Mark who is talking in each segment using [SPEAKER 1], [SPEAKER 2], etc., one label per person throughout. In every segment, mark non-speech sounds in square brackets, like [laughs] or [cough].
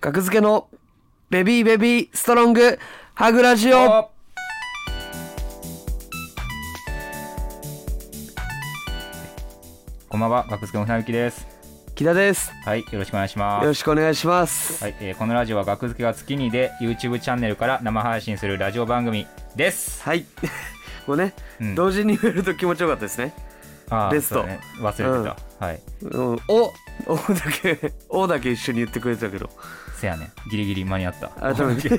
[SPEAKER 1] 格付けのベビーベビーストロングハグラジオ
[SPEAKER 2] こんばんは、学付けの船きです。
[SPEAKER 1] 木田です
[SPEAKER 2] はい、よろしくお願いしま
[SPEAKER 1] よろ
[SPEAKER 2] す。
[SPEAKER 1] しくお願いします、
[SPEAKER 2] はい、えーこのラジオは学付けが月にで YouTube チャンネルから生配信するラジオ番組です。
[SPEAKER 1] はい [laughs] もうね、
[SPEAKER 2] うん
[SPEAKER 1] 同時に言えると気持ちよかったですね
[SPEAKER 2] あー
[SPEAKER 1] ベスト
[SPEAKER 2] そうだね忘れてた。はい。
[SPEAKER 1] うんおおだけおだけ一緒に言ってくれてたけど
[SPEAKER 2] せやね、ギリギリ間に合った。
[SPEAKER 1] 改めて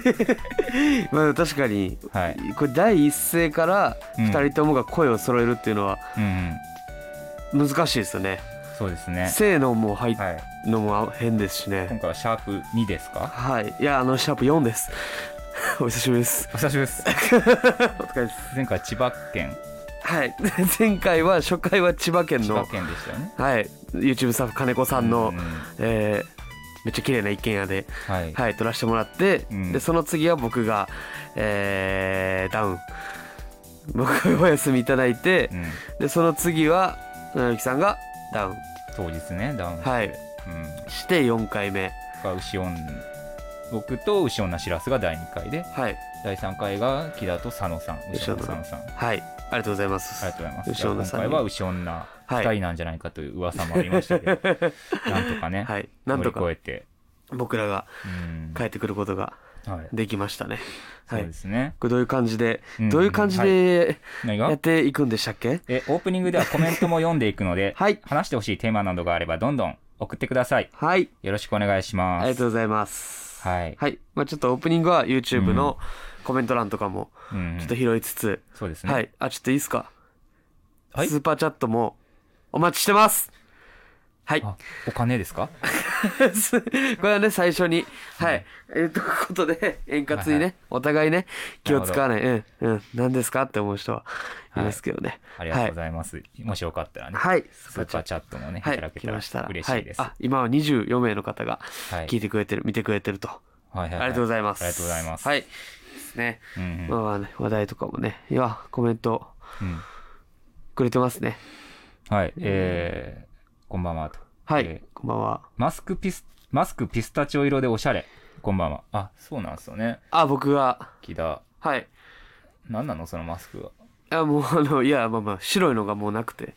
[SPEAKER 1] [laughs] まあ確かに
[SPEAKER 2] はい。
[SPEAKER 1] これ第一声から
[SPEAKER 2] うん
[SPEAKER 1] 2人ともが声を揃えるっていうのは
[SPEAKER 2] うんうん。
[SPEAKER 1] 難しいですよね、
[SPEAKER 2] そうですね。
[SPEAKER 1] せーのも入っ
[SPEAKER 2] はい。
[SPEAKER 1] のも変ですしね
[SPEAKER 2] 今回はシャープ2ですか？
[SPEAKER 1] はいいやあのシャープ4です [laughs] お久しぶりです [laughs]
[SPEAKER 2] お [laughs] 久しぶりです。
[SPEAKER 1] お疲れです
[SPEAKER 2] 前回は千葉県、
[SPEAKER 1] はい [laughs] 前回は初回は千葉県
[SPEAKER 2] 千葉
[SPEAKER 1] の
[SPEAKER 2] 県でしたよ [laughs] ね。
[SPEAKER 1] はい YouTube スタッフ金子さんの、
[SPEAKER 2] うんうん
[SPEAKER 1] えーめっちゃ綺麗な一軒家で、
[SPEAKER 2] はい。
[SPEAKER 1] はい、撮らせてもらって、
[SPEAKER 2] うん
[SPEAKER 1] でその次は僕が、えーダウン僕がお休みいただいて、
[SPEAKER 2] うん。
[SPEAKER 1] でその次は七木さんがダウン
[SPEAKER 2] 当日ね、ダウンして。
[SPEAKER 1] はい
[SPEAKER 2] うん。
[SPEAKER 1] して4回目
[SPEAKER 2] が牛女僕と牛女しらすが第2回で
[SPEAKER 1] はい
[SPEAKER 2] 第3回が木田と佐野さん牛女と佐野さんあ
[SPEAKER 1] はいありがとうございます
[SPEAKER 2] りがとうございます
[SPEAKER 1] 牛女さん
[SPEAKER 2] 今回は牛女
[SPEAKER 1] はい
[SPEAKER 2] 2人なんじゃないかという噂もありました
[SPEAKER 1] [laughs]
[SPEAKER 2] けど、なんとかね、
[SPEAKER 1] はいなんとか
[SPEAKER 2] 乗り越えて
[SPEAKER 1] 僕らが
[SPEAKER 2] うん、
[SPEAKER 1] 帰ってくることが
[SPEAKER 2] はい
[SPEAKER 1] できましたねは
[SPEAKER 2] そう
[SPEAKER 1] い
[SPEAKER 2] ですね
[SPEAKER 1] これどういう感じで
[SPEAKER 2] うん
[SPEAKER 1] どういう感じで
[SPEAKER 2] 何
[SPEAKER 1] や
[SPEAKER 2] が
[SPEAKER 1] っていくんでしたっけ
[SPEAKER 2] えオープニングではコメントも読んでいくので、
[SPEAKER 1] [laughs] はい
[SPEAKER 2] 話してほしいテーマなどがあればどんどん送ってください
[SPEAKER 1] はい
[SPEAKER 2] よろしくお願いします
[SPEAKER 1] ありがとうございます
[SPEAKER 2] はい
[SPEAKER 1] はいまあちょっとオープニングは YouTube のコメント欄とかも
[SPEAKER 2] うん
[SPEAKER 1] ちょっと拾いつつ
[SPEAKER 2] そうですね、
[SPEAKER 1] はいあちょっといいですか
[SPEAKER 2] はい
[SPEAKER 1] スーパーチャットもお待ちしてますはい
[SPEAKER 2] あお金ですか
[SPEAKER 1] [laughs] すこれはね最初にはい、えーということで円滑にね、
[SPEAKER 2] はいはい
[SPEAKER 1] お互いね気を使わないうんうん何ですかって思う人はいますけどね
[SPEAKER 2] ありがとうございます、もしよかったらね
[SPEAKER 1] はい
[SPEAKER 2] スーパーチャットもね、
[SPEAKER 1] はい
[SPEAKER 2] いただけ
[SPEAKER 1] 来
[SPEAKER 2] たら
[SPEAKER 1] ましたら
[SPEAKER 2] 嬉しいです。
[SPEAKER 1] はい、あ今は24名の方が
[SPEAKER 2] はい
[SPEAKER 1] 聞いてくれてる、見てくれてると、
[SPEAKER 2] はいは
[SPEAKER 1] ありがとうございます
[SPEAKER 2] ありがとうございます。
[SPEAKER 1] はいですね、
[SPEAKER 2] うんうん
[SPEAKER 1] まあまあね話題とかもねいやコメント
[SPEAKER 2] うん
[SPEAKER 1] くれてますね
[SPEAKER 2] はい、えー、こんばんはと。
[SPEAKER 1] はい、
[SPEAKER 2] えー
[SPEAKER 1] こんばんは
[SPEAKER 2] マスクピス、マスクピスタチオ色でおしゃれ。こんばんは。あ、そうなんですよね。
[SPEAKER 1] あ僕が
[SPEAKER 2] 木田。
[SPEAKER 1] はい
[SPEAKER 2] なんなのそのマスクは。
[SPEAKER 1] あもうあのいやまあまあ白いのがもうなくて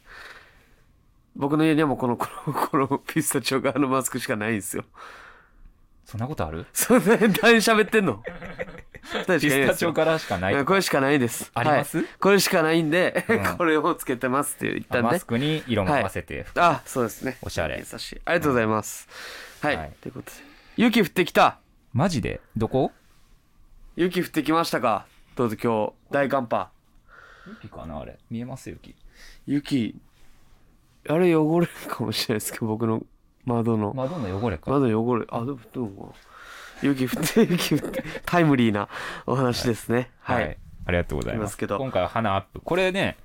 [SPEAKER 1] 僕の家にはもうこのこのこのピスタチオ側のマスクしかないんですよ
[SPEAKER 2] そんなことある
[SPEAKER 1] そんなに誰喋ってんの誰し
[SPEAKER 2] ピ
[SPEAKER 1] かいないで
[SPEAKER 2] スタ
[SPEAKER 1] す
[SPEAKER 2] チオ
[SPEAKER 1] よ
[SPEAKER 2] からしかない。
[SPEAKER 1] これしかないです
[SPEAKER 2] あります
[SPEAKER 1] はい、これしかないんで、
[SPEAKER 2] う
[SPEAKER 1] [laughs]
[SPEAKER 2] ん
[SPEAKER 1] これをつけてますって言っ
[SPEAKER 2] あ
[SPEAKER 1] たん
[SPEAKER 2] マ
[SPEAKER 1] で
[SPEAKER 2] スクに色も合わせて。
[SPEAKER 1] あそうですね
[SPEAKER 2] おしゃれ
[SPEAKER 1] 優しいありがとうございます、はい、
[SPEAKER 2] はい
[SPEAKER 1] ということで雪降ってきた
[SPEAKER 2] マジでどこ
[SPEAKER 1] 雪降ってきましたかどうぞ今日大寒波
[SPEAKER 2] 雪かなあれ。見えます雪。
[SPEAKER 1] 雪あれ汚れるかもしれないですけど僕の窓の
[SPEAKER 2] 窓の汚れか。
[SPEAKER 1] まだ汚れ、あ、でも、どうも。雪降って、 [laughs] 雪降って、タイムリーなお話ですね。はい。はい。。
[SPEAKER 2] ありがとうござい
[SPEAKER 1] い
[SPEAKER 2] ま
[SPEAKER 1] ます
[SPEAKER 2] す。
[SPEAKER 1] けど
[SPEAKER 2] 今回は花アップ。これね、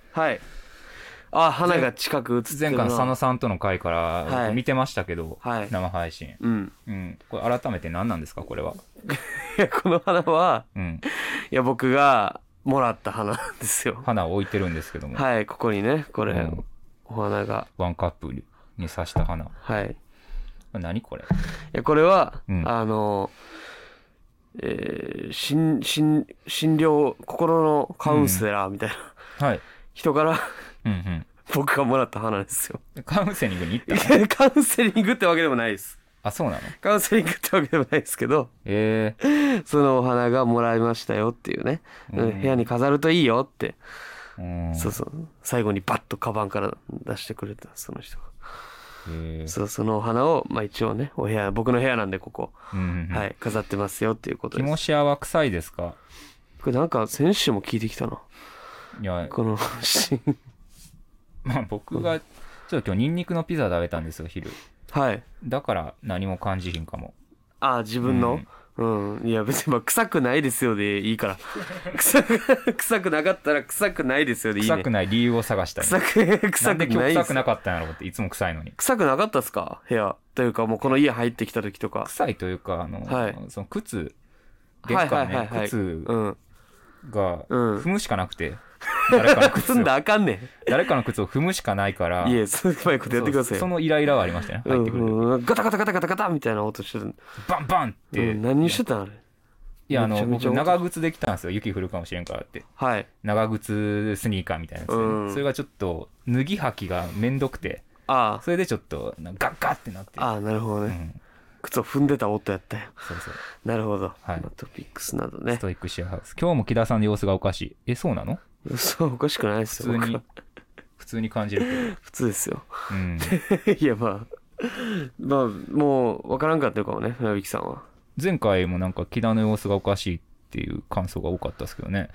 [SPEAKER 1] あ、花が近く映ってる
[SPEAKER 2] 前回の佐野
[SPEAKER 1] な。
[SPEAKER 2] さんとの会から
[SPEAKER 1] はい
[SPEAKER 2] 僕見てましたけど、
[SPEAKER 1] はい
[SPEAKER 2] 生配信、
[SPEAKER 1] うん。
[SPEAKER 2] うん、これ改めて何なんですかこれは、
[SPEAKER 1] いや、この花は、
[SPEAKER 2] うん、
[SPEAKER 1] いや、僕がもらった花なんですよ。
[SPEAKER 2] 花を置いてるんですけども、
[SPEAKER 1] はい、ここにね、こ
[SPEAKER 2] う
[SPEAKER 1] れ
[SPEAKER 2] ん、
[SPEAKER 1] お花が。
[SPEAKER 2] ワンカップに刺した花
[SPEAKER 1] はい。い
[SPEAKER 2] 何これ
[SPEAKER 1] や、これは、
[SPEAKER 2] うん
[SPEAKER 1] あの、えー、心、心、心療、心のカウンセラーみたいな
[SPEAKER 2] はい、
[SPEAKER 1] 人から [laughs]
[SPEAKER 2] うん
[SPEAKER 1] 僕がもらった花ですよ。
[SPEAKER 2] うん、カウンセリングに行
[SPEAKER 1] い
[SPEAKER 2] ったの
[SPEAKER 1] やカウンセリングってわけでもないです。
[SPEAKER 2] あそうなの
[SPEAKER 1] カウンセリングってわけでもないですけど
[SPEAKER 2] ええ
[SPEAKER 1] そのお花がもらいましたよっていうね、うん
[SPEAKER 2] うん
[SPEAKER 1] 部屋に飾るといいよって、
[SPEAKER 2] うん
[SPEAKER 1] そうそう最後にバッとカバンから出してくれたその人が、
[SPEAKER 2] ええ
[SPEAKER 1] そうそのお花を、まあ、一応ねお部屋僕の部屋なんでここ、
[SPEAKER 2] うんうん
[SPEAKER 1] はい飾ってますよっていうこと
[SPEAKER 2] キ
[SPEAKER 1] で
[SPEAKER 2] モ
[SPEAKER 1] す
[SPEAKER 2] シアは臭いですか
[SPEAKER 1] これなんか先週も聞いてきたない
[SPEAKER 2] や、
[SPEAKER 1] このシーン
[SPEAKER 2] まあ、僕がちょっと今日ニンニクのピザ食べたんですよ昼
[SPEAKER 1] はい
[SPEAKER 2] だから何も感じひんかも
[SPEAKER 1] ああ自分のうん、いや別にまあ臭くないですよでいいから臭く [laughs] 臭くなかったら臭くないですよでいい
[SPEAKER 2] 臭
[SPEAKER 1] ね
[SPEAKER 2] くない理由を探したい
[SPEAKER 1] 臭く
[SPEAKER 2] な
[SPEAKER 1] 臭
[SPEAKER 2] ん
[SPEAKER 1] く
[SPEAKER 2] で今
[SPEAKER 1] な
[SPEAKER 2] 日
[SPEAKER 1] いで
[SPEAKER 2] 臭く
[SPEAKER 1] す
[SPEAKER 2] なかったんやろうっていつも臭いのに
[SPEAKER 1] 臭くなかったですか部屋というかもうこの家入ってきた時とか
[SPEAKER 2] 臭いというかあの、
[SPEAKER 1] はい
[SPEAKER 2] その靴ですからね、
[SPEAKER 1] はいはいはいはい
[SPEAKER 2] 靴
[SPEAKER 1] うん
[SPEAKER 2] が
[SPEAKER 1] うん
[SPEAKER 2] 踏むしかなくて、誰
[SPEAKER 1] [laughs]
[SPEAKER 2] かの靴を
[SPEAKER 1] 靴んだらあかんね
[SPEAKER 2] 誰かの靴を踏むしかないから
[SPEAKER 1] んいやそういうことやってください
[SPEAKER 2] そ
[SPEAKER 1] よ
[SPEAKER 2] のイライラはありましたね
[SPEAKER 1] う
[SPEAKER 2] 入っ
[SPEAKER 1] ん
[SPEAKER 2] てくる、
[SPEAKER 1] うんガタガタガタガタガタみたいな音してる
[SPEAKER 2] バンバンって、
[SPEAKER 1] うん何してたんあれ
[SPEAKER 2] いやあの
[SPEAKER 1] めちゃめちゃ
[SPEAKER 2] 僕長靴できたんですよ雪降るかもしれんからって
[SPEAKER 1] はい
[SPEAKER 2] 長靴スニーカーみたいなやつでね、
[SPEAKER 1] うん
[SPEAKER 2] それがちょっと脱ぎ履きがめんどくて
[SPEAKER 1] あ
[SPEAKER 2] それでちょっとなんかガッガッってなって
[SPEAKER 1] あああなるほど
[SPEAKER 2] う
[SPEAKER 1] ね
[SPEAKER 2] ん、
[SPEAKER 1] 靴を踏んでた音やったよ
[SPEAKER 2] そうそう
[SPEAKER 1] なるほど
[SPEAKER 2] はい
[SPEAKER 1] まあトピックスなどね
[SPEAKER 2] ストイックシェアハウス今日も木田さんの様子がおかしいえそうなの
[SPEAKER 1] そうおかしくないです
[SPEAKER 2] 普
[SPEAKER 1] よ
[SPEAKER 2] 通
[SPEAKER 1] 僕 [laughs]
[SPEAKER 2] に
[SPEAKER 1] は
[SPEAKER 2] 普通に感じるけど
[SPEAKER 1] 普通ですよ [laughs]
[SPEAKER 2] うん
[SPEAKER 1] いやまあまあもうわからんかったのかもね船引さんは
[SPEAKER 2] 前回もなんか木田の様子がおかしいっていう感想が多かったですけどね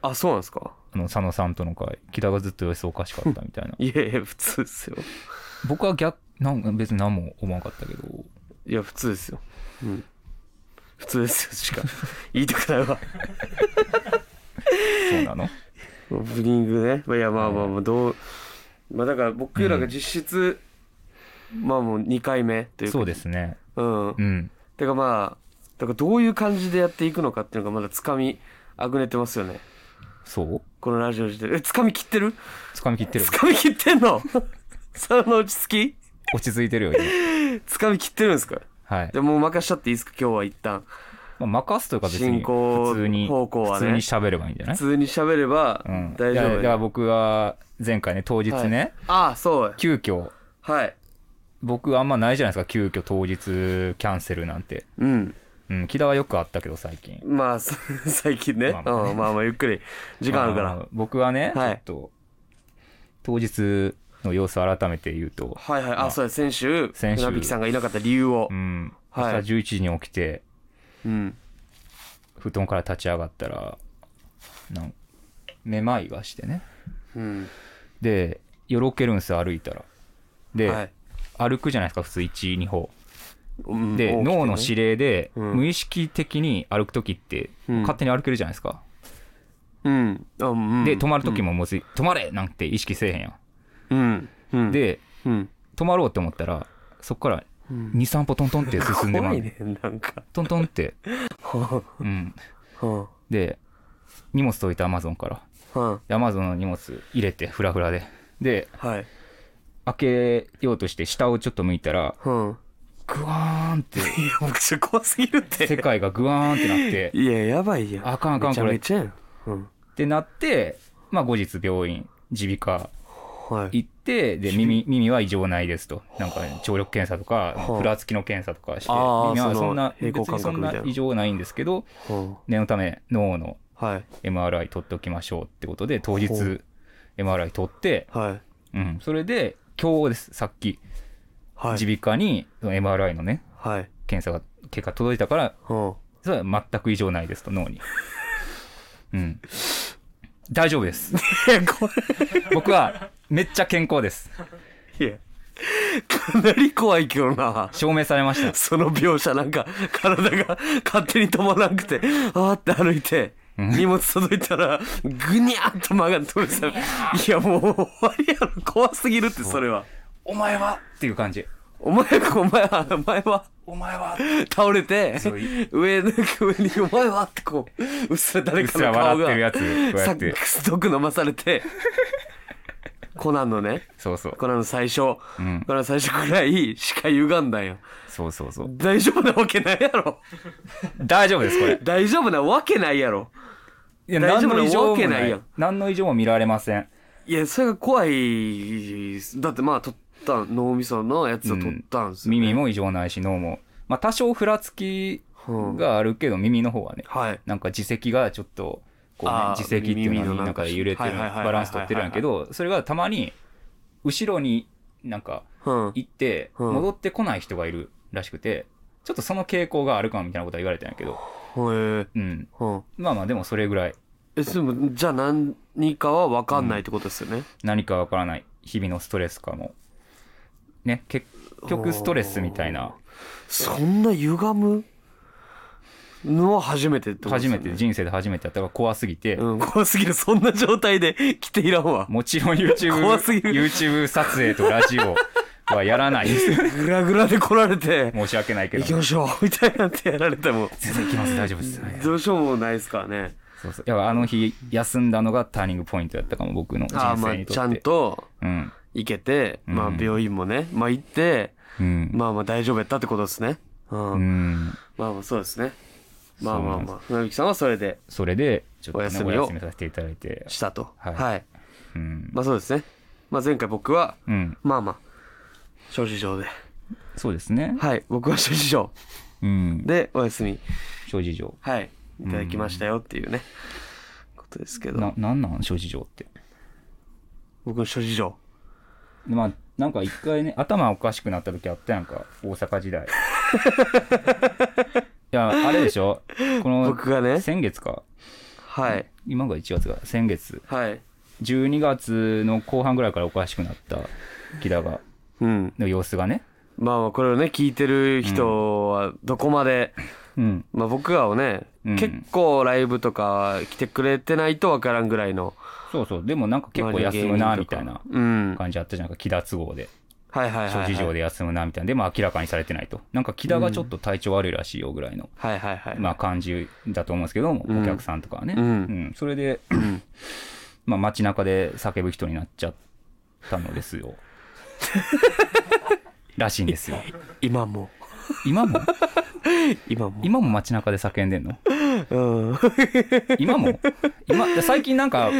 [SPEAKER 1] あそうなんですか
[SPEAKER 2] あの佐野さんとの会木田がずっと様子おかしかったみたいな
[SPEAKER 1] いやいや普通ですよ
[SPEAKER 2] [laughs] 僕は逆なんか別に何も思わなかったけど
[SPEAKER 1] いや普通ですようん普通ですよしか [laughs] 言いたくないわ
[SPEAKER 2] そうなの
[SPEAKER 1] オープニングねまあいやまあまあまあどうまあだから僕らが実質、まあもう2回目というか
[SPEAKER 2] そうですね
[SPEAKER 1] うん
[SPEAKER 2] うん
[SPEAKER 1] てかまあだからどういう感じでやっていくのかっていうのがまだつかみあぐねてますよね
[SPEAKER 2] そう
[SPEAKER 1] このラジオ時点でえつかみ切ってる
[SPEAKER 2] 掴み切ってる
[SPEAKER 1] つかみ切ってんの [laughs] その落ち着き
[SPEAKER 2] 落ち着いてるよ今
[SPEAKER 1] つかみ切ってるんですか
[SPEAKER 2] はい
[SPEAKER 1] じ、ゃあもう任しちゃっていいですか今日は一旦
[SPEAKER 2] まあ、任すというか別に
[SPEAKER 1] 進行
[SPEAKER 2] 普通に
[SPEAKER 1] 方向はね
[SPEAKER 2] 普通に喋ればいいんじゃな
[SPEAKER 1] 普
[SPEAKER 2] い
[SPEAKER 1] 通に喋れば
[SPEAKER 2] うん、
[SPEAKER 1] 大
[SPEAKER 2] だから
[SPEAKER 1] 丈夫
[SPEAKER 2] だから
[SPEAKER 1] や、
[SPEAKER 2] 僕は前回ね当日ね、
[SPEAKER 1] はいああそうや
[SPEAKER 2] 急遽
[SPEAKER 1] はい
[SPEAKER 2] 僕あんまないじゃないですか急遽当日キャンセルなんて、
[SPEAKER 1] うん
[SPEAKER 2] うん、木田はよくあったけど最近
[SPEAKER 1] まあそ [laughs] 最近ね
[SPEAKER 2] まあまあ
[SPEAKER 1] うんまあまあゆっくり時間あるか
[SPEAKER 2] あ
[SPEAKER 1] ら
[SPEAKER 2] の僕はね、
[SPEAKER 1] はい
[SPEAKER 2] ちょっと当日の様子を改めて言うと、
[SPEAKER 1] はいはい
[SPEAKER 2] まあ
[SPEAKER 1] あそうや先週
[SPEAKER 2] 先週
[SPEAKER 1] 船引さんがいなかった理由を
[SPEAKER 2] うん、
[SPEAKER 1] はい
[SPEAKER 2] 朝11時に起きて
[SPEAKER 1] うん
[SPEAKER 2] 布団から立ち上がったらなんめまいがしてね
[SPEAKER 1] うん
[SPEAKER 2] でよろけるんですよ歩いたらで、
[SPEAKER 1] はい
[SPEAKER 2] 歩くじゃないですか普通12歩
[SPEAKER 1] うん
[SPEAKER 2] で、
[SPEAKER 1] 大きくね
[SPEAKER 2] 脳の指令で、
[SPEAKER 1] うん
[SPEAKER 2] 無意識的に歩く時って、
[SPEAKER 1] うん
[SPEAKER 2] 勝手に歩けるじゃないですか、
[SPEAKER 1] うんあうん
[SPEAKER 2] で止まる時ももうずい止まれなんて意識せえへんやん、
[SPEAKER 1] うんうん
[SPEAKER 2] で
[SPEAKER 1] うん
[SPEAKER 2] 止まろうと思ったらそこから
[SPEAKER 1] うん
[SPEAKER 2] 23歩トントンって進んでま
[SPEAKER 1] 怖
[SPEAKER 2] う、
[SPEAKER 1] いねなんか [laughs]
[SPEAKER 2] トントンって、
[SPEAKER 1] は
[SPEAKER 2] うん、
[SPEAKER 1] あは
[SPEAKER 2] で荷物届いてアマゾンから
[SPEAKER 1] あは
[SPEAKER 2] でアマゾンの荷物入れてフラフラでで
[SPEAKER 1] あはい
[SPEAKER 2] 開けようとして下をちょっと向いたら
[SPEAKER 1] うん
[SPEAKER 2] グワーンっ
[SPEAKER 1] [laughs]
[SPEAKER 2] て
[SPEAKER 1] いや、僕、ちょっと怖すぎるって。
[SPEAKER 2] 世界がグワーンってなって
[SPEAKER 1] [laughs] いや、やばいやん。
[SPEAKER 2] あかんあかん
[SPEAKER 1] めちゃ
[SPEAKER 2] これ
[SPEAKER 1] めちゃやん。うん。
[SPEAKER 2] ってなって、まあ、後日病院耳鼻科
[SPEAKER 1] はい。
[SPEAKER 2] 行っ
[SPEAKER 1] [laughs]
[SPEAKER 2] てで耳耳は異常ないですとなんか、ね、聴力検査とか
[SPEAKER 1] はあ
[SPEAKER 2] ふらつきの検査とかして
[SPEAKER 1] あー
[SPEAKER 2] 耳
[SPEAKER 1] そ
[SPEAKER 2] は
[SPEAKER 1] の
[SPEAKER 2] そんな
[SPEAKER 1] 平
[SPEAKER 2] 別
[SPEAKER 1] 衡
[SPEAKER 2] に
[SPEAKER 1] 感
[SPEAKER 2] そ
[SPEAKER 1] 覚
[SPEAKER 2] ん
[SPEAKER 1] みたいな
[SPEAKER 2] な異常ないんですけど
[SPEAKER 1] うん
[SPEAKER 2] 念のため脳の
[SPEAKER 1] はい。
[SPEAKER 2] MRI 取っておきましょうってことで当日
[SPEAKER 1] ほう
[SPEAKER 2] MRI 取って、
[SPEAKER 1] はい。
[SPEAKER 2] うん、それで今日ですさっき
[SPEAKER 1] はい。
[SPEAKER 2] 耳鼻科にその MRI のね
[SPEAKER 1] はい。
[SPEAKER 2] 検査が結果届いたから
[SPEAKER 1] うん。
[SPEAKER 2] それは全く異常ないですと脳 [laughs] に、うん、大丈夫です
[SPEAKER 1] いや、こ
[SPEAKER 2] 僕はめっちゃ健康です
[SPEAKER 1] れ、いや、かなり怖いけどな。
[SPEAKER 2] 証明されました
[SPEAKER 1] その描写なんか、体が勝手に止まらなくて、あーって歩いて、荷物届いたら、ぐにゃーっと曲がって取れさ、いや、もう終わりやろ。怖すぎるって、それは。
[SPEAKER 2] お前はっていう感じ
[SPEAKER 1] お前、お前は、お前は、
[SPEAKER 2] お前は
[SPEAKER 1] [laughs] 倒れて
[SPEAKER 2] そうい
[SPEAKER 1] 上なんか上に「お前は?」ってこううっすら誰かの
[SPEAKER 2] うっすら笑
[SPEAKER 1] 顔
[SPEAKER 2] って
[SPEAKER 1] が
[SPEAKER 2] るやつこう
[SPEAKER 1] サ
[SPEAKER 2] やっ
[SPEAKER 1] ッ
[SPEAKER 2] て
[SPEAKER 1] クス毒飲まされて [laughs] コナンのね
[SPEAKER 2] そうそう
[SPEAKER 1] コナンの最初、
[SPEAKER 2] ん
[SPEAKER 1] コナンの最初くらい視界歪んだんよ
[SPEAKER 2] そうそうそう
[SPEAKER 1] 大丈夫なわけないやろ
[SPEAKER 2] 大丈夫ですこれ
[SPEAKER 1] 大丈夫なわけないやろ
[SPEAKER 2] いや
[SPEAKER 1] 大丈夫
[SPEAKER 2] 何の異
[SPEAKER 1] な
[SPEAKER 2] 常
[SPEAKER 1] わ
[SPEAKER 2] も
[SPEAKER 1] け
[SPEAKER 2] な
[SPEAKER 1] ないや
[SPEAKER 2] い
[SPEAKER 1] ん
[SPEAKER 2] 何の異常も見られません
[SPEAKER 1] いやそれが怖いですだってまあ撮った脳みそのやつを撮ったんですよ、ね
[SPEAKER 2] 耳も異常ないし脳もまあ多少ふらつきがあるけど耳の方はね
[SPEAKER 1] はい
[SPEAKER 2] なんか耳石がちょっとこうね
[SPEAKER 1] あー
[SPEAKER 2] 耳石っていうの
[SPEAKER 1] 耳
[SPEAKER 2] に
[SPEAKER 1] の
[SPEAKER 2] な
[SPEAKER 1] なんん
[SPEAKER 2] か
[SPEAKER 1] か
[SPEAKER 2] 揺れて
[SPEAKER 1] は
[SPEAKER 2] る
[SPEAKER 1] いはいはいはいはい
[SPEAKER 2] バランス取ってるんやけどそれがたまに後ろになんか
[SPEAKER 1] うん
[SPEAKER 2] 行って
[SPEAKER 1] うん
[SPEAKER 2] 戻ってこない人がいるらしくてちょっとその傾向があるかもみたいなことは言われたんやけど
[SPEAKER 1] へえ
[SPEAKER 2] うん
[SPEAKER 1] うん
[SPEAKER 2] まあまあでもそれぐらい
[SPEAKER 1] えそれもじゃあ何かは分かんないってことですよね、
[SPEAKER 2] 何かわからない日々のストレスかもね結局ストレスみたいな
[SPEAKER 1] そんな歪むのは初めてってことですよ
[SPEAKER 2] 初
[SPEAKER 1] ね
[SPEAKER 2] めて人生で初めてやったから怖すぎて、
[SPEAKER 1] うん、怖すぎるそんな状態で来ていらんわ
[SPEAKER 2] もちろん YouTube
[SPEAKER 1] [laughs] 怖すぎる
[SPEAKER 2] YouTube 撮影とラジオはやらない
[SPEAKER 1] [laughs]
[SPEAKER 2] です
[SPEAKER 1] グラグラで来られて
[SPEAKER 2] 申し訳ないけ
[SPEAKER 1] 行 [laughs]
[SPEAKER 2] ど
[SPEAKER 1] きましょうみたいなってやられても
[SPEAKER 2] 全然行きます大丈夫ですはい
[SPEAKER 1] どうしようもないですからね
[SPEAKER 2] そうそう。いや、あの日、休んだのがターニングポイントやったかも、僕の人
[SPEAKER 1] ああま
[SPEAKER 2] 生
[SPEAKER 1] あ
[SPEAKER 2] にとって。
[SPEAKER 1] ちゃん。と
[SPEAKER 2] うん。
[SPEAKER 1] 行けて、まあ
[SPEAKER 2] うん
[SPEAKER 1] 病院もね、まあ行って、
[SPEAKER 2] うん。
[SPEAKER 1] まあまあ大丈夫やったってことですね。うん。
[SPEAKER 2] うん。
[SPEAKER 1] まあまあそうですね。まあまあ
[SPEAKER 2] そう
[SPEAKER 1] まあ、船引さんはそれで
[SPEAKER 2] それで、ちょっとね
[SPEAKER 1] お休みを
[SPEAKER 2] お休みさせていただいて。
[SPEAKER 1] したと。は。
[SPEAKER 2] はいいうん。
[SPEAKER 1] まあそうですね。まあ前回僕は、
[SPEAKER 2] うん。
[SPEAKER 1] まあまあ、諸事情で。
[SPEAKER 2] そうですね。
[SPEAKER 1] はい。僕は諸事情
[SPEAKER 2] うん。
[SPEAKER 1] でお休み、
[SPEAKER 2] 諸事情。
[SPEAKER 1] はい。いただきましたよっていうね、ことですけど。
[SPEAKER 2] な、なんなん諸事情って。
[SPEAKER 1] 僕の諸事情。
[SPEAKER 2] まあ、なんか一回ね、頭おかしくなった時あったやんか、大
[SPEAKER 1] [laughs]
[SPEAKER 2] 阪時代。いや、あれでしょこの、
[SPEAKER 1] 僕がね
[SPEAKER 2] 先月か。
[SPEAKER 1] はい。
[SPEAKER 2] 今が1月が、先月。
[SPEAKER 1] はい。
[SPEAKER 2] 12月の後半ぐらいからおかしくなった、木田が、
[SPEAKER 1] うん。
[SPEAKER 2] の様子がね。
[SPEAKER 1] まあまあこれをね、聞いてる人はどこまで、
[SPEAKER 2] うん。
[SPEAKER 1] まあ僕らをね、
[SPEAKER 2] うん
[SPEAKER 1] 結構ライブとか来てくれてないとわからんぐらいの。
[SPEAKER 2] そうそう。でもなんか結構休むな、みたいな
[SPEAKER 1] うん。はい
[SPEAKER 2] 感じあったじゃんか、木田都合で。
[SPEAKER 1] はいはい、
[SPEAKER 2] 諸
[SPEAKER 1] はい。
[SPEAKER 2] 事情で休むな、みたいな。でも明らかにされてないと。なんか木田がちょっと体調悪いらしいよ、ぐらいの。
[SPEAKER 1] はいはいはい。
[SPEAKER 2] まあ、感じだと思うんですけども、
[SPEAKER 1] うん
[SPEAKER 2] お客さんとかはね、
[SPEAKER 1] うん
[SPEAKER 2] うんそれで、まあ、街中で叫ぶ人になっちゃったので
[SPEAKER 1] [laughs]
[SPEAKER 2] すよらしいんですよ
[SPEAKER 1] 今も。
[SPEAKER 2] 今も
[SPEAKER 1] 今も。
[SPEAKER 2] [laughs] 今も街中で叫んでんの
[SPEAKER 1] うん。
[SPEAKER 2] 今も今最近なんか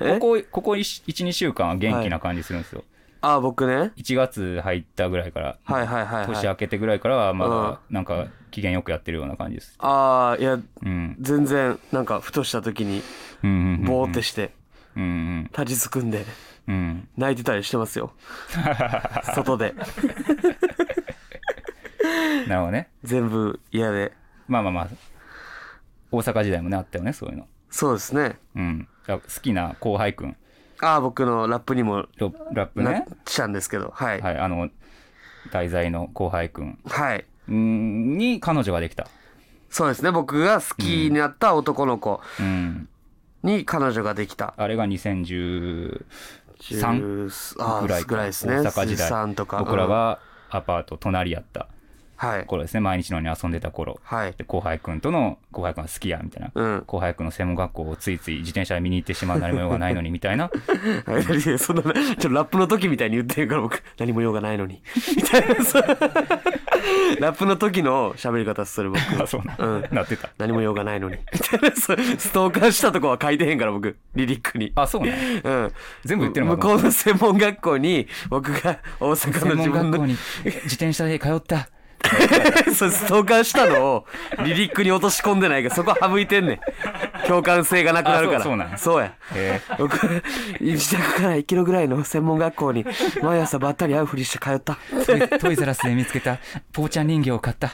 [SPEAKER 1] え
[SPEAKER 2] ここここ12週間は元気な感じするんですよ、
[SPEAKER 1] ああ、僕ね。
[SPEAKER 2] 1月入ったぐらいから、
[SPEAKER 1] はいはいはい、はい。
[SPEAKER 2] 年明けてぐらいからはま
[SPEAKER 1] うん
[SPEAKER 2] だなんか機嫌よくやってるような感じです、
[SPEAKER 1] ああ、いや、
[SPEAKER 2] うん、
[SPEAKER 1] 全然、なんか、ふとした時に、
[SPEAKER 2] うんうんうんうん
[SPEAKER 1] ぼーってして、
[SPEAKER 2] うんうん
[SPEAKER 1] 立ちすくんで、
[SPEAKER 2] うん
[SPEAKER 1] 泣いてたりしてます
[SPEAKER 2] [laughs]
[SPEAKER 1] よ。外で。
[SPEAKER 2] なるほどね
[SPEAKER 1] 全部嫌で。
[SPEAKER 2] まあまあまあ、大阪時代もね、あったよね、そういうの。
[SPEAKER 1] そうですね。
[SPEAKER 2] うん。だから好きな後輩くん、
[SPEAKER 1] ああ、僕のラップにも、
[SPEAKER 2] ロラップ
[SPEAKER 1] なっ
[SPEAKER 2] ね。
[SPEAKER 1] ちゃうんですけど、はい。
[SPEAKER 2] はい、あの、題材の後輩くん
[SPEAKER 1] はい。
[SPEAKER 2] うんに彼女ができた。
[SPEAKER 1] そうですね。僕が好きになった男の子
[SPEAKER 2] うん。
[SPEAKER 1] に彼女ができた。
[SPEAKER 2] あれが2013
[SPEAKER 1] 10ああ、
[SPEAKER 2] ぐらい
[SPEAKER 1] ぐ
[SPEAKER 2] から
[SPEAKER 1] いですね。
[SPEAKER 2] 大阪時代
[SPEAKER 1] 13とか。
[SPEAKER 2] 僕ら
[SPEAKER 1] うん
[SPEAKER 2] がアパート隣やった
[SPEAKER 1] はい。
[SPEAKER 2] 頃ですね、毎日のように遊んでた頃。
[SPEAKER 1] はい
[SPEAKER 2] で。後輩くんとの、後輩くんが好きや、みたいな。
[SPEAKER 1] うん。
[SPEAKER 2] 後輩くんの専門学校をついつい自転車で見に行ってしまう何も用がないのにみた
[SPEAKER 1] [laughs]
[SPEAKER 2] いな
[SPEAKER 1] [laughs] いやそんな、ちょっとラップの時みたいに言ってるから僕、何も用がないのに。みたいな、
[SPEAKER 2] [laughs]
[SPEAKER 1] そうラップの時の喋り方する僕。
[SPEAKER 2] あそうな,、
[SPEAKER 1] うん
[SPEAKER 2] ん、なってた
[SPEAKER 1] 何も用がないのに。みたいな、そうストーカーしたとこは書いてへんから僕、リリックに。
[SPEAKER 2] あそうね
[SPEAKER 1] うん。
[SPEAKER 2] 全部言ってるの
[SPEAKER 1] 向
[SPEAKER 2] かと
[SPEAKER 1] こ
[SPEAKER 2] 思
[SPEAKER 1] うの専門学校に、僕が大阪の
[SPEAKER 2] 専
[SPEAKER 1] 自
[SPEAKER 2] 門
[SPEAKER 1] 分
[SPEAKER 2] 学校
[SPEAKER 1] の、
[SPEAKER 2] に自転車で通った
[SPEAKER 1] [laughs] そうストーカーしたのを、リリックに落とし込んでないから、そこは省いてんねん。共感性がなくなるから。
[SPEAKER 2] あそうそうなん
[SPEAKER 1] そうや。
[SPEAKER 2] へ
[SPEAKER 1] 僕自宅から1キロぐらいの専門学校に毎朝ばったり会うふりして通った [laughs]
[SPEAKER 2] トイ [laughs] トイザラスで見つけたポーちゃん人形を買った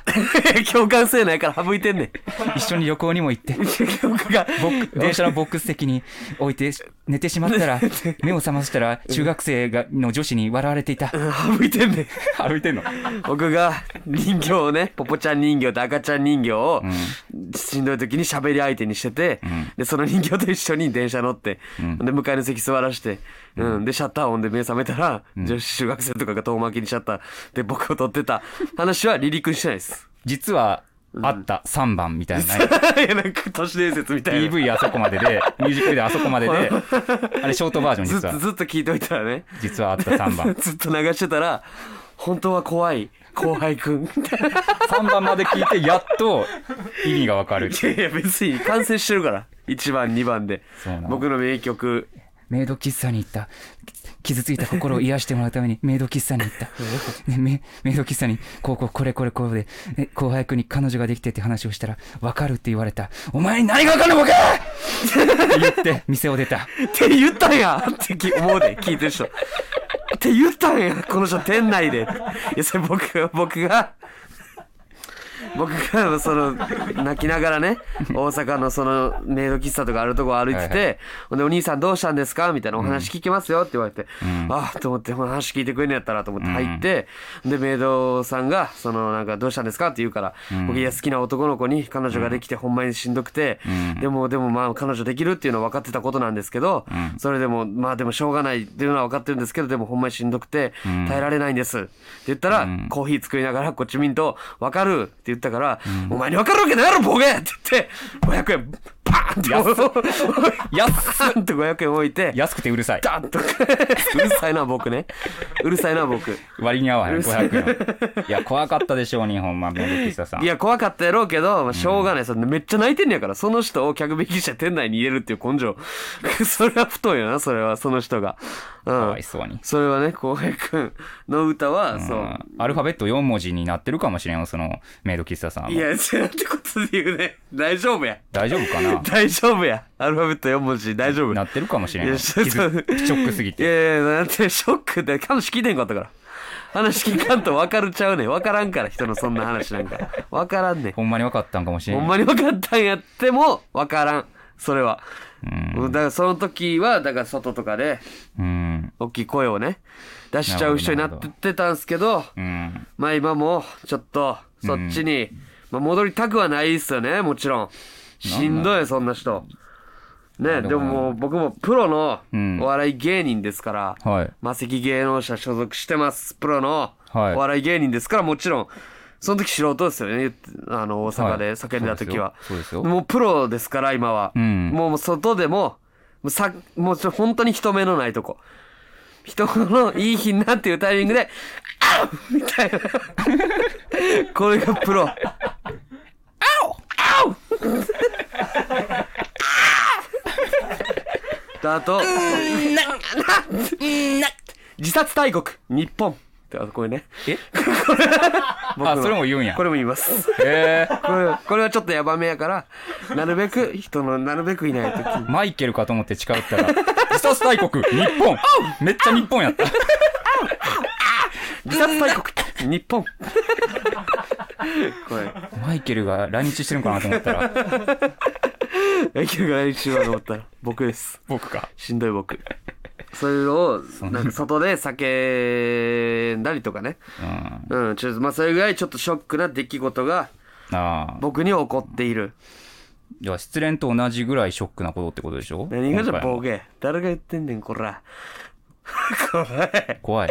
[SPEAKER 1] 共感性ないから省いてんねん
[SPEAKER 2] 一緒に旅行にも行って
[SPEAKER 1] 僕が
[SPEAKER 2] ボ
[SPEAKER 1] [laughs]
[SPEAKER 2] ック電車のボックス席に置いて寝てしまったら目を覚ましたら中学生がの女子に笑われていた
[SPEAKER 1] 省いてんねん
[SPEAKER 2] 歩いてんの
[SPEAKER 1] [laughs] 僕が人形をねポポちゃん人形と赤ちゃん人形をしんどい時に喋り相手にしてて、でその人形と一緒に電車乗って、で向かいの席座らして、うん、でシャッター音で目覚めたら、女子中学生とかが遠巻きにシャッターで僕を撮ってた話は離陸してないです [laughs]
[SPEAKER 2] 実はあった3番みたいない
[SPEAKER 1] やなんか都市伝説みたいな
[SPEAKER 2] PV あそこまででミュージックビデオあそこまでであれショートバージョ
[SPEAKER 1] ずっ
[SPEAKER 2] ン実
[SPEAKER 1] と
[SPEAKER 2] は
[SPEAKER 1] ずっと聞いといたらね
[SPEAKER 2] 実はあった3番
[SPEAKER 1] [laughs] ずっと流してたら本当は怖い後輩くんみたいな
[SPEAKER 2] 3番まで聞いてやっと意味がわ
[SPEAKER 1] [laughs]
[SPEAKER 2] かる
[SPEAKER 1] いやいや別に完成してるから1番2番で
[SPEAKER 2] そうなの
[SPEAKER 1] 僕の名曲
[SPEAKER 2] メイド喫茶に行った傷ついた心を癒してもらうためにメイド喫茶に行った、ね、メメイド喫茶にこうこうこれこれこうで、ね、後輩君に彼女ができてって話をしたら分かるって言われたお前に何が分かるのかって言って店を出た
[SPEAKER 1] って言ったんやってき思うで聞いてる人って言ったんやこの人店内でいやそれ僕が僕が僕がその泣きながらね大阪のそのメイド喫茶とかあるとこ歩いて
[SPEAKER 2] は
[SPEAKER 1] て「ほんでお兄さんどうしたんですか?」みたいな「お話聞きますよ」って言われて「ああ」と思って「お話聞いてくれんのやったら」と思って入ってでメイドさんが「そのなんかどうしたんですか?」って言うから僕いや好きな男の子に彼女ができてほんまにしんどくてでもでもまあ彼女できるっていうのは分かってたことなんですけどそれでもまあでもしょうがないっていうのは分かってるんですけどでもほんまにしんどくて耐えられないんですって言ったらコーヒー作りながらこっち見んと「分かる」って言ったから「お前に分かるわけないやろボケ!」って言って500円パパーン [laughs] って
[SPEAKER 2] 安っ
[SPEAKER 1] パーンと500円置いて
[SPEAKER 2] 安くてうるさい
[SPEAKER 1] ダンとうるさいな僕ねうるさいな僕
[SPEAKER 2] 割に合わな
[SPEAKER 1] う
[SPEAKER 2] い
[SPEAKER 1] るさい
[SPEAKER 2] 500円いや怖かったでしょう日本まメイド喫茶さん
[SPEAKER 1] いや怖かったやろうけど、まあ、しょうがない、そのめっちゃ泣いてんねやからその人を客引きして店内に入れるっていう根性 [laughs] それは太いよなそれはその人がう
[SPEAKER 2] かわ
[SPEAKER 1] ん
[SPEAKER 2] いそうに
[SPEAKER 1] それはね浩平君の歌は、そううん
[SPEAKER 2] アルファベット4文字になってるかもしれんそのメイド喫茶さんはい
[SPEAKER 1] やなんてことで言うね大丈夫や
[SPEAKER 2] 大丈夫
[SPEAKER 1] [laughs]
[SPEAKER 2] かな
[SPEAKER 1] 大丈夫やアルファベット4文字大丈夫
[SPEAKER 2] なってるかもしれ
[SPEAKER 1] い
[SPEAKER 2] ん
[SPEAKER 1] や
[SPEAKER 2] シ
[SPEAKER 1] ちょっと
[SPEAKER 2] ョックすぎ
[SPEAKER 1] い
[SPEAKER 2] て
[SPEAKER 1] やいやなんてショックで話聞いてんかったから話聞かんと分かるちゃうねん分からんから人のそんな話なんか分からんねん
[SPEAKER 2] ほんまに分かったんかもしれ
[SPEAKER 1] ほ
[SPEAKER 2] ん
[SPEAKER 1] んまに分かったんやっても分からんそれは
[SPEAKER 2] うん
[SPEAKER 1] だからその時はだから外とかで
[SPEAKER 2] うん
[SPEAKER 1] 大きい声をね出しちゃう人になってってたんすけど
[SPEAKER 2] うん
[SPEAKER 1] まあ今もちょっとそっちに、まあ、戻りたくはないっすよねもちろんしんどいそんな人ね
[SPEAKER 2] ど
[SPEAKER 1] でももう僕もプロの
[SPEAKER 2] うん
[SPEAKER 1] お笑い芸人ですから、
[SPEAKER 2] はい
[SPEAKER 1] マセキ芸能者所属してますプロのお
[SPEAKER 2] はい
[SPEAKER 1] 笑い芸人ですからもちろんその時素人ですよねあの大阪で
[SPEAKER 2] はい
[SPEAKER 1] 叫んだ時は、
[SPEAKER 2] そうですよそうですよ
[SPEAKER 1] もうプロですから今は、
[SPEAKER 2] うん
[SPEAKER 1] もう外でももうさもうちょ本当に人目のないとこ人のいい日になっていうタイミングで「あっ!」みたいなこれがプロだと自殺大国日本ってあこれね
[SPEAKER 2] え
[SPEAKER 1] 僕
[SPEAKER 2] あ
[SPEAKER 1] の
[SPEAKER 2] それも言うんや
[SPEAKER 1] これも言います
[SPEAKER 2] えー
[SPEAKER 1] これこれはちょっとヤバめやからなるべく人のなるべくいない時
[SPEAKER 2] マイケルかと思って近寄ったら [laughs] 「スタス大国日本」めっちゃ日本やった
[SPEAKER 1] 自殺大国日本こ
[SPEAKER 2] マイケルが来日してるのかなと思ったら
[SPEAKER 1] れ野球が来週はと思ったら僕です
[SPEAKER 2] 僕か
[SPEAKER 1] しんどい僕それをなんか外で叫んだりとかね
[SPEAKER 2] うんあ
[SPEAKER 1] うんちょっとまあそれぐらいちょっとショックな出来事が
[SPEAKER 2] あ
[SPEAKER 1] 僕に起こっている
[SPEAKER 2] じゃあ失恋と同じぐらいショックなことってことでしょ
[SPEAKER 1] 何がじゃ
[SPEAKER 2] 今回も
[SPEAKER 1] ボケ誰が言ってんねんこらこれ
[SPEAKER 2] 怖い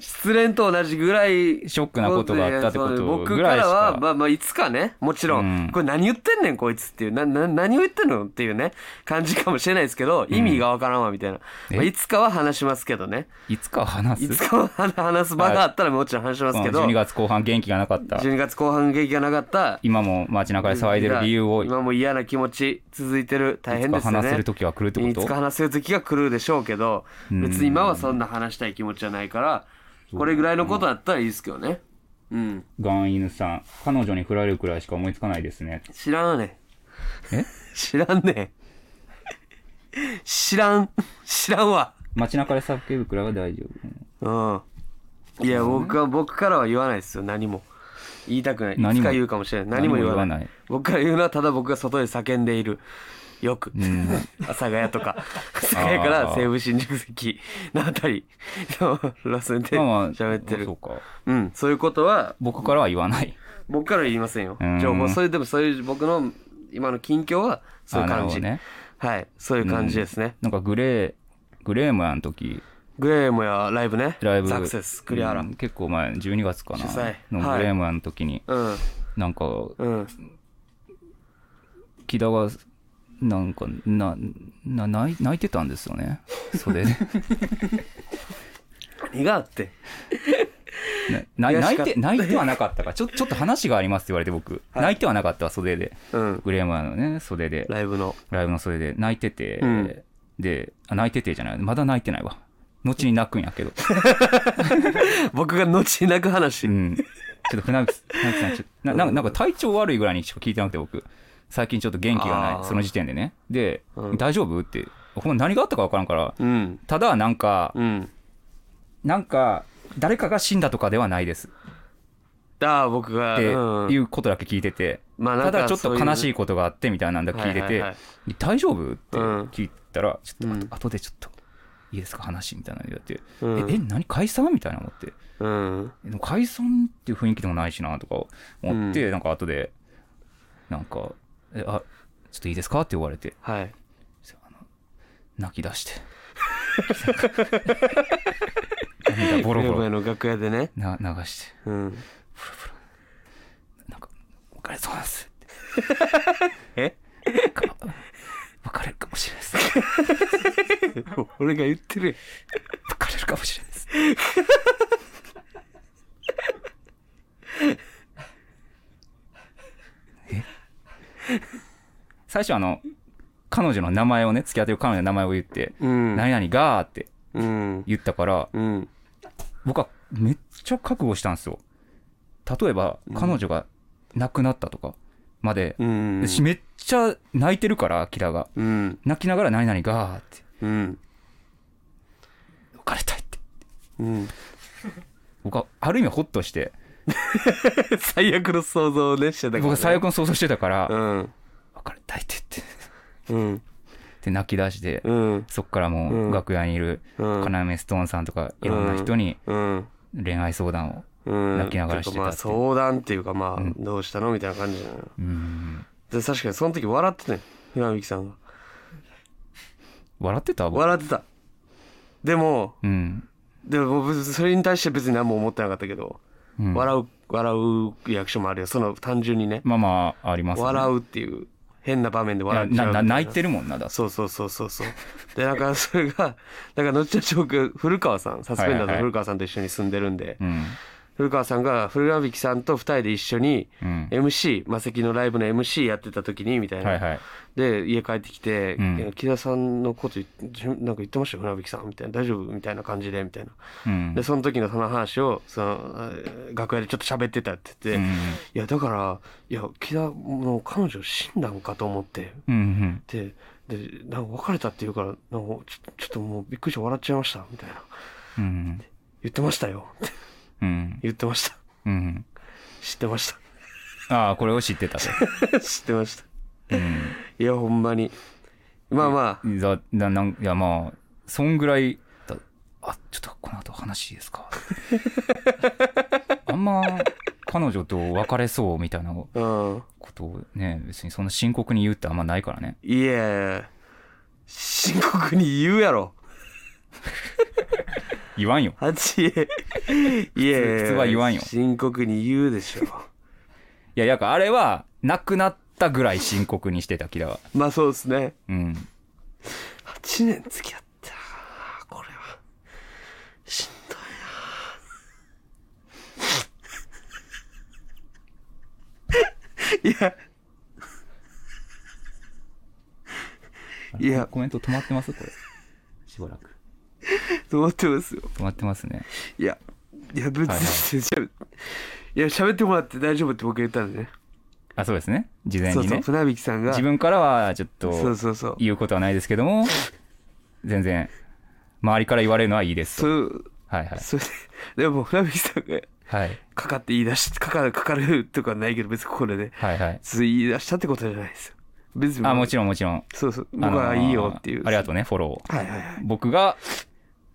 [SPEAKER 1] 失恋と同じぐらい
[SPEAKER 2] ショックなことがあったってこ
[SPEAKER 1] そう
[SPEAKER 2] と
[SPEAKER 1] 僕
[SPEAKER 2] ぐ
[SPEAKER 1] から
[SPEAKER 2] いし
[SPEAKER 1] らは
[SPEAKER 2] か
[SPEAKER 1] まあまあいつかねもちろん、
[SPEAKER 2] うん
[SPEAKER 1] これ何言ってんねんこいつっていうなな何を言ってんのっていうね感じかもしれないですけど意味がわからんわみたいな、
[SPEAKER 2] え
[SPEAKER 1] まあいつかは話しますけどね
[SPEAKER 2] いつか話
[SPEAKER 1] いつ
[SPEAKER 2] す
[SPEAKER 1] かは話話す場があったらもちろん話しますけど、
[SPEAKER 2] うん12月後半元気がなかった
[SPEAKER 1] 12月後半元気がなかった
[SPEAKER 2] 今も街中で騒いでる理由をい
[SPEAKER 1] 今も嫌な気持ち続いてる大
[SPEAKER 2] つ
[SPEAKER 1] 変で
[SPEAKER 2] か
[SPEAKER 1] すよね
[SPEAKER 2] 話せる時は来るって
[SPEAKER 1] い
[SPEAKER 2] こ
[SPEAKER 1] つ
[SPEAKER 2] と
[SPEAKER 1] か話せる時が来るでしょうけど
[SPEAKER 2] うん
[SPEAKER 1] 別に今はそんな話したい気持ちじゃないからこれぐらいのことだったらいいですけどねうん
[SPEAKER 2] ガン犬さん彼女に振られるくらいしか思いつかないですね
[SPEAKER 1] 知らんね
[SPEAKER 2] え
[SPEAKER 1] 知らんね知らん知らんわ
[SPEAKER 2] 街中で叫ぶくらいは大丈夫
[SPEAKER 1] うんいや僕は僕からは言わないですよ何も言いたくない
[SPEAKER 2] 何も
[SPEAKER 1] いつか言うかもしれない何も言わない
[SPEAKER 2] 何も言わない
[SPEAKER 1] 僕から言うのはただ僕が外で叫んでいるよく
[SPEAKER 2] ん
[SPEAKER 1] 阿佐ヶ谷とか阿佐ヶ谷から西武新宿席のあたりの路線で
[SPEAKER 2] まあまあ
[SPEAKER 1] [laughs] 喋ってる
[SPEAKER 2] そうか
[SPEAKER 1] うん、そういうことは
[SPEAKER 2] 僕からは言わない
[SPEAKER 1] 僕からは言いませんよ
[SPEAKER 2] うん。
[SPEAKER 1] 情報、それでもそういう僕の今の近況はそういう
[SPEAKER 2] あなる
[SPEAKER 1] 感
[SPEAKER 2] ほど
[SPEAKER 1] じ。
[SPEAKER 2] ね
[SPEAKER 1] はい、そういう感じですね。
[SPEAKER 2] なんかグレーグレームやん時
[SPEAKER 1] グレームやライブね。
[SPEAKER 2] ライブ
[SPEAKER 1] サクセス、栗原。
[SPEAKER 2] う
[SPEAKER 1] うん
[SPEAKER 2] 結構前12月かな
[SPEAKER 1] 主催
[SPEAKER 2] の
[SPEAKER 1] はい
[SPEAKER 2] グレームやん時に、
[SPEAKER 1] ん、
[SPEAKER 2] なんか
[SPEAKER 1] うん。
[SPEAKER 2] 木田がなんかなな泣い泣いてたんですよね
[SPEAKER 1] [laughs]
[SPEAKER 2] 袖で
[SPEAKER 1] 何があって。
[SPEAKER 2] な
[SPEAKER 1] 悔しかった
[SPEAKER 2] 泣いて泣いてはなかったからちょちょっと話がありますって言われて僕、泣いてはなかった袖で
[SPEAKER 1] うん。
[SPEAKER 2] グレームやんのね袖で
[SPEAKER 1] ライブの。 [laughs]
[SPEAKER 2] ライブの袖で泣いてて、
[SPEAKER 1] うん
[SPEAKER 2] であ泣いててじゃないまだ泣いてないわ後に泣くんやけど、
[SPEAKER 1] 僕が後に泣く話。
[SPEAKER 2] うん、ちょっと
[SPEAKER 1] [laughs]
[SPEAKER 2] 船口船口さんちょっとななんかなんか体調悪いぐらいにしか聞いてなくて僕最近ちょっと元気がな
[SPEAKER 1] あー
[SPEAKER 2] いその時点でねで、
[SPEAKER 1] うん
[SPEAKER 2] 大丈夫ってほんま何があったか分からんから
[SPEAKER 1] うん。
[SPEAKER 2] ただなんか
[SPEAKER 1] うん。
[SPEAKER 2] なんか誰かが死んだとかではないです
[SPEAKER 1] だ、僕が。
[SPEAKER 2] って
[SPEAKER 1] うん
[SPEAKER 2] いうことだけ聞いてて、
[SPEAKER 1] まあなん
[SPEAKER 2] た
[SPEAKER 1] か
[SPEAKER 2] だちょっと悲
[SPEAKER 1] い
[SPEAKER 2] しいことがあってみたいなんだ聞いてて、
[SPEAKER 1] はいはいはい
[SPEAKER 2] 大丈夫って
[SPEAKER 1] うん
[SPEAKER 2] 聞いたら、ちょっとあ
[SPEAKER 1] うん
[SPEAKER 2] と後でちょっといいですか話みたいなの言われて、
[SPEAKER 1] う。うん
[SPEAKER 2] ええ何解散みたいな思って
[SPEAKER 1] うん。
[SPEAKER 2] でも解散っていう雰囲気でもないしなとか思って、なんか後でなんかえあちょっといいですかって言われて
[SPEAKER 1] はい。
[SPEAKER 2] あの泣き出して涙ボ
[SPEAKER 1] グ
[SPEAKER 2] ロ
[SPEAKER 1] レー
[SPEAKER 2] ボ
[SPEAKER 1] ム
[SPEAKER 2] ロ
[SPEAKER 1] の楽屋でね。
[SPEAKER 2] な流して
[SPEAKER 1] うん。
[SPEAKER 2] なんかれそうなんです
[SPEAKER 1] え [laughs]
[SPEAKER 2] か別れるかもしれないです
[SPEAKER 1] 俺が言ってる
[SPEAKER 2] 別れるかもしれないですえ最初あの彼女の名前をね付き合ってる彼女の名前を言って「
[SPEAKER 1] やんうん
[SPEAKER 2] 何々が」って
[SPEAKER 1] うん
[SPEAKER 2] 言ったから
[SPEAKER 1] うん
[SPEAKER 2] 僕はめっちゃ覚悟したんですよ例えば彼女が亡くなったとかまで、
[SPEAKER 1] うん
[SPEAKER 2] しめっちゃ泣いてるからアキラが
[SPEAKER 1] うん
[SPEAKER 2] 泣きながら「何々が」って
[SPEAKER 1] うん
[SPEAKER 2] 「別れたい」って
[SPEAKER 1] うん [laughs]
[SPEAKER 2] 僕はある意味ホッとして
[SPEAKER 1] 最悪の想像をねしてたから、ね、
[SPEAKER 2] 僕は最悪の想像してたから
[SPEAKER 1] うん
[SPEAKER 2] 「別れたい」って言って
[SPEAKER 1] うん
[SPEAKER 2] で泣き出して
[SPEAKER 1] うん
[SPEAKER 2] そっから
[SPEAKER 1] う
[SPEAKER 2] も
[SPEAKER 1] ん
[SPEAKER 2] う楽屋にいる
[SPEAKER 1] うん
[SPEAKER 2] 要ストーンさんとかいろんな人に
[SPEAKER 1] うん
[SPEAKER 2] 恋愛相談を
[SPEAKER 1] うん、
[SPEAKER 2] 泣きながらしてたって
[SPEAKER 1] まあ相談っていうかまあ、
[SPEAKER 2] うん
[SPEAKER 1] どうしたのみたいな感じじゃないの
[SPEAKER 2] うん
[SPEAKER 1] で確かにその時笑ってたよ船引さんが
[SPEAKER 2] 笑ってた僕
[SPEAKER 1] 笑ってたでも
[SPEAKER 2] うん
[SPEAKER 1] でも別にそれに対して別に何も思ってなかったけど、
[SPEAKER 2] うん
[SPEAKER 1] 笑う笑うリアクションもあるよその単純にね
[SPEAKER 2] まあまあありますよね
[SPEAKER 1] 笑うっていう変な場面で笑っ
[SPEAKER 2] い
[SPEAKER 1] ちゃ
[SPEAKER 2] や
[SPEAKER 1] う
[SPEAKER 2] なな泣いて
[SPEAKER 1] る
[SPEAKER 2] るもんなだって
[SPEAKER 1] そうそうそうそうそうでなんかそれがなんか後々僕古川さんサスペンダーズの古川さんと一緒に住んでるんで、
[SPEAKER 2] うん
[SPEAKER 1] 古川さんが古川引さんと二人で一緒に
[SPEAKER 2] うん
[SPEAKER 1] MC マセキのライブの MC やってた時にみたいな、
[SPEAKER 2] はいはい
[SPEAKER 1] で家帰ってきて、
[SPEAKER 2] うん
[SPEAKER 1] いや木田さんのこと言ってじゅなんか言ってましたよ船引さんみたいな大丈夫みたいな感じでみたいな
[SPEAKER 2] うん
[SPEAKER 1] でその時のその話をそのあ楽屋でちょっと喋ってたって言って、
[SPEAKER 2] うん
[SPEAKER 1] いやだからいや木田の彼女死んだんかと思って
[SPEAKER 2] うんうん
[SPEAKER 1] ででなんか別れたって言うからなんかちょちょっともうびっくりして笑っちゃいましたみたいな
[SPEAKER 2] うん
[SPEAKER 1] 言ってましたよ [laughs]
[SPEAKER 2] うん
[SPEAKER 1] 言ってました
[SPEAKER 2] うん
[SPEAKER 1] 知ってまし
[SPEAKER 2] ああこれを知ってたと
[SPEAKER 1] た [laughs] 知ってました
[SPEAKER 2] うん
[SPEAKER 1] いやほんまにまあまあ
[SPEAKER 2] だだなんいやまあそんぐらいだあちょっとこの後話いいですかあんま彼女と別れそうみたいなこ
[SPEAKER 1] うん
[SPEAKER 2] とをね別にそんな深刻に言うってあんまないからね
[SPEAKER 1] いや深刻に言うやろ
[SPEAKER 2] 言わんよ
[SPEAKER 1] 八重いやいや
[SPEAKER 2] 普通は言わんよ
[SPEAKER 1] 深刻に言うでしょ
[SPEAKER 2] いややっぱあれはなくなったぐらい深刻にしてたキラは
[SPEAKER 1] まあそうですね
[SPEAKER 2] うん
[SPEAKER 1] 8年付き合ったこれはしんどいないやいや
[SPEAKER 2] コメント止まってますこれしばらく
[SPEAKER 1] と思ってますよ
[SPEAKER 2] 止まってますね
[SPEAKER 1] いやいや別
[SPEAKER 2] はい
[SPEAKER 1] にしゃべいや喋ってもらって大丈夫って僕言ったんでね
[SPEAKER 2] あそうですね事前
[SPEAKER 1] そう
[SPEAKER 2] に
[SPEAKER 1] そう
[SPEAKER 2] ね
[SPEAKER 1] 船引さんが
[SPEAKER 2] 自分からはちょっ
[SPEAKER 1] そ
[SPEAKER 2] と
[SPEAKER 1] うそうそう
[SPEAKER 2] 言うことはないですけども全然周りから言われるのはいいですと
[SPEAKER 1] そう
[SPEAKER 2] はいはい
[SPEAKER 1] それででも船引さんが
[SPEAKER 2] はい
[SPEAKER 1] かかって言い出しかかるかかるとかないけど別にここでね
[SPEAKER 2] はいはい。
[SPEAKER 1] つい言い出したってことじゃないですよ別に
[SPEAKER 2] あ、もちろんもちろん。
[SPEAKER 1] そうそう
[SPEAKER 2] あ
[SPEAKER 1] 僕
[SPEAKER 2] のー
[SPEAKER 1] はいいよっていう
[SPEAKER 2] ありがと
[SPEAKER 1] う
[SPEAKER 2] うね、フォロ
[SPEAKER 1] はいはいはい
[SPEAKER 2] ー。僕が、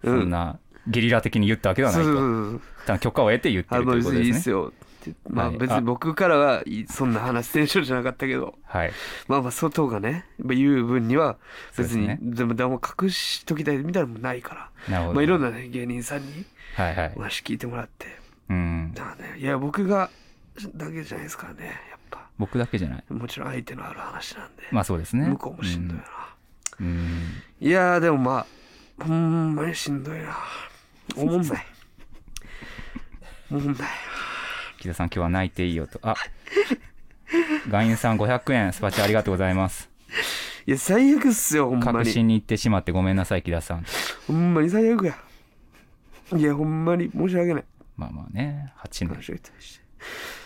[SPEAKER 2] そ
[SPEAKER 1] うん
[SPEAKER 2] んな、ゲリラ的に言ったわけでは
[SPEAKER 1] そ
[SPEAKER 2] な
[SPEAKER 1] う
[SPEAKER 2] い
[SPEAKER 1] そうそ
[SPEAKER 2] と。
[SPEAKER 1] うそう
[SPEAKER 2] ただ許可を得て言って
[SPEAKER 1] あ
[SPEAKER 2] ると
[SPEAKER 1] の
[SPEAKER 2] いうこ
[SPEAKER 1] 別
[SPEAKER 2] と
[SPEAKER 1] にいいっ
[SPEAKER 2] です
[SPEAKER 1] す
[SPEAKER 2] ね。
[SPEAKER 1] よってまあ
[SPEAKER 2] はい
[SPEAKER 1] 別
[SPEAKER 2] あ
[SPEAKER 1] に僕からはいそんな話テンションじゃなかったけど
[SPEAKER 2] はい。
[SPEAKER 1] まあまあ外がねまあ言う分には別に
[SPEAKER 2] そうです
[SPEAKER 1] でもでも隠しときたいみたいなのもないから
[SPEAKER 2] なるほど。
[SPEAKER 1] まあいろんなね芸人さんに
[SPEAKER 2] はいはい
[SPEAKER 1] お。話聞いてもらって
[SPEAKER 2] うん。
[SPEAKER 1] だからねいや僕がだけじゃないですからねやっぱ
[SPEAKER 2] 僕だけじゃない。
[SPEAKER 1] もちろん相手のある話なんで
[SPEAKER 2] まあそうですね。
[SPEAKER 1] 向こうもしんどいな、
[SPEAKER 2] うん。うん。
[SPEAKER 1] いやーでもまあほんまにしんどいなおもんないおもんない
[SPEAKER 2] 木田さん、今日は泣いていい
[SPEAKER 1] [laughs]
[SPEAKER 2] よと。あ、ガインさん500円、スパチャありがとうございます。
[SPEAKER 1] いや最悪っすよほんま
[SPEAKER 2] 確
[SPEAKER 1] に
[SPEAKER 2] 信に行ってしまってごめんなさい、木田さん。
[SPEAKER 1] ほんまに最悪やいやほんまに申し訳ない
[SPEAKER 2] まあまあね、8
[SPEAKER 1] 話
[SPEAKER 2] 年。
[SPEAKER 1] をいたして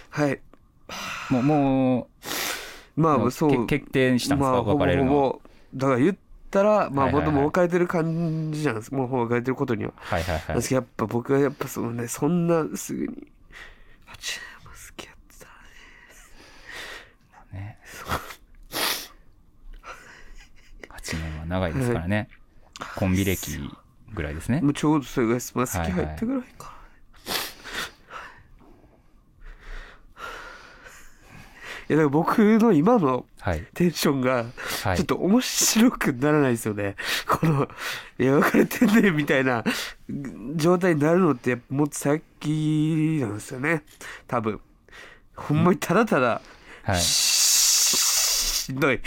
[SPEAKER 1] はい
[SPEAKER 2] もう、も
[SPEAKER 1] ま
[SPEAKER 2] う、
[SPEAKER 1] あ
[SPEAKER 2] もう
[SPEAKER 1] そう
[SPEAKER 2] け決定したんです
[SPEAKER 1] ま
[SPEAKER 2] か
[SPEAKER 1] あほぼ
[SPEAKER 2] 別れるのは。
[SPEAKER 1] ほぼだから言ったらまあ
[SPEAKER 2] はいはい
[SPEAKER 1] も
[SPEAKER 2] はい
[SPEAKER 1] とも別れてる感じじゃないですかもうほぼ別れてることには
[SPEAKER 2] はいはいはい
[SPEAKER 1] なんです。けどやっぱ僕はやっぱそのねそんなすぐにあちゃも好きやってたらね
[SPEAKER 2] ね。8年は長いですからね。コンビ歴ぐらいですね
[SPEAKER 1] も。うちょうどそれぐらいです。まあ、好き入ったぐらいか。いや、だから僕の今の
[SPEAKER 2] はい。
[SPEAKER 1] テンションが、
[SPEAKER 2] はい
[SPEAKER 1] ちょっ。と面白くならないですよね。この、いや、別れてんねみたいな状態になるのって、もっと先なんですよね。多分。ほんまにただただ、
[SPEAKER 2] はい、
[SPEAKER 1] しんどい。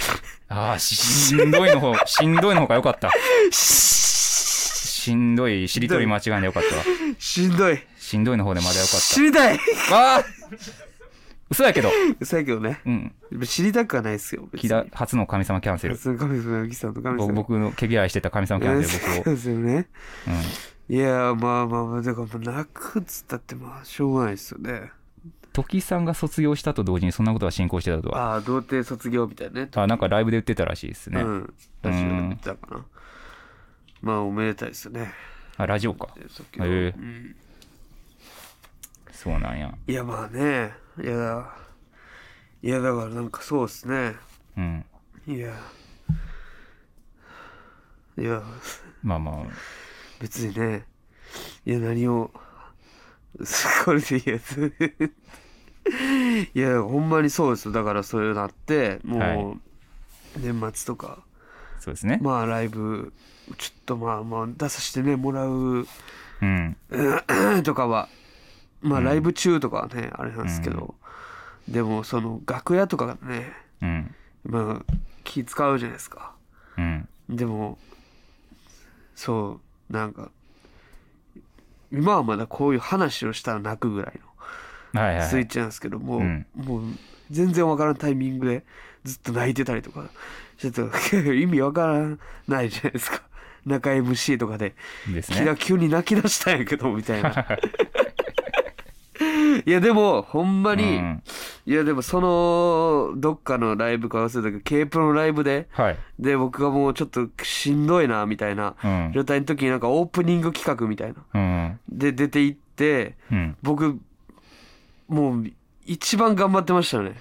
[SPEAKER 2] ああししんどいの方しんどいの方が良かった
[SPEAKER 1] し
[SPEAKER 2] しんどいしりとり間違いで良かったわ
[SPEAKER 1] んどい。
[SPEAKER 2] しんどいの方でまだ良かっ
[SPEAKER 1] 知りたい [laughs]
[SPEAKER 2] たわあ嘘やけど
[SPEAKER 1] 嘘やけどね。
[SPEAKER 2] うん
[SPEAKER 1] 知りたくはないですよ。別
[SPEAKER 2] 木
[SPEAKER 1] に
[SPEAKER 2] 田初の神様キャンセル
[SPEAKER 1] その神様、ゆきさんと神様。
[SPEAKER 2] 僕僕の毛嫌いしてた神様キャンセル
[SPEAKER 1] そ
[SPEAKER 2] 僕を
[SPEAKER 1] うですよね。
[SPEAKER 2] うん
[SPEAKER 1] いやー、まあまあまあ、だから、泣くっつったって、まあ、しょうがないですよね。
[SPEAKER 2] 時さんが卒業したと同時にそんなことが進行してたとは
[SPEAKER 1] ああ、童貞卒業みたいなね。
[SPEAKER 2] あなんかライブで言ってたらしいですね、
[SPEAKER 1] うん。ラジオやってたかな。まあ、おめでたいですよね。
[SPEAKER 2] あラジオか
[SPEAKER 1] さっきの
[SPEAKER 2] へえ
[SPEAKER 1] うん
[SPEAKER 2] そうなんや
[SPEAKER 1] いや、まあね。いやだ。いや、だから、なんかそうですね。
[SPEAKER 2] うん
[SPEAKER 1] いや。いや、
[SPEAKER 2] まあま
[SPEAKER 1] 別にね。いや、何を。 [laughs] これでいいやつ。いや、ほんまにそうですよ。だから、そういうなって、もう、
[SPEAKER 2] はい
[SPEAKER 1] 年末とか、
[SPEAKER 2] あそうですね、
[SPEAKER 1] まあ、ライブ、ちょっとまあまあ、出させてね、もらう [clears throat]
[SPEAKER 2] うん
[SPEAKER 1] とかは、まあ、ライブ中とかはね、あれなんですけど、でも、その、楽屋とかね、
[SPEAKER 2] うん
[SPEAKER 1] まあ、気使うじゃないですか。
[SPEAKER 2] うん
[SPEAKER 1] でもそうなんか今はまだこういう話をしたら泣くぐらい
[SPEAKER 2] はいはい
[SPEAKER 1] の
[SPEAKER 2] は
[SPEAKER 1] スイッ
[SPEAKER 2] い
[SPEAKER 1] チなんですけどもう,、
[SPEAKER 2] うん
[SPEAKER 1] もう全然わからんタイミングでずっと泣いてたりとかちょっと [laughs] 意味わからないじゃないですか中 MC とかで
[SPEAKER 2] です
[SPEAKER 1] キラ
[SPEAKER 2] ね
[SPEAKER 1] 急に泣き出したんやけどみたい
[SPEAKER 2] [laughs]
[SPEAKER 1] ないやでもほんま
[SPEAKER 2] う
[SPEAKER 1] に、
[SPEAKER 2] ん
[SPEAKER 1] いやでもそのどっかのライブか忘れたけど k ー p のライブで
[SPEAKER 2] はい
[SPEAKER 1] で僕がもうちょっとしんどいなみたいな
[SPEAKER 2] うん
[SPEAKER 1] 状態の時になんかオープニング企画みたいな
[SPEAKER 2] うん
[SPEAKER 1] で出て行って
[SPEAKER 2] うん
[SPEAKER 1] 僕もう一番頑張ってましたよね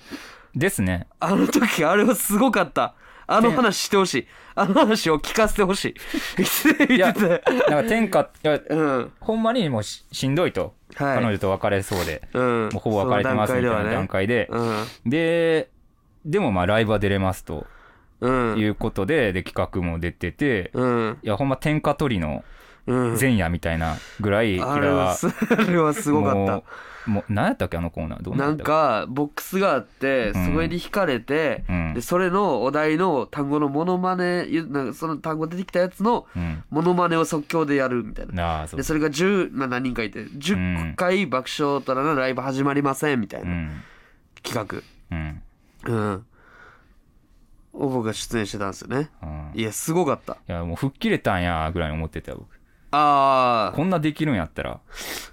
[SPEAKER 2] ですね
[SPEAKER 1] あの時あれはすごかったあの話してほしいあの話を聞かせてほしい
[SPEAKER 2] い
[SPEAKER 1] [laughs] 言
[SPEAKER 2] や
[SPEAKER 1] ってて
[SPEAKER 2] なんか天下いや
[SPEAKER 1] うん
[SPEAKER 2] ほんまにもうししんどいと、
[SPEAKER 1] はい
[SPEAKER 2] 彼女と別れそうで
[SPEAKER 1] うん
[SPEAKER 2] もうほぼ別れてますみたいな段階で
[SPEAKER 1] その段階ではね
[SPEAKER 2] ででもまあライブは出れますと
[SPEAKER 1] うん
[SPEAKER 2] いうことで,、で企画も出てて、
[SPEAKER 1] うん
[SPEAKER 2] いやほんま天下取りの
[SPEAKER 1] うん
[SPEAKER 2] 前夜みたいなぐらい、
[SPEAKER 1] あ
[SPEAKER 2] キ
[SPEAKER 1] れ
[SPEAKER 2] ラ
[SPEAKER 1] は [laughs]
[SPEAKER 2] は
[SPEAKER 1] すあれはすごかった
[SPEAKER 2] もうもう何やったっけあのコーナーどう
[SPEAKER 1] なん
[SPEAKER 2] だっ
[SPEAKER 1] かボックスがあって
[SPEAKER 2] うん
[SPEAKER 1] そこに引かれて、
[SPEAKER 2] うん
[SPEAKER 1] でそれのお題の単語のモノマネゆなんかその単語出てきたやつの
[SPEAKER 2] たっけうん
[SPEAKER 1] モノマネを即興でやるみたいな。
[SPEAKER 2] なあそう
[SPEAKER 1] でそれが10な何人かいて10回爆笑たらなライブ始まりませんみたいうなん企
[SPEAKER 2] うん
[SPEAKER 1] 画うんを僕が出演してたんですよね
[SPEAKER 2] うんい
[SPEAKER 1] いやすごかった
[SPEAKER 2] やもう吹っ切れたんやぐらいに思ってたよ僕
[SPEAKER 1] あ
[SPEAKER 2] こんなできるんやったら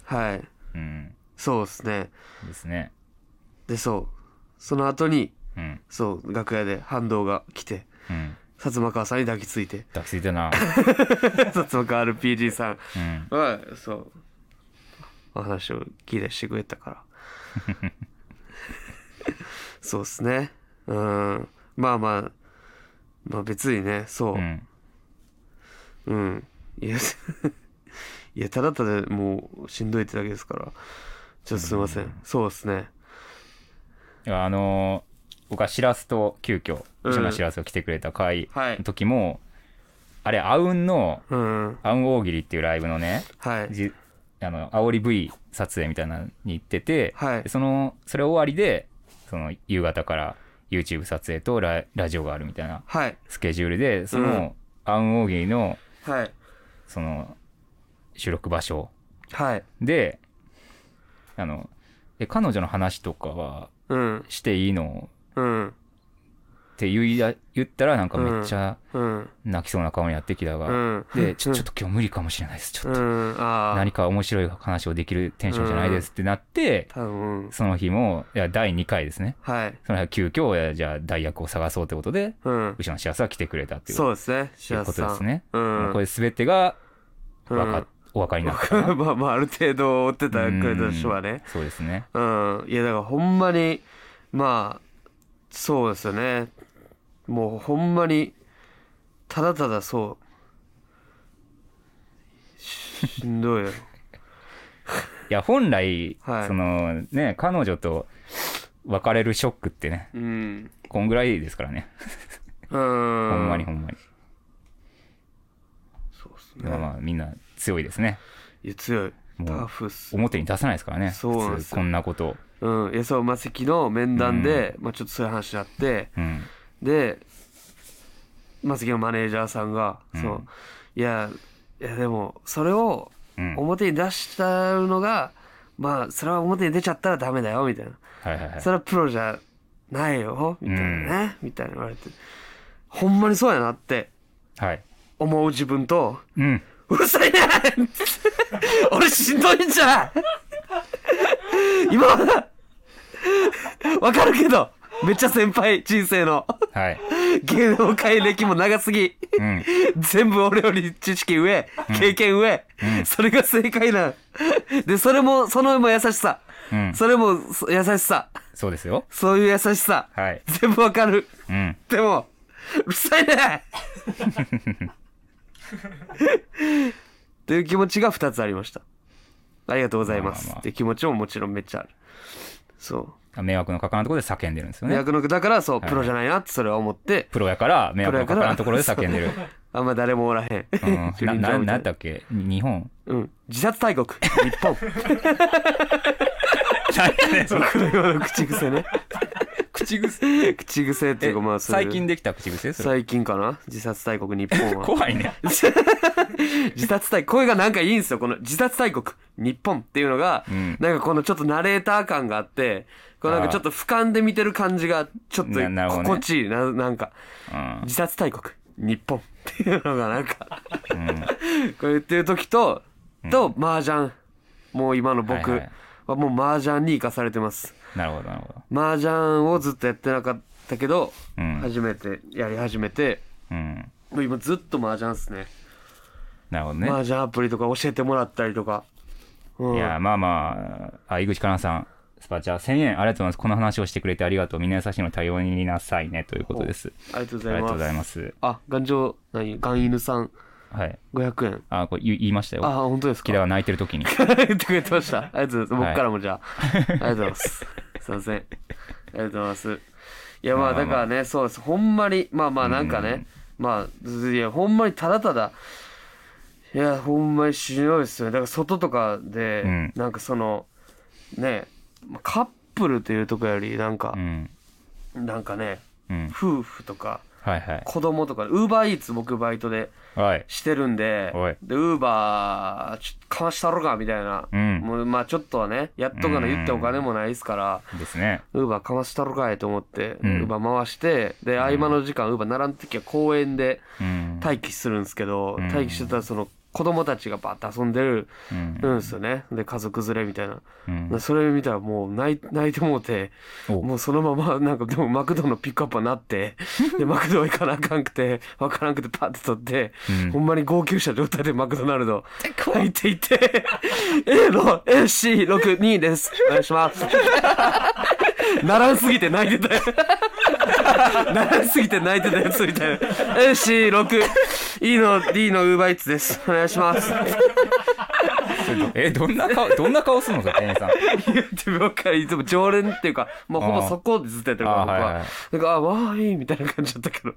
[SPEAKER 1] あはい
[SPEAKER 2] うん
[SPEAKER 1] そうですね
[SPEAKER 2] ですね
[SPEAKER 1] でそうその後に
[SPEAKER 2] うん
[SPEAKER 1] そう楽屋で反動が来て
[SPEAKER 2] うん
[SPEAKER 1] 薩摩川さんに抱きついて [laughs]
[SPEAKER 2] 抱きついてな
[SPEAKER 1] 薩摩川 RPG さん
[SPEAKER 2] うん
[SPEAKER 1] はそうお話を聞いてしてくれたから [laughs] そうっすねうんまあまあまあ別にねそううんうん、いや [laughs] いやただただもうしんどいってだけですからちょっとすいません、そうっすね
[SPEAKER 2] いやあのー僕はしらすと急遽
[SPEAKER 1] うん
[SPEAKER 2] そのしらすが来てくれた回
[SPEAKER 1] はい
[SPEAKER 2] の時も、あれあうんの
[SPEAKER 1] うん
[SPEAKER 2] あうん大喜利っていうライブのね
[SPEAKER 1] はい
[SPEAKER 2] じあの煽り V 撮影みたいなのに行ってて、
[SPEAKER 1] はい
[SPEAKER 2] でそのそれ終わりでその夕方から YouTube 撮影とララジオがあるみたいな
[SPEAKER 1] はい
[SPEAKER 2] スケジュールでそ
[SPEAKER 1] うん
[SPEAKER 2] のアンオーギーの
[SPEAKER 1] はい
[SPEAKER 2] その収録場所
[SPEAKER 1] はい
[SPEAKER 2] であのえ彼女の話とかは
[SPEAKER 1] うん
[SPEAKER 2] していいの
[SPEAKER 1] うん
[SPEAKER 2] って言いだ言ったらなんかめっちゃ
[SPEAKER 1] うん
[SPEAKER 2] 泣きそうな顔になってきたが、
[SPEAKER 1] うん
[SPEAKER 2] でちょちょっと今日無理かもしれないですちょっと
[SPEAKER 1] うんああ
[SPEAKER 2] 何か面白い話をできるテンションじゃないですってなって、
[SPEAKER 1] 多分うん
[SPEAKER 2] その日も、いや、第2回ですね。
[SPEAKER 1] はい
[SPEAKER 2] その日は急遽、いやじゃあ、代役を探そうってことで、
[SPEAKER 1] うん
[SPEAKER 2] 後ろの幸せは来てくれたっていう
[SPEAKER 1] そうですね
[SPEAKER 2] という
[SPEAKER 1] 白
[SPEAKER 2] こ
[SPEAKER 1] 洲さん
[SPEAKER 2] とですね。
[SPEAKER 1] うん
[SPEAKER 2] これ全てが、
[SPEAKER 1] うん
[SPEAKER 2] わか、お分かりになったかな。
[SPEAKER 1] [laughs] まあまあある程度追ってた
[SPEAKER 2] うん
[SPEAKER 1] くれた人はね
[SPEAKER 2] そうですね。
[SPEAKER 1] うんいやだからほんまにまあそうですよねもうほんまにただただそうしんどい
[SPEAKER 2] [laughs]
[SPEAKER 1] よ
[SPEAKER 2] いや、本来、
[SPEAKER 1] はい
[SPEAKER 2] その、ね、彼女と別れるショックってね、
[SPEAKER 1] うん
[SPEAKER 2] こんぐらいですからね。
[SPEAKER 1] うん
[SPEAKER 2] ほ
[SPEAKER 1] ほ
[SPEAKER 2] んまにほんまに。
[SPEAKER 1] そうです
[SPEAKER 2] ま
[SPEAKER 1] ね
[SPEAKER 2] あまあ、みんな強いですね。
[SPEAKER 1] いや強い
[SPEAKER 2] もう
[SPEAKER 1] タフっす
[SPEAKER 2] 表に出さないですからね。
[SPEAKER 1] そうなんですよ
[SPEAKER 2] 普通こんなこと。
[SPEAKER 1] うん、安尾正樹の面談で、まあ、ちょっとそういう話があって
[SPEAKER 2] うん
[SPEAKER 1] で正樹のマネージャーさんが「そういやいやでもそれを
[SPEAKER 2] うん
[SPEAKER 1] 表に出しちゃうのが、まあそれは表に出ちゃったらダメだよ」みたいな。
[SPEAKER 2] はいはいはい
[SPEAKER 1] それはプロじゃないよみたいなね、みたいな言われてほんまにそうやなって
[SPEAKER 2] はい
[SPEAKER 1] 思う自分と [laughs]
[SPEAKER 2] うん
[SPEAKER 1] うるさいね [laughs] 俺しんどいん [laughs] じゃん今はなわかるけどめっちゃ先輩人生の
[SPEAKER 2] はい
[SPEAKER 1] 芸能界歴も長すぎ
[SPEAKER 2] うん
[SPEAKER 1] 全部俺より知識上経験上、それが正解なんでそれもそのも優しさ、
[SPEAKER 2] うん
[SPEAKER 1] それもそ優しさ
[SPEAKER 2] そうですよ
[SPEAKER 1] そういう優しさ、
[SPEAKER 2] はい
[SPEAKER 1] 全部わかる
[SPEAKER 2] うん
[SPEAKER 1] でもうるさい
[SPEAKER 2] [laughs]
[SPEAKER 1] ねという気持ちが2つありましたありがとうございます、
[SPEAKER 2] まあまあまあ
[SPEAKER 1] って気持ちももちろんめっちゃあるそう
[SPEAKER 2] 迷惑のかからんところで叫んでるんですよ
[SPEAKER 1] 迷
[SPEAKER 2] ね
[SPEAKER 1] 惑のだからそう、
[SPEAKER 2] はい
[SPEAKER 1] プロじゃないなってそれは思って
[SPEAKER 2] プロやから迷惑のかからんところで叫んでる
[SPEAKER 1] あんま誰もおらへん、
[SPEAKER 2] [laughs] うんなななんだ
[SPEAKER 1] だ
[SPEAKER 2] ったっけに日本
[SPEAKER 1] うん、自殺大国日
[SPEAKER 2] [laughs]
[SPEAKER 1] 本
[SPEAKER 2] なんやねんそれ
[SPEAKER 1] 僕のような口癖ね
[SPEAKER 2] 口癖
[SPEAKER 1] 口癖っていう
[SPEAKER 2] え
[SPEAKER 1] かまあそれ
[SPEAKER 2] 最近できた口癖それ
[SPEAKER 1] 最近かな自殺大国日
[SPEAKER 2] [laughs]
[SPEAKER 1] 本は
[SPEAKER 2] 怖いね
[SPEAKER 1] 自殺大声がなんかいいんですよこの自殺大国日本っていうのが、
[SPEAKER 2] うん
[SPEAKER 1] なんかこのちょっとナレーター感があってこうなんかちょっと俯瞰で見てる感じがちょっと
[SPEAKER 2] ななるほどね
[SPEAKER 1] 心地いいな,、なんか
[SPEAKER 2] うん
[SPEAKER 1] 自殺大国日本っていうのがなんか、 [laughs] これ言ってる時とと麻雀もう今の僕
[SPEAKER 2] は
[SPEAKER 1] はいもう麻雀に生かされてます
[SPEAKER 2] なるほどなるほど
[SPEAKER 1] 麻雀をずっとやってなかったけど、
[SPEAKER 2] うん
[SPEAKER 1] 初めてやり始めて
[SPEAKER 2] うん
[SPEAKER 1] もう今ずっと麻雀っすね
[SPEAKER 2] なるほどね
[SPEAKER 1] 麻雀アプリとか教えてもらったりとか。うん
[SPEAKER 2] いやまあまあ、あ井口かなさん、スパチャ1000円ありがとうございます。この話をしてくれてありがとう。みんな優しいの多様になさいねということです。
[SPEAKER 1] ありがとうござ
[SPEAKER 2] ありが
[SPEAKER 1] い
[SPEAKER 2] とう
[SPEAKER 1] ま
[SPEAKER 2] ご
[SPEAKER 1] す。
[SPEAKER 2] ざいます。
[SPEAKER 1] あ、頑丈、何ガン犬さん、
[SPEAKER 2] はい。
[SPEAKER 1] 500円。
[SPEAKER 2] あ、これ言い言いました
[SPEAKER 1] あ、
[SPEAKER 2] よ。
[SPEAKER 1] 本当です
[SPEAKER 2] キ
[SPEAKER 1] か
[SPEAKER 2] ラが泣いてる時に。
[SPEAKER 1] 言ってくれてました。ありがとうございます。
[SPEAKER 2] はい
[SPEAKER 1] 僕からもじゃあ。ありがとうございます。すいません。ありがとうございます。いや、まあ、だからね、そうです。ほんまに、まあまあ、なんかね、まあ、いや、ほんまにただただ、いや、ほんまにしんどいですよね。だから、外とかで、
[SPEAKER 2] うん
[SPEAKER 1] なんかその、ね、カップルというとこより、なんか
[SPEAKER 2] う、ん。
[SPEAKER 1] なんかね、
[SPEAKER 2] うん。
[SPEAKER 1] 夫婦とか
[SPEAKER 2] はいはい。
[SPEAKER 1] 子供とかウーバーイーツ僕バイトで
[SPEAKER 2] はい。
[SPEAKER 1] してるんで
[SPEAKER 2] おい
[SPEAKER 1] でウーバーちょっとかわしたろかみたいな、
[SPEAKER 2] うん
[SPEAKER 1] もうまあちょっとはねやっとか
[SPEAKER 2] うん
[SPEAKER 1] な言ってお金もないですから
[SPEAKER 2] ですね。
[SPEAKER 1] ウーバーかわしたろかいと思って、
[SPEAKER 2] うん
[SPEAKER 1] ウーバー回してで合間の時間ウーバー並んだ時は公園で
[SPEAKER 2] うん。
[SPEAKER 1] 待機するんですけど、
[SPEAKER 2] うん
[SPEAKER 1] 待機してたらその子供たちがバーッて遊んでる
[SPEAKER 2] うん
[SPEAKER 1] んですよねで家族連れみたいな、
[SPEAKER 2] うん
[SPEAKER 1] でそれ見たらもう泣い泣いてもうて。
[SPEAKER 2] お
[SPEAKER 1] もうそのままなんかでもマクドのピックアップはなって
[SPEAKER 2] [laughs]
[SPEAKER 1] でマクドは行かなあかんくてわからんくてパッて取って、
[SPEAKER 2] うん
[SPEAKER 1] ほんまに号泣した状態でマクドナルド入っていて [laughs] A の AC62 ですお願いします
[SPEAKER 2] [laughs]
[SPEAKER 1] [laughs] ならんすぎて泣いてたよならんすぎて泣いてたやつみたいな AC6 E の D のウーバーイーツですお願いします
[SPEAKER 2] え、どんな顔、どんな顔するのか、店員さん。
[SPEAKER 1] 言ってばっかりいつも常連っていうかもうほぼそこでずっとやってるから
[SPEAKER 2] あー
[SPEAKER 1] 僕
[SPEAKER 2] はいはい
[SPEAKER 1] はなんか「あわあいい」みたいな感じだったけど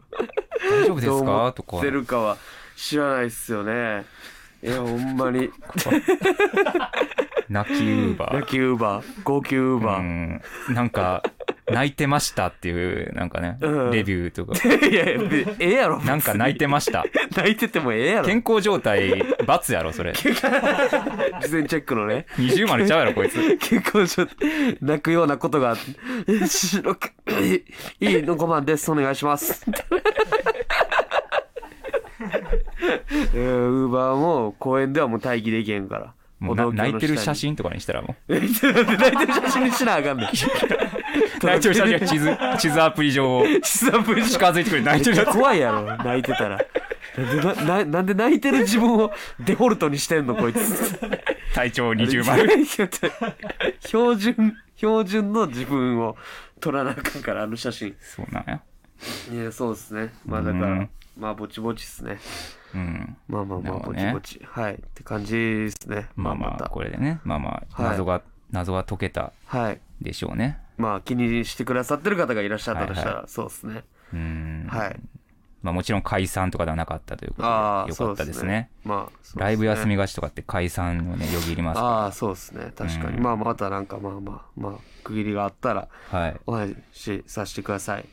[SPEAKER 2] 大丈夫で
[SPEAKER 1] どう
[SPEAKER 2] す
[SPEAKER 1] 思
[SPEAKER 2] か
[SPEAKER 1] っ
[SPEAKER 2] とか
[SPEAKER 1] て。るかは知らないっすよねいやほんま
[SPEAKER 2] [laughs]
[SPEAKER 1] に
[SPEAKER 2] 泣きウーバ
[SPEAKER 1] 野
[SPEAKER 2] ー。
[SPEAKER 1] 球ウーバー号泣ウーバ
[SPEAKER 2] う
[SPEAKER 1] ー
[SPEAKER 2] ん。なんか、泣いてましたっていう、なんかね、
[SPEAKER 1] うん
[SPEAKER 2] レビューとか。
[SPEAKER 1] いやいやでええやろ
[SPEAKER 2] なんか泣いてました。
[SPEAKER 1] 別 [laughs] に泣いててもええやろ
[SPEAKER 2] 健康状態、罰やろ、それ。
[SPEAKER 1] 事前チェックのね
[SPEAKER 2] 二重丸ちゃうやろ、こいつ。
[SPEAKER 1] 結婚しょ泣くようなことがあってえ白くいいいいの5番ですお願いしますウーバーも公園ではもう待機できへんから
[SPEAKER 2] もうな泣いてる写
[SPEAKER 1] 真
[SPEAKER 2] 真とかにしたらも
[SPEAKER 1] [laughs]
[SPEAKER 2] う。
[SPEAKER 1] 泣いてる写真にしなあかんねん
[SPEAKER 2] [laughs] 泣いてる写真が地図、地図アプリ上
[SPEAKER 1] [laughs]
[SPEAKER 2] を
[SPEAKER 1] 真実は無事
[SPEAKER 2] 近づいてくる泣いてるや
[SPEAKER 1] [laughs]
[SPEAKER 2] つ。
[SPEAKER 1] 怖いやろ泣いてたらなんでなななんで泣いてる自分をデフォルトにしてんのこいつ
[SPEAKER 2] 体長二重丸。
[SPEAKER 1] 標準標準の自分を撮らなあかんからあの写真
[SPEAKER 2] そうなんや。
[SPEAKER 1] いやそうですねまあだか
[SPEAKER 2] う
[SPEAKER 1] ら
[SPEAKER 2] ん
[SPEAKER 1] まあぼちぼちっすね
[SPEAKER 2] うん。
[SPEAKER 1] まあまあまあ
[SPEAKER 2] なるほ
[SPEAKER 1] ぼ
[SPEAKER 2] ど
[SPEAKER 1] ち
[SPEAKER 2] ね
[SPEAKER 1] ぼち、はいって感じですね
[SPEAKER 2] まあまあ、
[SPEAKER 1] た
[SPEAKER 2] これでね。まあまあ、
[SPEAKER 1] はい
[SPEAKER 2] 謎が、謎は解けた
[SPEAKER 1] はい
[SPEAKER 2] でしょうね。
[SPEAKER 1] まあ気にしてくださってる方がいらっしゃったとしたら、
[SPEAKER 2] はい
[SPEAKER 1] そうですね
[SPEAKER 2] うん。
[SPEAKER 1] はい
[SPEAKER 2] まあ、もちろん解散とかではなかったということで
[SPEAKER 1] ああ
[SPEAKER 2] よかったですね
[SPEAKER 1] まあ
[SPEAKER 2] ライブ休み
[SPEAKER 1] が
[SPEAKER 2] がちとかって解散をねよぎりますか
[SPEAKER 1] ああそうですね確かに、
[SPEAKER 2] うん
[SPEAKER 1] まあまたなんかまあまあまあ区切りがあったら
[SPEAKER 2] らはい
[SPEAKER 1] お話しさせてください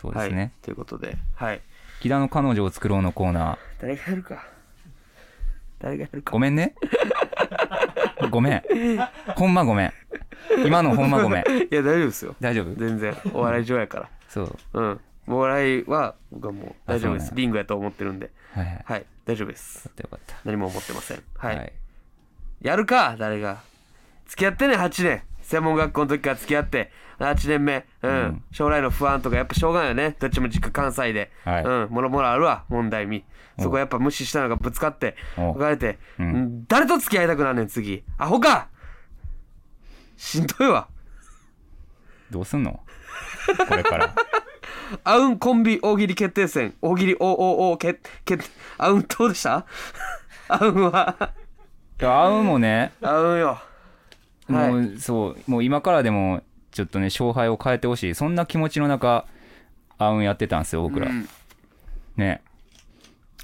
[SPEAKER 2] そうですね、
[SPEAKER 1] はい、ということではい
[SPEAKER 2] 木田の彼女を作ろうのコーナー
[SPEAKER 1] 誰がやるか誰がやるか
[SPEAKER 2] ごめんねごめんほんまごめん今のほんまごめん
[SPEAKER 1] [laughs] いや大丈夫ですよ
[SPEAKER 2] 大丈夫
[SPEAKER 1] 全然お笑い上やから
[SPEAKER 2] そ
[SPEAKER 1] う
[SPEAKER 2] う
[SPEAKER 1] んお笑いは僕はもう大丈夫で
[SPEAKER 2] あ
[SPEAKER 1] す
[SPEAKER 2] そうなんや
[SPEAKER 1] リングやと思ってるんで
[SPEAKER 2] はいはいよか
[SPEAKER 1] はい大丈夫です
[SPEAKER 2] ったよかった
[SPEAKER 1] 何も思ってませんはい、やるか誰が付き合ってね8年専門学校の時から付き合って8年目うん、
[SPEAKER 2] うん
[SPEAKER 1] 将来の不安とかやっぱしょうがないよねどっちも実家関西で、
[SPEAKER 2] はい
[SPEAKER 1] うんもろもろあるわ問題にそこやっぱ無視したのがぶつかって
[SPEAKER 2] お
[SPEAKER 1] 別れて、
[SPEAKER 2] うん
[SPEAKER 1] うん誰と付き合いたくなんねん次アホかしんどいわ
[SPEAKER 2] どうすんのこれから
[SPEAKER 1] アウンコンビ大喜利決定戦大喜利 OOO 決決アウンどうでした [laughs] アウンはい
[SPEAKER 2] や会うもね、
[SPEAKER 1] アウンよはい
[SPEAKER 2] もうそうもう今からでもちょっとね勝敗を変えてほしいそんな気持ちの中会うんやってたんですよ僕ら、
[SPEAKER 1] うん
[SPEAKER 2] ね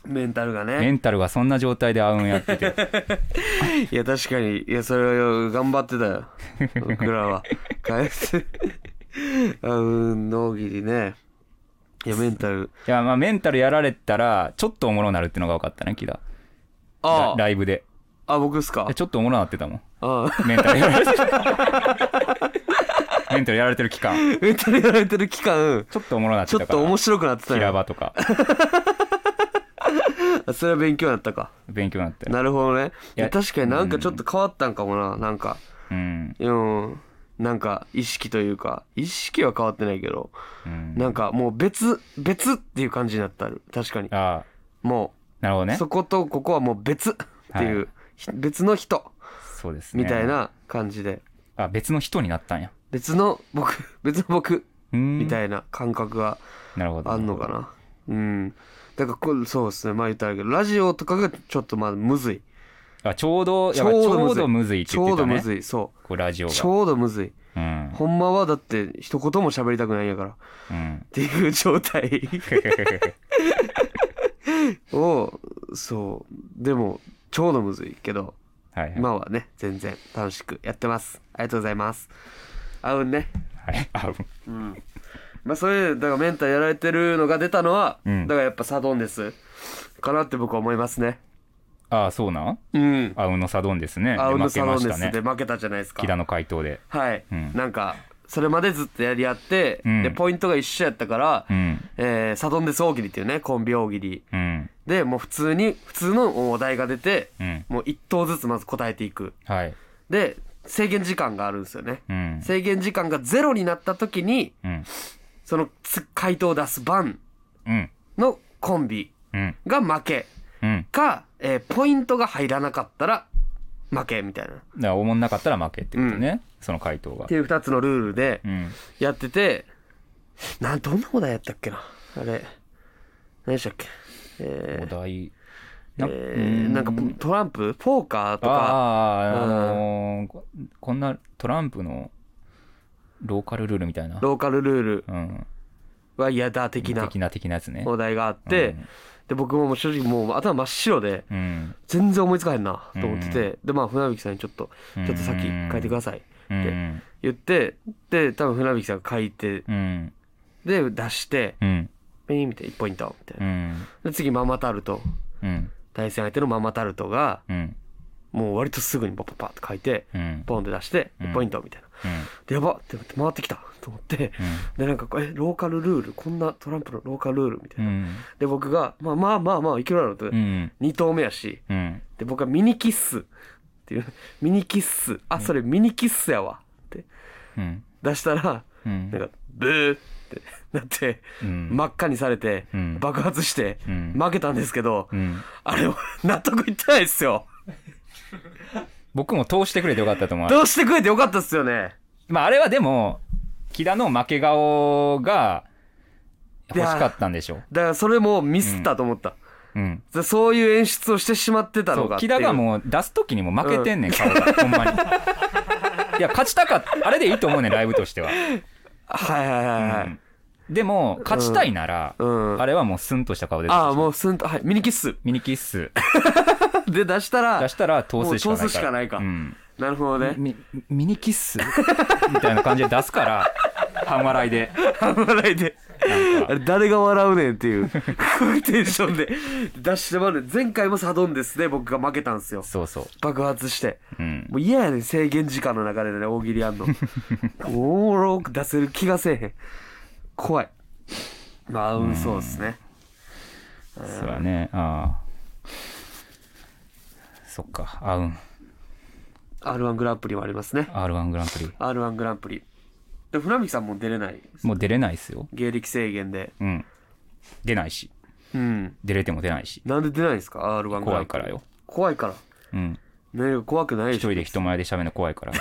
[SPEAKER 1] メンタルがね
[SPEAKER 2] メンタルがそんな状態で会うん
[SPEAKER 1] [laughs]
[SPEAKER 2] やってて
[SPEAKER 1] いや確かにいやそれは頑張ってた
[SPEAKER 2] [laughs]
[SPEAKER 1] よ僕らは返す [laughs] あうんの大喜利ねいやメンタル
[SPEAKER 2] いやまあメンタルやられたらちょっとおもろなるってのが分かったね木田ラ
[SPEAKER 1] あ
[SPEAKER 2] ライブで
[SPEAKER 1] ああ僕っすか
[SPEAKER 2] いやちょっとおもろなってたもん
[SPEAKER 1] ああ
[SPEAKER 2] メンタルやられ
[SPEAKER 1] [laughs]
[SPEAKER 2] てるメンタルやられてる期間
[SPEAKER 1] メンタルやられてる期
[SPEAKER 2] [laughs]
[SPEAKER 1] 間
[SPEAKER 2] ちょっとおもろなって
[SPEAKER 1] ちょ
[SPEAKER 2] たか
[SPEAKER 1] っ
[SPEAKER 2] ら
[SPEAKER 1] と面白くなってた
[SPEAKER 2] 平
[SPEAKER 1] よ
[SPEAKER 2] 場とか
[SPEAKER 1] それは勉強になったか
[SPEAKER 2] 勉強になって
[SPEAKER 1] なるほどねい
[SPEAKER 2] いや
[SPEAKER 1] や確かになんかちょっと変わったんかもななんか
[SPEAKER 2] うん、
[SPEAKER 1] うんなんか意識というか意識は変わってないけど
[SPEAKER 2] うん、
[SPEAKER 1] なんかもう別別っていう感じになったる確かに
[SPEAKER 2] ああ
[SPEAKER 1] も
[SPEAKER 2] なるほど
[SPEAKER 1] う、
[SPEAKER 2] ね
[SPEAKER 1] そことここはもう別っていう、
[SPEAKER 2] はい
[SPEAKER 1] ひ別の人
[SPEAKER 2] そうですね
[SPEAKER 1] みたいな感じで
[SPEAKER 2] あ別の人になったんや
[SPEAKER 1] 別の僕 [laughs] 別の僕み
[SPEAKER 2] み
[SPEAKER 1] たいな感覚が
[SPEAKER 2] なるほど
[SPEAKER 1] あんのかなうんだからこれそうですねまあ言ったらいいけどラジオとかがちょっとまあむずい
[SPEAKER 2] あちょうど
[SPEAKER 1] ち
[SPEAKER 2] やっぱちょ
[SPEAKER 1] ょ
[SPEAKER 2] う
[SPEAKER 1] うど
[SPEAKER 2] ど
[SPEAKER 1] む
[SPEAKER 2] むずいっ
[SPEAKER 1] ち
[SPEAKER 2] て言
[SPEAKER 1] ょ
[SPEAKER 2] っ
[SPEAKER 1] う
[SPEAKER 2] てた
[SPEAKER 1] どむ
[SPEAKER 2] ね
[SPEAKER 1] ずいそ
[SPEAKER 2] こうラジオ
[SPEAKER 1] う
[SPEAKER 2] が
[SPEAKER 1] ちょうどむずい
[SPEAKER 2] うん
[SPEAKER 1] ほんまはだって一言も喋りたくないんやからっ
[SPEAKER 2] うん
[SPEAKER 1] ていう状
[SPEAKER 2] [laughs]
[SPEAKER 1] 態 [laughs] をそうでもちょうどむずいけど
[SPEAKER 2] はいはい
[SPEAKER 1] 今はね全然楽しくやってますありがとうございますあうんね
[SPEAKER 2] はい [laughs] あ
[SPEAKER 1] うんまあそれだからメンタルやられてるのが出たのは、
[SPEAKER 2] うん
[SPEAKER 1] だからやっぱサドンですかなって僕は思いますね
[SPEAKER 2] あそうなん
[SPEAKER 1] うん
[SPEAKER 2] あうんのサドンですねで
[SPEAKER 1] あうんの
[SPEAKER 2] 負け
[SPEAKER 1] サド
[SPEAKER 2] ま
[SPEAKER 1] ン
[SPEAKER 2] し
[SPEAKER 1] で
[SPEAKER 2] た
[SPEAKER 1] すで
[SPEAKER 2] ね
[SPEAKER 1] 負けたじゃないですか
[SPEAKER 2] 木田の回答で
[SPEAKER 1] はい、
[SPEAKER 2] うん
[SPEAKER 1] なんかそれまでずっとやり合って、
[SPEAKER 2] うん
[SPEAKER 1] でポイントが一緒やったから、
[SPEAKER 2] うん
[SPEAKER 1] えーサドンデス大喜利っていうねコンビ大喜利
[SPEAKER 2] うん
[SPEAKER 1] でもう普通に普通のお題が出て
[SPEAKER 2] うん
[SPEAKER 1] もう一投ずつまず答えていく
[SPEAKER 2] はい
[SPEAKER 1] で制限時間があるんですよね
[SPEAKER 2] うん
[SPEAKER 1] 制限時間がゼロになった時に
[SPEAKER 2] うん
[SPEAKER 1] そのつ回答を出す番
[SPEAKER 2] うん
[SPEAKER 1] のコンビ
[SPEAKER 2] うん
[SPEAKER 1] が負け
[SPEAKER 2] うん
[SPEAKER 1] か、えーポイントが入らなかったら負けみたいなっ
[SPEAKER 2] だからおもんなかったら負けってことねその回答が
[SPEAKER 1] ていう2つのルールで
[SPEAKER 2] うん
[SPEAKER 1] やってて、なんどんなお題やったっけなあれ何でしたっけえ
[SPEAKER 2] お
[SPEAKER 1] ー
[SPEAKER 2] 題な
[SPEAKER 1] えーなんか
[SPEAKER 2] う
[SPEAKER 1] トランプポーカーとか
[SPEAKER 2] あああ
[SPEAKER 1] うん
[SPEAKER 2] のーここんなトランプのローカルルールみたいな
[SPEAKER 1] ローカルルール
[SPEAKER 2] うん
[SPEAKER 1] は嫌だ的な
[SPEAKER 2] 的な的なやつね
[SPEAKER 1] お題があって、で僕ももう正直もう頭真っ白で
[SPEAKER 2] うん
[SPEAKER 1] 全然思いつかへんなと思ってて、でまあ船引さんにちょっとちょっとさっき
[SPEAKER 2] うん
[SPEAKER 1] 書いてください
[SPEAKER 2] うん
[SPEAKER 1] 言ってで多分船引さんが書いて
[SPEAKER 2] うん
[SPEAKER 1] で出して
[SPEAKER 2] うん
[SPEAKER 1] ペインみたいな1ポイントみたいな
[SPEAKER 2] う、ん
[SPEAKER 1] で次ママタルト
[SPEAKER 2] うん
[SPEAKER 1] 対戦相手のママタルトが
[SPEAKER 2] うん
[SPEAKER 1] もう割とすぐにパッパッパッと書いて
[SPEAKER 2] うん
[SPEAKER 1] ポンって出して
[SPEAKER 2] うん
[SPEAKER 1] 1ポイントみたいな、でやばって思って回ってきたと思ってでなんかこうえローカルルールこんなトランプのローカルルールみた
[SPEAKER 2] う
[SPEAKER 1] いな、
[SPEAKER 2] ん
[SPEAKER 1] で僕がまあまあまあまあいけるだろうと、
[SPEAKER 2] うん
[SPEAKER 1] 2投目やし
[SPEAKER 2] うん
[SPEAKER 1] で僕はミニキッスっていうミニキッスあそれミニキッスやわって
[SPEAKER 2] うん
[SPEAKER 1] 出したら
[SPEAKER 2] うん
[SPEAKER 1] なんかブーってなって
[SPEAKER 2] うん
[SPEAKER 1] 真っ赤にされて
[SPEAKER 2] うん
[SPEAKER 1] 爆発して
[SPEAKER 2] うん
[SPEAKER 1] 負けたんですけど、
[SPEAKER 2] うん
[SPEAKER 1] あれ、納得いってないっすよ。
[SPEAKER 2] 僕も通してくれてよかったと思う
[SPEAKER 1] どうしてくれてよかったっすよね。
[SPEAKER 2] まああれはでも木田の負け顔が欲しかったんでしょ
[SPEAKER 1] だからそれもミスったと思った。
[SPEAKER 2] うん
[SPEAKER 1] でそういう演出をしてしまってた
[SPEAKER 2] そ
[SPEAKER 1] の
[SPEAKER 2] う
[SPEAKER 1] が。
[SPEAKER 2] 木田が
[SPEAKER 1] う。
[SPEAKER 2] もう出す時にも負けてんねん、顔がほんまにいや勝ちたかったあれでいいと思うねんライブとしては、
[SPEAKER 1] はいはいはいはい。
[SPEAKER 2] うんでも、勝ちたいなら、
[SPEAKER 1] うん
[SPEAKER 2] あれはもうスンとした顔で出して
[SPEAKER 1] ああ
[SPEAKER 2] ほしい
[SPEAKER 1] もうすんとはいミニキッス [laughs]
[SPEAKER 2] ミニキッス
[SPEAKER 1] で出したら
[SPEAKER 2] 出したら通すし
[SPEAKER 1] も
[SPEAKER 2] かないから。
[SPEAKER 1] う通すしかないか
[SPEAKER 2] うん
[SPEAKER 1] なるほどね
[SPEAKER 3] みミニキッス
[SPEAKER 2] [laughs] みたいな感じで出すから、半笑いで。
[SPEAKER 1] 半笑いで
[SPEAKER 2] なん
[SPEAKER 1] あ
[SPEAKER 2] か
[SPEAKER 1] れ誰が笑うねんっていうテンションで出してもらう前回もサドンデスで僕が負けたんですよ
[SPEAKER 2] そうそう。
[SPEAKER 1] 爆発して
[SPEAKER 2] うん。
[SPEAKER 1] もう嫌やねん制限時間の中でね大喜利やんのおもろく出せる気がせえへん怖いまあうんそうですね
[SPEAKER 2] そうだね。ああ。そっか。あうん。
[SPEAKER 1] r 1グランプリもありますね
[SPEAKER 2] R1 グランプリ。
[SPEAKER 1] r 1グランプリで船引さんも出れない
[SPEAKER 2] もう出れないっすよ。
[SPEAKER 1] 芸歴制限で
[SPEAKER 2] うん。出ないし。
[SPEAKER 1] うん
[SPEAKER 2] 出れても出ないし。
[SPEAKER 1] なんで出ないんですか r 1グラ
[SPEAKER 2] 怖
[SPEAKER 1] ン
[SPEAKER 2] い
[SPEAKER 1] プ
[SPEAKER 2] か
[SPEAKER 1] リ
[SPEAKER 2] らよ。
[SPEAKER 1] 怖いから
[SPEAKER 2] うん。
[SPEAKER 1] ね怖くない
[SPEAKER 2] 一
[SPEAKER 1] でしょ
[SPEAKER 2] 人で人前で喋るの怖いから。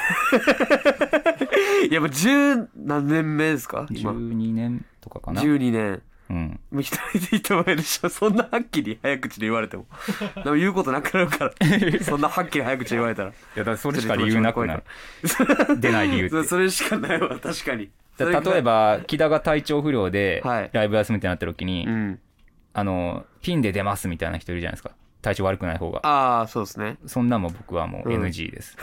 [SPEAKER 1] い [laughs] やもう十何年目ですか今
[SPEAKER 2] 12年とかかな。
[SPEAKER 1] 12年
[SPEAKER 2] うん。
[SPEAKER 1] もう一人で人前でしょそんなはっきり早口で言われて
[SPEAKER 2] [laughs]
[SPEAKER 1] もでも言うことなくなるからそんなはっきり早口で言われたら
[SPEAKER 2] いや、だからそれしか理由なくなる。出ない理由っ
[SPEAKER 1] そ
[SPEAKER 2] て
[SPEAKER 1] れ。それしかないわ確かに
[SPEAKER 2] だから例えば、木田が体調不良で
[SPEAKER 1] はい、
[SPEAKER 2] ライブ休みってなった時に、
[SPEAKER 1] うん
[SPEAKER 2] あの、ピンで出ますみたいな人いるじゃないですか。体調悪くない方が。
[SPEAKER 1] ああそうですね
[SPEAKER 2] そんなんも僕はもう
[SPEAKER 1] うん
[SPEAKER 2] NG
[SPEAKER 1] [laughs]
[SPEAKER 2] です。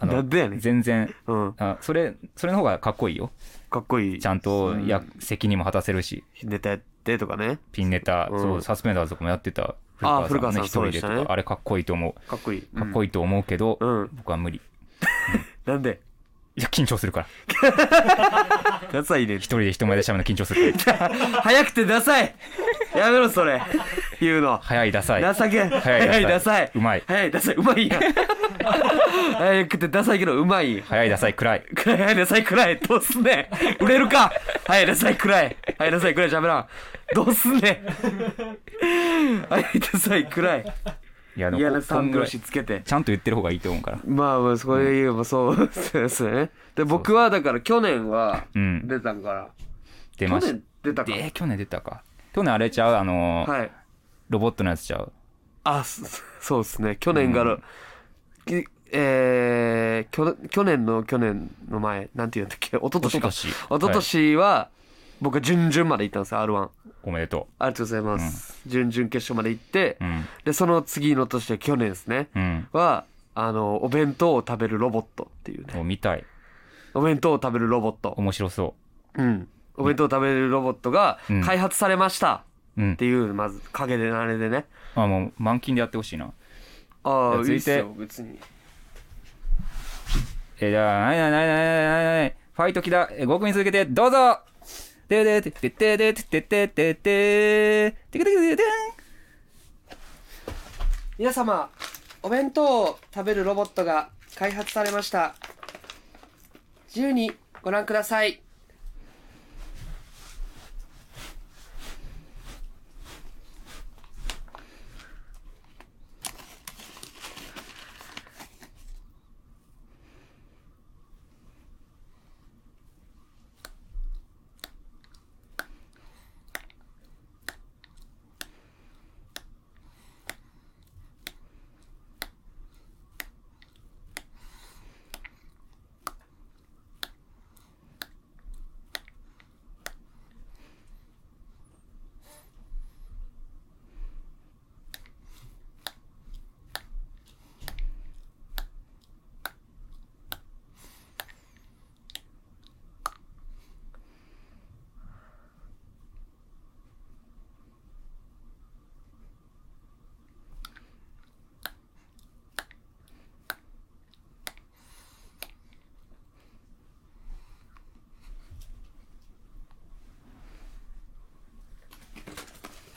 [SPEAKER 2] あ
[SPEAKER 1] なんでやねん
[SPEAKER 2] 全然
[SPEAKER 1] うん
[SPEAKER 2] あ。それ、それの方がかっこいいよ。
[SPEAKER 1] かっこいい
[SPEAKER 2] ちゃんとや、
[SPEAKER 1] う
[SPEAKER 2] 責任も果たせるし、
[SPEAKER 1] ネタやってとかね
[SPEAKER 2] ピンネタ、
[SPEAKER 1] うん
[SPEAKER 2] そう、サスペンダーズとかもやってた
[SPEAKER 1] あー
[SPEAKER 2] 古川さんね、
[SPEAKER 1] 古川さんそ
[SPEAKER 2] 一人
[SPEAKER 1] うで
[SPEAKER 2] で
[SPEAKER 1] し
[SPEAKER 2] と
[SPEAKER 1] たね
[SPEAKER 2] か、あれかっこいいと思。
[SPEAKER 1] かっこいいう
[SPEAKER 2] かっこ
[SPEAKER 1] いい
[SPEAKER 2] いいと思うけど、
[SPEAKER 1] うん
[SPEAKER 2] 僕は無理。
[SPEAKER 1] なんで
[SPEAKER 2] いや、緊張するから。
[SPEAKER 1] ダサいね [laughs]
[SPEAKER 2] 一人で人前で喋るの緊張するから。
[SPEAKER 1] 早くてダサいやめろそれ言うの
[SPEAKER 2] 早い、ダサい。
[SPEAKER 1] 情けない
[SPEAKER 2] 早い
[SPEAKER 1] 早いダ
[SPEAKER 2] ダ
[SPEAKER 1] サ
[SPEAKER 2] サ
[SPEAKER 1] い
[SPEAKER 2] いうんまい
[SPEAKER 1] 早いダサいうまいんや早くてダサいけどうまいんや
[SPEAKER 2] 早い、ダサい、暗い。
[SPEAKER 1] 早いダサい暗いどうすんねん売れるか早いダサい暗い早いダサい暗い喋らんどうすんねん早いダサい暗い
[SPEAKER 2] いや、で
[SPEAKER 1] 嫌
[SPEAKER 2] も
[SPEAKER 1] な
[SPEAKER 2] こ、こん
[SPEAKER 1] 三
[SPEAKER 2] ぐら
[SPEAKER 1] 拍
[SPEAKER 2] い、
[SPEAKER 1] 子
[SPEAKER 2] ち
[SPEAKER 1] つけて
[SPEAKER 2] ゃんと言ってる方がいいと思うから。
[SPEAKER 1] まあまあそういうまあそうですねで僕はだから去年は
[SPEAKER 2] うん
[SPEAKER 1] 出たんから
[SPEAKER 2] 出
[SPEAKER 1] 去
[SPEAKER 2] まし
[SPEAKER 1] 年出た
[SPEAKER 2] た。
[SPEAKER 1] か
[SPEAKER 2] で、去年出たか。去年あれちゃう、あのー、
[SPEAKER 1] はい
[SPEAKER 2] ロボットのやつちゃう。
[SPEAKER 1] あそ [laughs] そうですね去年から、きえー、きょ去年の去年の前なんて言うんだっけ一昨年か
[SPEAKER 2] 一昨年
[SPEAKER 1] 一昨年は、僕は準々まで行ったんですよ r 1
[SPEAKER 2] おめでと
[SPEAKER 1] ありがとうございます、準々決勝まで行って、
[SPEAKER 2] う。うん。
[SPEAKER 1] でその次の年で去年ですね、
[SPEAKER 2] うん。
[SPEAKER 1] はあのお弁当を食べるロボットっていうね
[SPEAKER 2] もう見たい。
[SPEAKER 1] お弁当を食べるロボット、
[SPEAKER 2] 面白そ
[SPEAKER 1] うん、お弁当を食べるロボットが
[SPEAKER 2] うん
[SPEAKER 1] 開発されました
[SPEAKER 2] う。うん
[SPEAKER 1] っ。ていうまず陰であれでね
[SPEAKER 2] あ、もう満金でやってほしいな。
[SPEAKER 1] ああい
[SPEAKER 2] じゃあ続いて
[SPEAKER 1] いっすよ別に
[SPEAKER 2] えー、じゃあ、ないないないないないないないない。ファイトキだ。えー、5組続けて、どうぞでででででででででででてけてけてけて
[SPEAKER 1] 皆様お弁当を食べるロボットが開発されました自由にご覧ください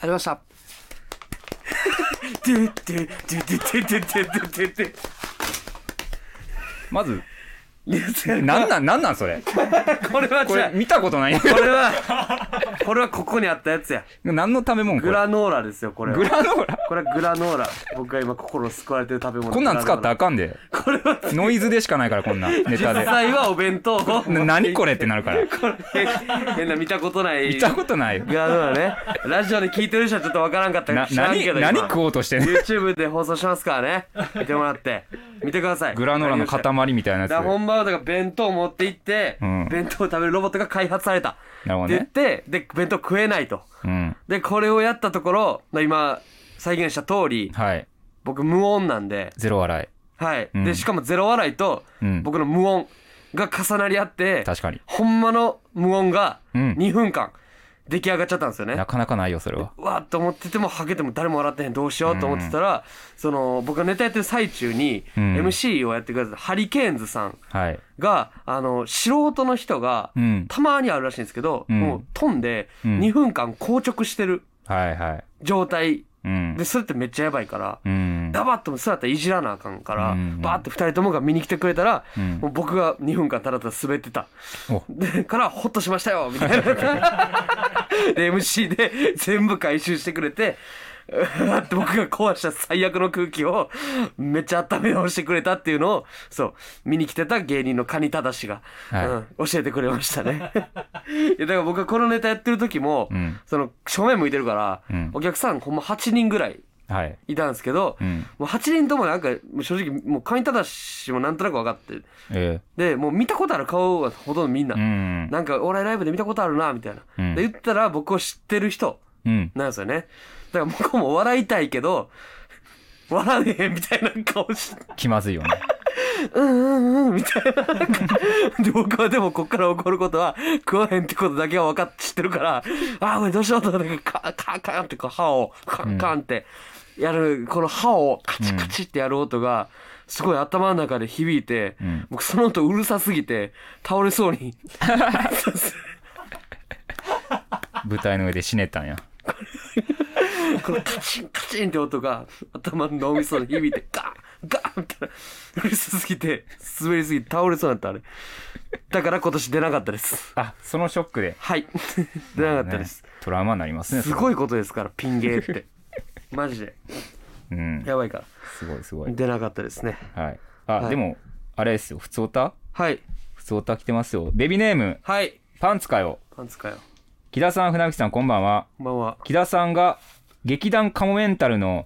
[SPEAKER 1] ありましたドゥドゥドゥドゥドゥドゥドゥドゥドゥ
[SPEAKER 2] まず、
[SPEAKER 1] ニュースやる
[SPEAKER 2] なんなん、なんなんそれ。
[SPEAKER 1] これは
[SPEAKER 2] こ
[SPEAKER 1] 違
[SPEAKER 2] れ、
[SPEAKER 1] う
[SPEAKER 2] 見たことない。
[SPEAKER 1] これはこれはここにあったやつや
[SPEAKER 2] 何のためもん
[SPEAKER 1] グ
[SPEAKER 2] これ。
[SPEAKER 1] ラノーラですよこれは
[SPEAKER 2] グラノーラ
[SPEAKER 1] これはグラノーラ僕が今心を救われてる食べ物
[SPEAKER 2] こんなん使ったらあ
[SPEAKER 1] グ
[SPEAKER 2] かんで
[SPEAKER 1] ラノーラこ
[SPEAKER 2] ノイズでしかないからこんなんネ
[SPEAKER 1] れ
[SPEAKER 2] タ
[SPEAKER 1] は実
[SPEAKER 2] で
[SPEAKER 1] 際はお弁当を
[SPEAKER 2] な何これってなる
[SPEAKER 1] [laughs]
[SPEAKER 2] から
[SPEAKER 1] 変変な見たことない
[SPEAKER 2] 見たことないよ
[SPEAKER 1] グラノーラねラジオで聞いてる人はちょっとわからんかったか
[SPEAKER 2] な
[SPEAKER 1] ら知らん
[SPEAKER 2] 何
[SPEAKER 1] けど
[SPEAKER 2] 何
[SPEAKER 1] 今
[SPEAKER 2] 食おうとしてんの
[SPEAKER 1] YouTube で放送しますからね見てもらって見てください
[SPEAKER 2] グラノーラの塊みたいなやつ
[SPEAKER 1] だから本場はだから弁当を持って行って、
[SPEAKER 2] うん
[SPEAKER 1] 弁当を食べるロボットが開発された
[SPEAKER 2] なるほ
[SPEAKER 1] っ
[SPEAKER 2] ど
[SPEAKER 1] て言っ
[SPEAKER 2] ね
[SPEAKER 1] てで弁当食えないと
[SPEAKER 2] うん
[SPEAKER 1] でこれをやったところまあ今再現した通り
[SPEAKER 2] はい
[SPEAKER 1] 僕無音なんで
[SPEAKER 2] ゼロ笑
[SPEAKER 1] はい、
[SPEAKER 2] うん
[SPEAKER 1] でしかもゼロ笑いと
[SPEAKER 2] うん
[SPEAKER 1] 僕の無音が重なり合って
[SPEAKER 2] い、確かに
[SPEAKER 1] ほんまの無音が
[SPEAKER 2] うん
[SPEAKER 1] 2分間出来上がっちゃったんですよね、
[SPEAKER 2] なかなかないよそれは
[SPEAKER 1] わーっと思っててもハゲても誰も笑ってへんどうしようと思ってたら、その僕がネタやってる最中に
[SPEAKER 2] うん
[SPEAKER 1] MC をやってくださったハリケーンズさん
[SPEAKER 2] はい
[SPEAKER 1] があの素人の人が
[SPEAKER 2] うん
[SPEAKER 1] たまにあるらしいんですけど、
[SPEAKER 2] うん
[SPEAKER 1] もう飛んで
[SPEAKER 2] うん
[SPEAKER 1] 2分間硬直してる
[SPEAKER 2] はいはい
[SPEAKER 1] 状態
[SPEAKER 2] うん
[SPEAKER 1] でそれってめっちゃやばいから。
[SPEAKER 2] うん
[SPEAKER 1] ダバッともそうやったらいじらなあかんから、
[SPEAKER 2] うん
[SPEAKER 1] バーって2人ともが見に来てくれたら、
[SPEAKER 2] うん
[SPEAKER 1] もう僕が2分間ただただ滑ってた
[SPEAKER 2] お
[SPEAKER 1] でからホッとしましたよみたい
[SPEAKER 2] [laughs]
[SPEAKER 1] なで MC で [laughs] 全部回収してくれて [laughs] うわーって僕が壊した最悪の空気をめっちゃ温め直してくれたっていうのをそう見に来てた芸人のカニタダシが、
[SPEAKER 2] はい
[SPEAKER 1] うん、教えてくれましたね [laughs] いやだから僕がこのネタやってる時も、
[SPEAKER 2] うん
[SPEAKER 1] その正面向いてるから、
[SPEAKER 2] うん
[SPEAKER 1] お客さんほんま8人ぐらい
[SPEAKER 2] はい
[SPEAKER 1] いたんですけど、
[SPEAKER 2] うん
[SPEAKER 1] もう8人ともなんかもう正直もうカニタダシもなんとなく分かって
[SPEAKER 2] え
[SPEAKER 1] でもう見たことある顔はほとんどみんな、
[SPEAKER 2] えうん
[SPEAKER 1] なんかお笑いライブで見たことあるなみたいな、
[SPEAKER 2] うん
[SPEAKER 1] で言ったら僕を知ってる人
[SPEAKER 2] うん
[SPEAKER 1] なんですよねだから向こうも笑いたいけど笑えへんみたいな顔して
[SPEAKER 2] 気まずいよね
[SPEAKER 1] うんうんうんみたいななんかで僕はでもこっから起こることは食わへんってことだけは分かって知ってるからああこれどうしようとかなんかカンカンカンってこう歯をカンカンってやる、この歯をカチカチってやる音がすごい頭の中で響いて、
[SPEAKER 2] うん
[SPEAKER 1] 僕その音うるさすぎて倒れそうに
[SPEAKER 2] 舞台の上で死ねたんや
[SPEAKER 1] このカチンカチンって音が頭の脳みそに響いてガンガンみたいなうるさすぎて滑りすぎて倒れそうになったあれだから今年出なかったです
[SPEAKER 2] あそのショックで
[SPEAKER 1] はい
[SPEAKER 2] [laughs]
[SPEAKER 1] 出なかったです、
[SPEAKER 2] ねトラウマになりますね
[SPEAKER 1] す
[SPEAKER 2] それ
[SPEAKER 1] ごいことですからピン芸
[SPEAKER 2] [laughs]
[SPEAKER 1] ってマジで
[SPEAKER 2] うん
[SPEAKER 1] やばいか
[SPEAKER 2] すごいすご
[SPEAKER 1] ら
[SPEAKER 2] い
[SPEAKER 1] 出なかったですね
[SPEAKER 2] はいあ、
[SPEAKER 1] はい
[SPEAKER 2] でもあれですよ普通オタ
[SPEAKER 1] はい
[SPEAKER 2] 普通オタ来てますよデビネーム
[SPEAKER 1] はい
[SPEAKER 2] パンツかよ
[SPEAKER 1] パンツかよ
[SPEAKER 2] 木田さん船口さんこんばんは
[SPEAKER 1] こんばんは
[SPEAKER 2] 木田さんが劇団カモメンタルの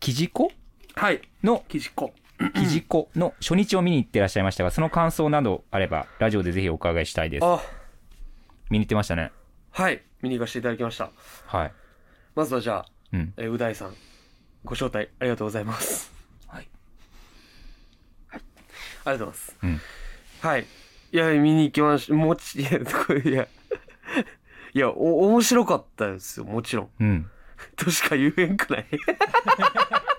[SPEAKER 2] キジコ
[SPEAKER 1] はい
[SPEAKER 2] の
[SPEAKER 1] キジコ
[SPEAKER 2] キジコの初日を見に行ってらっしゃいましたがその感想などあればラジオでぜひお伺いしたいです
[SPEAKER 1] あ
[SPEAKER 2] 見に行ってましたね
[SPEAKER 1] はい見に行かせていただきました
[SPEAKER 2] はい
[SPEAKER 1] まずはじゃあ
[SPEAKER 2] うん
[SPEAKER 1] えーう大さんご招待ありがとうございます
[SPEAKER 2] はい
[SPEAKER 1] ありがとうございます、
[SPEAKER 2] うん
[SPEAKER 1] はいいや見に行きましもちいやこれいやいやお面白かったですよもちろん
[SPEAKER 2] うん
[SPEAKER 1] としか言えんくない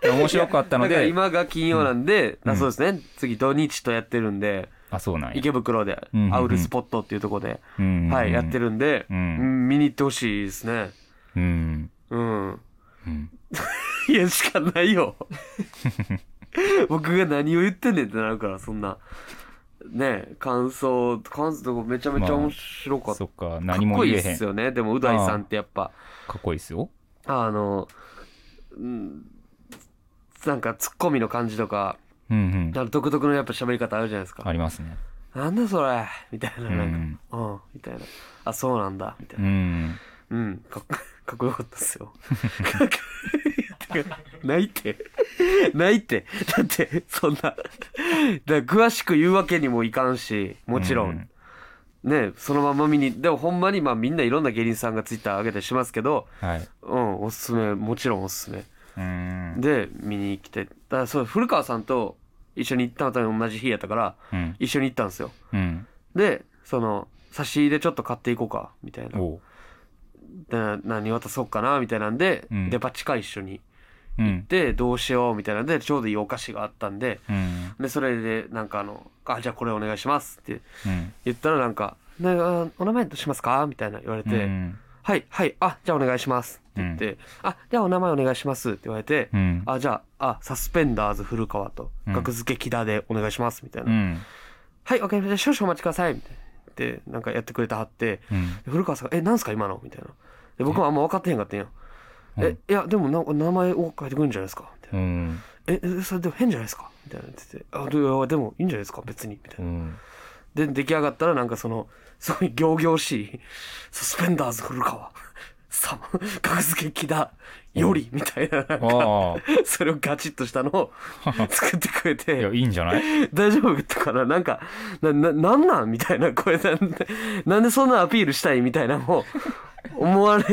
[SPEAKER 2] で面白かったの
[SPEAKER 1] [laughs] だから
[SPEAKER 2] で
[SPEAKER 1] 今が金曜なんで、
[SPEAKER 2] うん
[SPEAKER 1] あそうですね次土日とやってるんで
[SPEAKER 2] あそうなんや
[SPEAKER 1] 池袋で
[SPEAKER 2] うんうんうん
[SPEAKER 1] アウルスポットっていうところで、
[SPEAKER 2] うん
[SPEAKER 1] はいやってるんで、
[SPEAKER 2] うん
[SPEAKER 1] うん見に行ってほしいですね
[SPEAKER 2] うん
[SPEAKER 1] うん
[SPEAKER 2] うん
[SPEAKER 1] いやしかない
[SPEAKER 2] [laughs]
[SPEAKER 1] よ僕が何を言ってんねんってなるからそんなねえ感想感想とかめちゃめちゃ面白かった、
[SPEAKER 2] そっか何も
[SPEAKER 1] かっこいい
[SPEAKER 2] 言え
[SPEAKER 1] っ
[SPEAKER 2] へん
[SPEAKER 1] す
[SPEAKER 2] か
[SPEAKER 1] よねでもう大さんってやっぱ
[SPEAKER 2] っこいいっすよ
[SPEAKER 1] あのうんなんかツッコミの感じとか
[SPEAKER 2] うんうん
[SPEAKER 1] なんか独特のやっぱ喋り方あるじゃないですか
[SPEAKER 2] ありますね
[SPEAKER 1] なんだそれみたいな、
[SPEAKER 2] うん
[SPEAKER 1] なんか、うん、みたいな。あ、そうなんだ、みたいうな。
[SPEAKER 2] ん
[SPEAKER 1] うん、かっ [laughs] かっこよかったっすよ。てかないって。ないって。だって、そんな。だから詳しく言うわけにもいかんし、もちろ。
[SPEAKER 2] うん
[SPEAKER 1] ね、そのまま見に、でもほんまにまあみんないろんな芸人さんがツイッター上げたりしますけど、
[SPEAKER 2] はい
[SPEAKER 1] うん、おすすめ、もちろんおすすめ。
[SPEAKER 2] うん
[SPEAKER 1] で、見に来て、だからそう、古川さんと一緒に行ったのと同じ日やったから、
[SPEAKER 2] うん
[SPEAKER 1] 一緒に行ったんですよ。
[SPEAKER 2] うん
[SPEAKER 1] でその差し入れちょっと買っていこうかみたいな
[SPEAKER 2] おう
[SPEAKER 1] でな何渡そうかなみたいなんで、
[SPEAKER 2] うん
[SPEAKER 1] デパ地下一緒に
[SPEAKER 2] う
[SPEAKER 1] 行っ
[SPEAKER 2] ん
[SPEAKER 1] てどうしようみたいなんでちょうどいいお菓子があったんで
[SPEAKER 2] うん
[SPEAKER 1] でそれでなんかあの「あじゃあこれお願いします」って
[SPEAKER 2] うん
[SPEAKER 1] 言ったらなんか「ねあお名前どうしますか?」みたいな言われて「
[SPEAKER 2] うん
[SPEAKER 1] はいはいあじゃあお願いします」って言って「あじゃあお名前お願いします」って言われて「
[SPEAKER 2] うん
[SPEAKER 1] あじゃああサスペンダーズ古川と
[SPEAKER 2] うん
[SPEAKER 1] 格付け木田でお願いします」みたいな「
[SPEAKER 2] うん
[SPEAKER 1] はいわかりました少々お待ちください」みたいなでなんかやってくれてはって、
[SPEAKER 2] うん
[SPEAKER 1] で古川さんが「えなんすか今の?」みたいなで僕もあんま分かってへんかったんやえいやでもな名前を変えてくるんじゃないですかみたいな
[SPEAKER 2] うん
[SPEAKER 1] ええそれでも変じゃないですかみたいな言ってて「あどういやでもいいんじゃないですか別に」みたいな
[SPEAKER 2] う。ん
[SPEAKER 1] で出来上がったらなんかそのすごい仰々しい「サスペンダーズ古川」さ「格付け木田」よりみたいななんか
[SPEAKER 2] あ
[SPEAKER 1] それをガチッとしたの
[SPEAKER 2] [laughs]
[SPEAKER 1] を作ってくれ
[SPEAKER 2] あいや
[SPEAKER 1] て
[SPEAKER 2] いいんじゃない
[SPEAKER 1] 「大丈夫?」とかななんかなななんなんみたいなこれなんで [laughs] なんでそんなアピールしたいみたいなのを思われ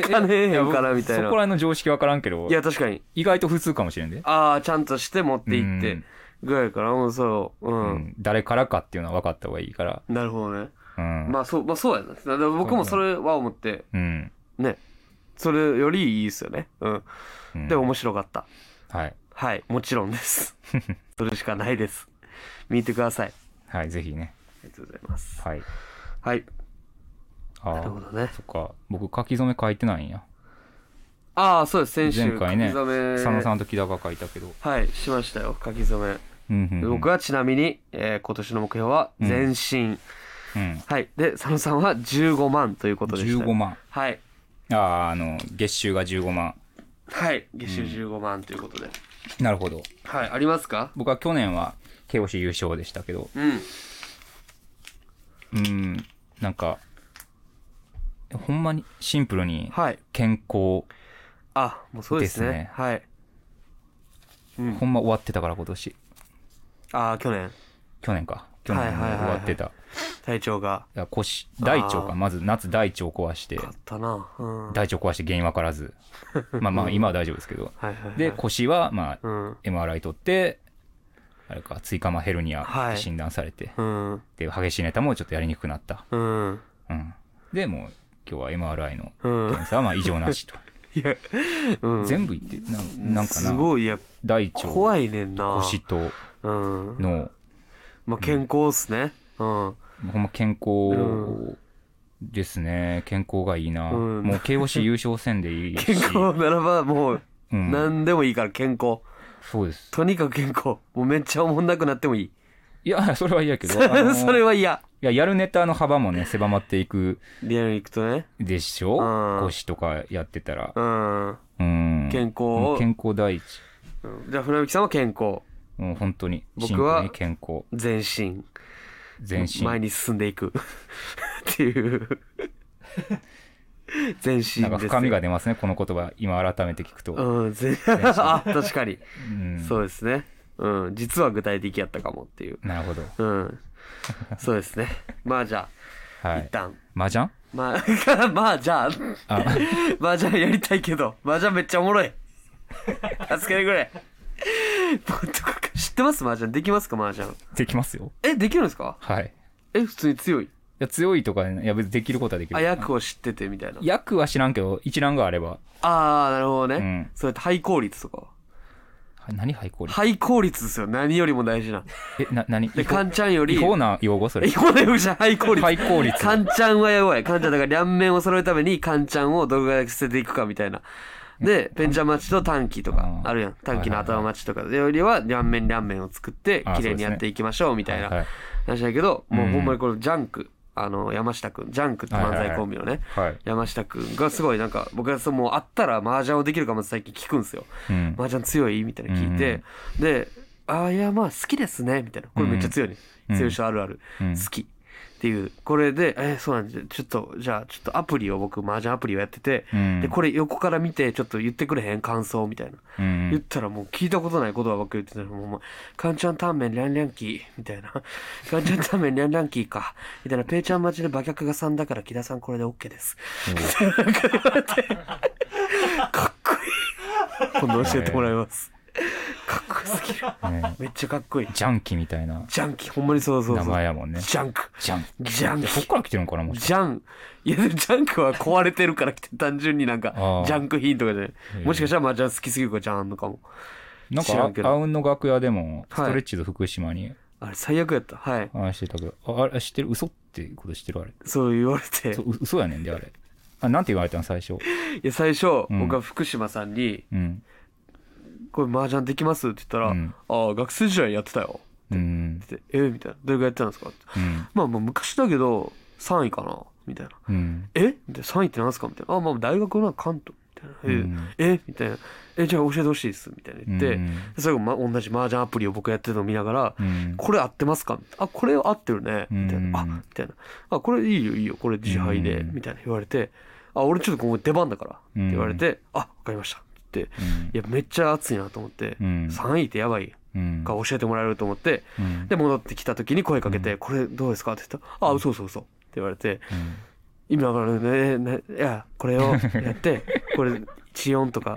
[SPEAKER 1] かねえへんからみたい
[SPEAKER 2] そ
[SPEAKER 1] な
[SPEAKER 2] こら辺の常識分からんけど
[SPEAKER 1] いや確かに
[SPEAKER 2] 意外と普通かもしれんで、
[SPEAKER 1] ああちゃんとして持っていっ
[SPEAKER 2] う
[SPEAKER 1] て
[SPEAKER 2] ん
[SPEAKER 1] ぐらいからもうそう
[SPEAKER 2] う
[SPEAKER 1] うん、
[SPEAKER 2] ん、誰からかっていうのは分かった方がいいから
[SPEAKER 1] なるほどね
[SPEAKER 2] うん、
[SPEAKER 1] まあそうまあそうやなだから僕もそれは思って
[SPEAKER 2] うん
[SPEAKER 1] ねそれよりいいですよねうん
[SPEAKER 2] うん
[SPEAKER 1] で面白かった
[SPEAKER 2] はい
[SPEAKER 1] はいもちろんです
[SPEAKER 2] [laughs]
[SPEAKER 1] それしかないです見てくださいあ
[SPEAKER 2] はいぜひね
[SPEAKER 1] りがとうございます
[SPEAKER 2] はい
[SPEAKER 1] はい
[SPEAKER 2] あ
[SPEAKER 1] なるほ
[SPEAKER 2] あ
[SPEAKER 1] どね
[SPEAKER 2] そっか僕書き初め書いてないんや
[SPEAKER 1] ああそうです先週
[SPEAKER 2] 前回ね
[SPEAKER 1] 書き初め
[SPEAKER 2] 佐野さんと木田が書いたけど、
[SPEAKER 1] はいしましたよ書き初め、
[SPEAKER 2] うんうんうん
[SPEAKER 1] 僕はちなみに、えー今年の目標は全身、
[SPEAKER 2] うん、
[SPEAKER 1] はいで佐野さんは15万ということでした
[SPEAKER 2] 15万
[SPEAKER 1] はい
[SPEAKER 2] あああの月収が15万
[SPEAKER 1] はい月収15万ということで、
[SPEAKER 2] なるほど
[SPEAKER 1] はいありますか
[SPEAKER 2] 僕は去年は KOC 優勝でしたけど
[SPEAKER 1] うん
[SPEAKER 2] うんなんかほんまにシンプルに
[SPEAKER 1] はい
[SPEAKER 2] 健康
[SPEAKER 1] あもうそうですね
[SPEAKER 2] ですね
[SPEAKER 1] はい
[SPEAKER 2] ほんま終わってたから今年
[SPEAKER 1] ああ去年
[SPEAKER 2] 去年か去年もう
[SPEAKER 1] はいはいはい
[SPEAKER 2] 終
[SPEAKER 1] はい
[SPEAKER 2] わってた、い
[SPEAKER 1] 体調が
[SPEAKER 2] や腰大腸
[SPEAKER 1] あ
[SPEAKER 2] か
[SPEAKER 1] ー
[SPEAKER 2] まず夏大腸壊して
[SPEAKER 1] あったなうんはい
[SPEAKER 2] 大腸壊して原因分か
[SPEAKER 1] [laughs]
[SPEAKER 2] らずまあまあ今は大丈夫ですけど
[SPEAKER 1] はいはい
[SPEAKER 2] で腰はまあ
[SPEAKER 1] うん
[SPEAKER 2] MRI 取ってあれか椎間板ヘルニアって診断されて、
[SPEAKER 1] うん
[SPEAKER 2] で激しいネタもちょっとやりにくくなった、
[SPEAKER 1] うん
[SPEAKER 2] うん、でもう今日は MRI の
[SPEAKER 1] うん
[SPEAKER 2] 検査はまあ異常
[SPEAKER 1] [laughs]
[SPEAKER 2] なしと
[SPEAKER 1] いやうん
[SPEAKER 2] 全部言ってなんなんか
[SPEAKER 1] す
[SPEAKER 2] な
[SPEAKER 1] ごいいや
[SPEAKER 2] 大腸
[SPEAKER 1] 怖いねんな
[SPEAKER 2] 腰と
[SPEAKER 1] うん
[SPEAKER 2] 脳
[SPEAKER 1] まあ健康っすねうん
[SPEAKER 2] ほんま健
[SPEAKER 1] う
[SPEAKER 2] 康ですね健康がいいな、
[SPEAKER 1] うん
[SPEAKER 2] もう KOC 優勝戦でいい
[SPEAKER 1] [laughs]
[SPEAKER 2] し
[SPEAKER 1] 健康ならばもう
[SPEAKER 2] うん
[SPEAKER 1] 何でもいいから健康
[SPEAKER 2] そうです
[SPEAKER 1] とにかく健康もうめっちゃおもんなくなってもいい
[SPEAKER 2] いやそれは嫌やけどあ
[SPEAKER 1] [laughs]
[SPEAKER 2] の
[SPEAKER 1] それ
[SPEAKER 2] い
[SPEAKER 1] は嫌
[SPEAKER 2] ややるネタの幅もね狭まっていく
[SPEAKER 1] リアルにいくとね
[SPEAKER 2] でしょ
[SPEAKER 1] うん
[SPEAKER 2] 腰とかやってたら
[SPEAKER 1] うん
[SPEAKER 2] うん
[SPEAKER 1] 健康
[SPEAKER 2] も
[SPEAKER 1] を
[SPEAKER 2] う健康第一
[SPEAKER 1] うんじゃあ船引さんは健康
[SPEAKER 2] もう本当に
[SPEAKER 1] 僕は
[SPEAKER 2] シンプルに健康
[SPEAKER 1] 全身
[SPEAKER 2] 全身
[SPEAKER 1] 前に進んでいく [laughs] って
[SPEAKER 2] [laughs]
[SPEAKER 1] いう全身です
[SPEAKER 2] なんか深みが出ますねこの言葉今改めて聞くと、
[SPEAKER 1] うん全
[SPEAKER 2] 身
[SPEAKER 1] [laughs] あ確かに、
[SPEAKER 2] うん
[SPEAKER 1] そうですねうん実は具体的やったかもっていう
[SPEAKER 2] なるほど
[SPEAKER 1] うんそうですねまあじゃあ、
[SPEAKER 2] は
[SPEAKER 1] 一
[SPEAKER 2] い
[SPEAKER 1] 旦
[SPEAKER 2] 麻雀
[SPEAKER 1] まあ [laughs] まあじゃあ
[SPEAKER 2] あ
[SPEAKER 1] [laughs] まあじゃあやりたいけどまあじゃあめっちゃおも
[SPEAKER 2] [laughs]
[SPEAKER 1] ろい助けてくれもうとか知ってます麻雀できますか麻雀
[SPEAKER 2] できますよ
[SPEAKER 1] えできるんですか
[SPEAKER 2] はいい
[SPEAKER 1] え普通に強い
[SPEAKER 2] や強いとかねいや別にできることはできる
[SPEAKER 1] あ役を知っててみたいな
[SPEAKER 2] 役は知らんけど一覧があれば
[SPEAKER 1] ああなるほどね、
[SPEAKER 2] うん
[SPEAKER 1] それって廃効率とか
[SPEAKER 2] は何ハイコリ
[SPEAKER 1] 廃効率ですよ何よりも大事な
[SPEAKER 2] えな何違
[SPEAKER 1] で
[SPEAKER 2] 法
[SPEAKER 1] カンちゃんより
[SPEAKER 2] 違法な用語それ
[SPEAKER 1] 違法なよじゃん廃効率
[SPEAKER 2] ハイ効率
[SPEAKER 1] カンちゃんはやばいカンちゃんだから両面を揃えるためにカンちゃんをどれぐらい捨てていくかみたいなでペンちゃん待ちと短期とか
[SPEAKER 2] あー
[SPEAKER 1] あるやん短期の頭待ちとかよりは両面両面を作って
[SPEAKER 2] あー
[SPEAKER 1] 綺麗にやっていきましょうみたい
[SPEAKER 2] はい
[SPEAKER 1] な
[SPEAKER 2] はい
[SPEAKER 1] 話だけどもう
[SPEAKER 2] うん
[SPEAKER 1] ほんまにこれジャンクあの山下くんジャンクって漫才コンビのね
[SPEAKER 2] はい
[SPEAKER 1] 山下くんがすごいなんか僕はそうもうあったら麻雀をできるかもって最近聞くんですよ
[SPEAKER 2] うん
[SPEAKER 1] 麻雀強いみたいな聞いて、で「ああいやまあ好きですね」みたいなこれめっちゃ強いね、
[SPEAKER 2] うん
[SPEAKER 1] 強い人あるある、
[SPEAKER 2] うん
[SPEAKER 1] 好きっていうこれで「えーそうなんですちょっとじゃあちょっとアプリを僕麻雀アプリをやってて、
[SPEAKER 2] うん
[SPEAKER 1] でこれ横から見てちょっと言ってくれへん感想」みたいな、
[SPEAKER 2] うん
[SPEAKER 1] 言ったらもう聞いたことない言葉ばっかり言ってたらもうお前「カンちゃんタンメンリャンリャンキー」みたいな [laughs] 「カンちゃんタンメンリャンリャンキーか」みたいな「ペイちゃん待ちで馬脚が3だから木田さんこれで OK です」 [laughs] かっこいい今度教えてもらいますかっこよすぎる
[SPEAKER 2] ね
[SPEAKER 1] めっちゃかっこいい
[SPEAKER 2] ジャンキみたいな
[SPEAKER 1] ジャンキほんまにそうそうそ
[SPEAKER 2] 名
[SPEAKER 1] う
[SPEAKER 2] 前やもんね
[SPEAKER 1] ジャンク
[SPEAKER 2] ジャン
[SPEAKER 1] ジャン
[SPEAKER 2] いやそっ
[SPEAKER 1] キ
[SPEAKER 2] から来てるのかなもしかし
[SPEAKER 1] ジ
[SPEAKER 2] て
[SPEAKER 1] ャンいやでもジャンクは壊れてる
[SPEAKER 2] [laughs]
[SPEAKER 1] から来て単純になんか
[SPEAKER 2] あー
[SPEAKER 1] ジャンク品とかじゃない
[SPEAKER 2] へー
[SPEAKER 1] もしかしたら麻雀好きすぎるからジャンのかも
[SPEAKER 2] なん
[SPEAKER 1] 知らん
[SPEAKER 2] か
[SPEAKER 1] けど
[SPEAKER 2] ああうんの楽屋でもス
[SPEAKER 1] はい
[SPEAKER 2] トレッチーズ福島に
[SPEAKER 1] あれ最悪やったはい
[SPEAKER 2] 話してたけどああれ知ってる嘘ってこと知ってるあれ
[SPEAKER 1] そう言われて
[SPEAKER 2] そうう嘘やねんであれあなんて言われたん最初
[SPEAKER 1] いや最初
[SPEAKER 2] うん
[SPEAKER 1] 僕は福島さんに
[SPEAKER 2] うん
[SPEAKER 1] 「これ麻雀できます?」って言ったら「
[SPEAKER 2] うん
[SPEAKER 1] ああ学生時代やってたよ
[SPEAKER 2] うん」
[SPEAKER 1] って「えみたいな「どれぐらいやってたんですか?」って
[SPEAKER 2] うん
[SPEAKER 1] 「まあまあ昔だけど3位かな」みたいな
[SPEAKER 2] うん
[SPEAKER 1] えで3位ってなんすかみたいな。あ、まあ大学の関東みたいな「 [laughs] ええみたいな「えじゃあ教えてほしいです」みたいな言って、
[SPEAKER 2] うん
[SPEAKER 1] 最後、ま、同じ麻雀アプリを僕やってるのを見ながら「
[SPEAKER 2] うん
[SPEAKER 1] これ合ってますか?」あこれ合ってるね」みたいな「あ
[SPEAKER 2] う
[SPEAKER 1] み
[SPEAKER 2] ん
[SPEAKER 1] たいな「あこれいいよいいよこれ自敗で」
[SPEAKER 2] うん
[SPEAKER 1] みたいな言われて「あ俺ちょっとここ出番だから」って言われて「あわかりました」って
[SPEAKER 2] うん
[SPEAKER 1] 言って「いやめっちゃ熱いな」と思って「
[SPEAKER 2] うん
[SPEAKER 1] 3位ってやばい」
[SPEAKER 2] うん
[SPEAKER 1] か教えてもらえると思って
[SPEAKER 2] うん
[SPEAKER 1] で戻ってきた時に声かけて「これどうですか?」って言ったら「あ嘘嘘嘘」って言われて
[SPEAKER 2] うん
[SPEAKER 1] 今からねねいやこれをやってこれ地音とか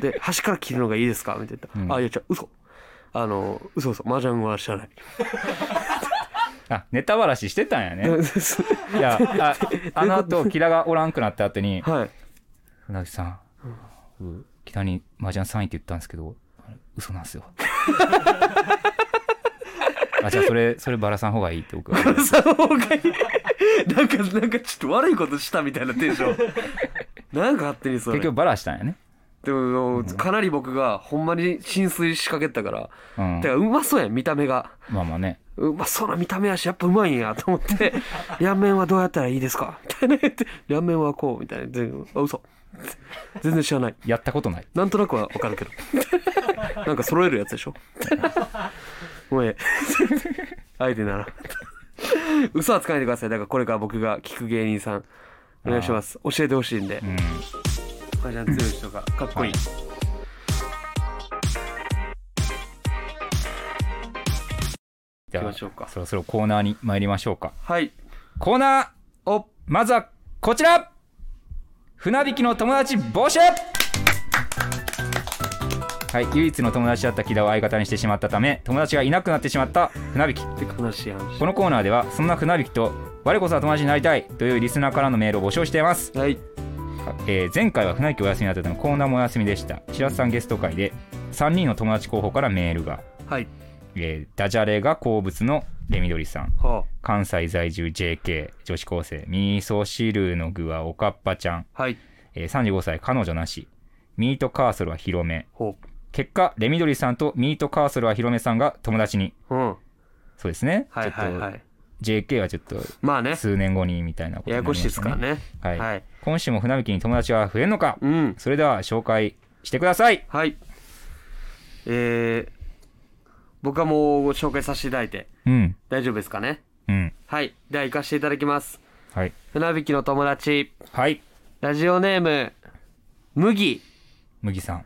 [SPEAKER 1] で端から切るのがいいですかみたいな、
[SPEAKER 2] うん
[SPEAKER 1] あいや違う嘘あの嘘嘘麻雀は知らない、
[SPEAKER 2] あネタばらししてたん
[SPEAKER 1] [laughs]
[SPEAKER 2] やねいやああの後キラがおらんくなった後に
[SPEAKER 1] はい
[SPEAKER 2] 船木さん、北に麻雀3位って言ったんですけど、あれ嘘なんです
[SPEAKER 1] [laughs]
[SPEAKER 2] よ。あ、じゃあそれ、それバラさん方がいいっ
[SPEAKER 1] [laughs]
[SPEAKER 2] て僕は。
[SPEAKER 1] その方がいいなんかなんかちょっと悪いことしたみたいなテンショ
[SPEAKER 2] [laughs]
[SPEAKER 1] ンなんか勝手にそれ
[SPEAKER 2] 結局バラしたんやね。
[SPEAKER 1] でもかなり僕がほんまに浸水しかけてたから、
[SPEAKER 2] うん
[SPEAKER 1] て。かうまそうやん見た目が
[SPEAKER 2] まあまあね。
[SPEAKER 1] うまそうな見た目やしやっぱうまいんやと思って [laughs] 「両面はどうやったらいいですか?」みたいな言って「両面はこう」みたいな全部「あ嘘全然知らない
[SPEAKER 2] やったことない。
[SPEAKER 1] なんとなくはわかるけどなんか揃えるやつでしょごめん相手なら嘘はつかないでくださいだからこれから僕が聞く芸人さんお願いします教えてほしいんで
[SPEAKER 2] うん。
[SPEAKER 1] お母ちゃん強い人がかっこいい、行き
[SPEAKER 2] じゃあ
[SPEAKER 1] ましょうか
[SPEAKER 2] そろそろコーナーに参りましょうか。
[SPEAKER 1] はい
[SPEAKER 2] コーナー
[SPEAKER 1] お
[SPEAKER 2] まずはこちら船引きの友達募集はい、唯一の友達だった木田を相方にしてしまったため友達がいなくなってしまった船引き
[SPEAKER 1] って悲しい話
[SPEAKER 2] このコーナーではそんな船引きと我こそは友達になりたいというリスナーからのメールを募集しています、
[SPEAKER 1] はい
[SPEAKER 2] えー前回は船引きお休みだったためコーナーもお休みでした白洲さんゲスト会で3人の友達候補からメールが、
[SPEAKER 1] はい
[SPEAKER 2] えーダジャレが好物のレミドリさん
[SPEAKER 1] は
[SPEAKER 2] 関西在住 JK 女子高生ミソ汁の具はおかっぱちゃん、
[SPEAKER 1] あはい
[SPEAKER 2] えー35歳彼女なしミートカーソルは広め
[SPEAKER 1] ほ
[SPEAKER 2] 結果レミドリさんとミートカーソルは広めさんが友達に
[SPEAKER 1] ううん
[SPEAKER 2] そうですね、
[SPEAKER 1] はいはいはい
[SPEAKER 2] ちょっと JK はちょっと
[SPEAKER 1] まあね
[SPEAKER 2] 数年後にみたいなことに
[SPEAKER 1] やや
[SPEAKER 2] なり
[SPEAKER 1] こ
[SPEAKER 2] ま
[SPEAKER 1] しい
[SPEAKER 2] た
[SPEAKER 1] ですからね。
[SPEAKER 2] はい、
[SPEAKER 1] はい
[SPEAKER 2] 今週も船引きに友達は増えるのか、
[SPEAKER 1] うん。
[SPEAKER 2] それでは紹介してください
[SPEAKER 1] はい。えー、僕はもうご紹介させていただいて
[SPEAKER 2] うん
[SPEAKER 1] 大丈夫ですかね。
[SPEAKER 2] うん
[SPEAKER 1] はい。では行かせていただきます。
[SPEAKER 2] はい
[SPEAKER 1] 船引きの友達、
[SPEAKER 2] はい
[SPEAKER 1] ラジオネーム、麦。
[SPEAKER 2] 麦さん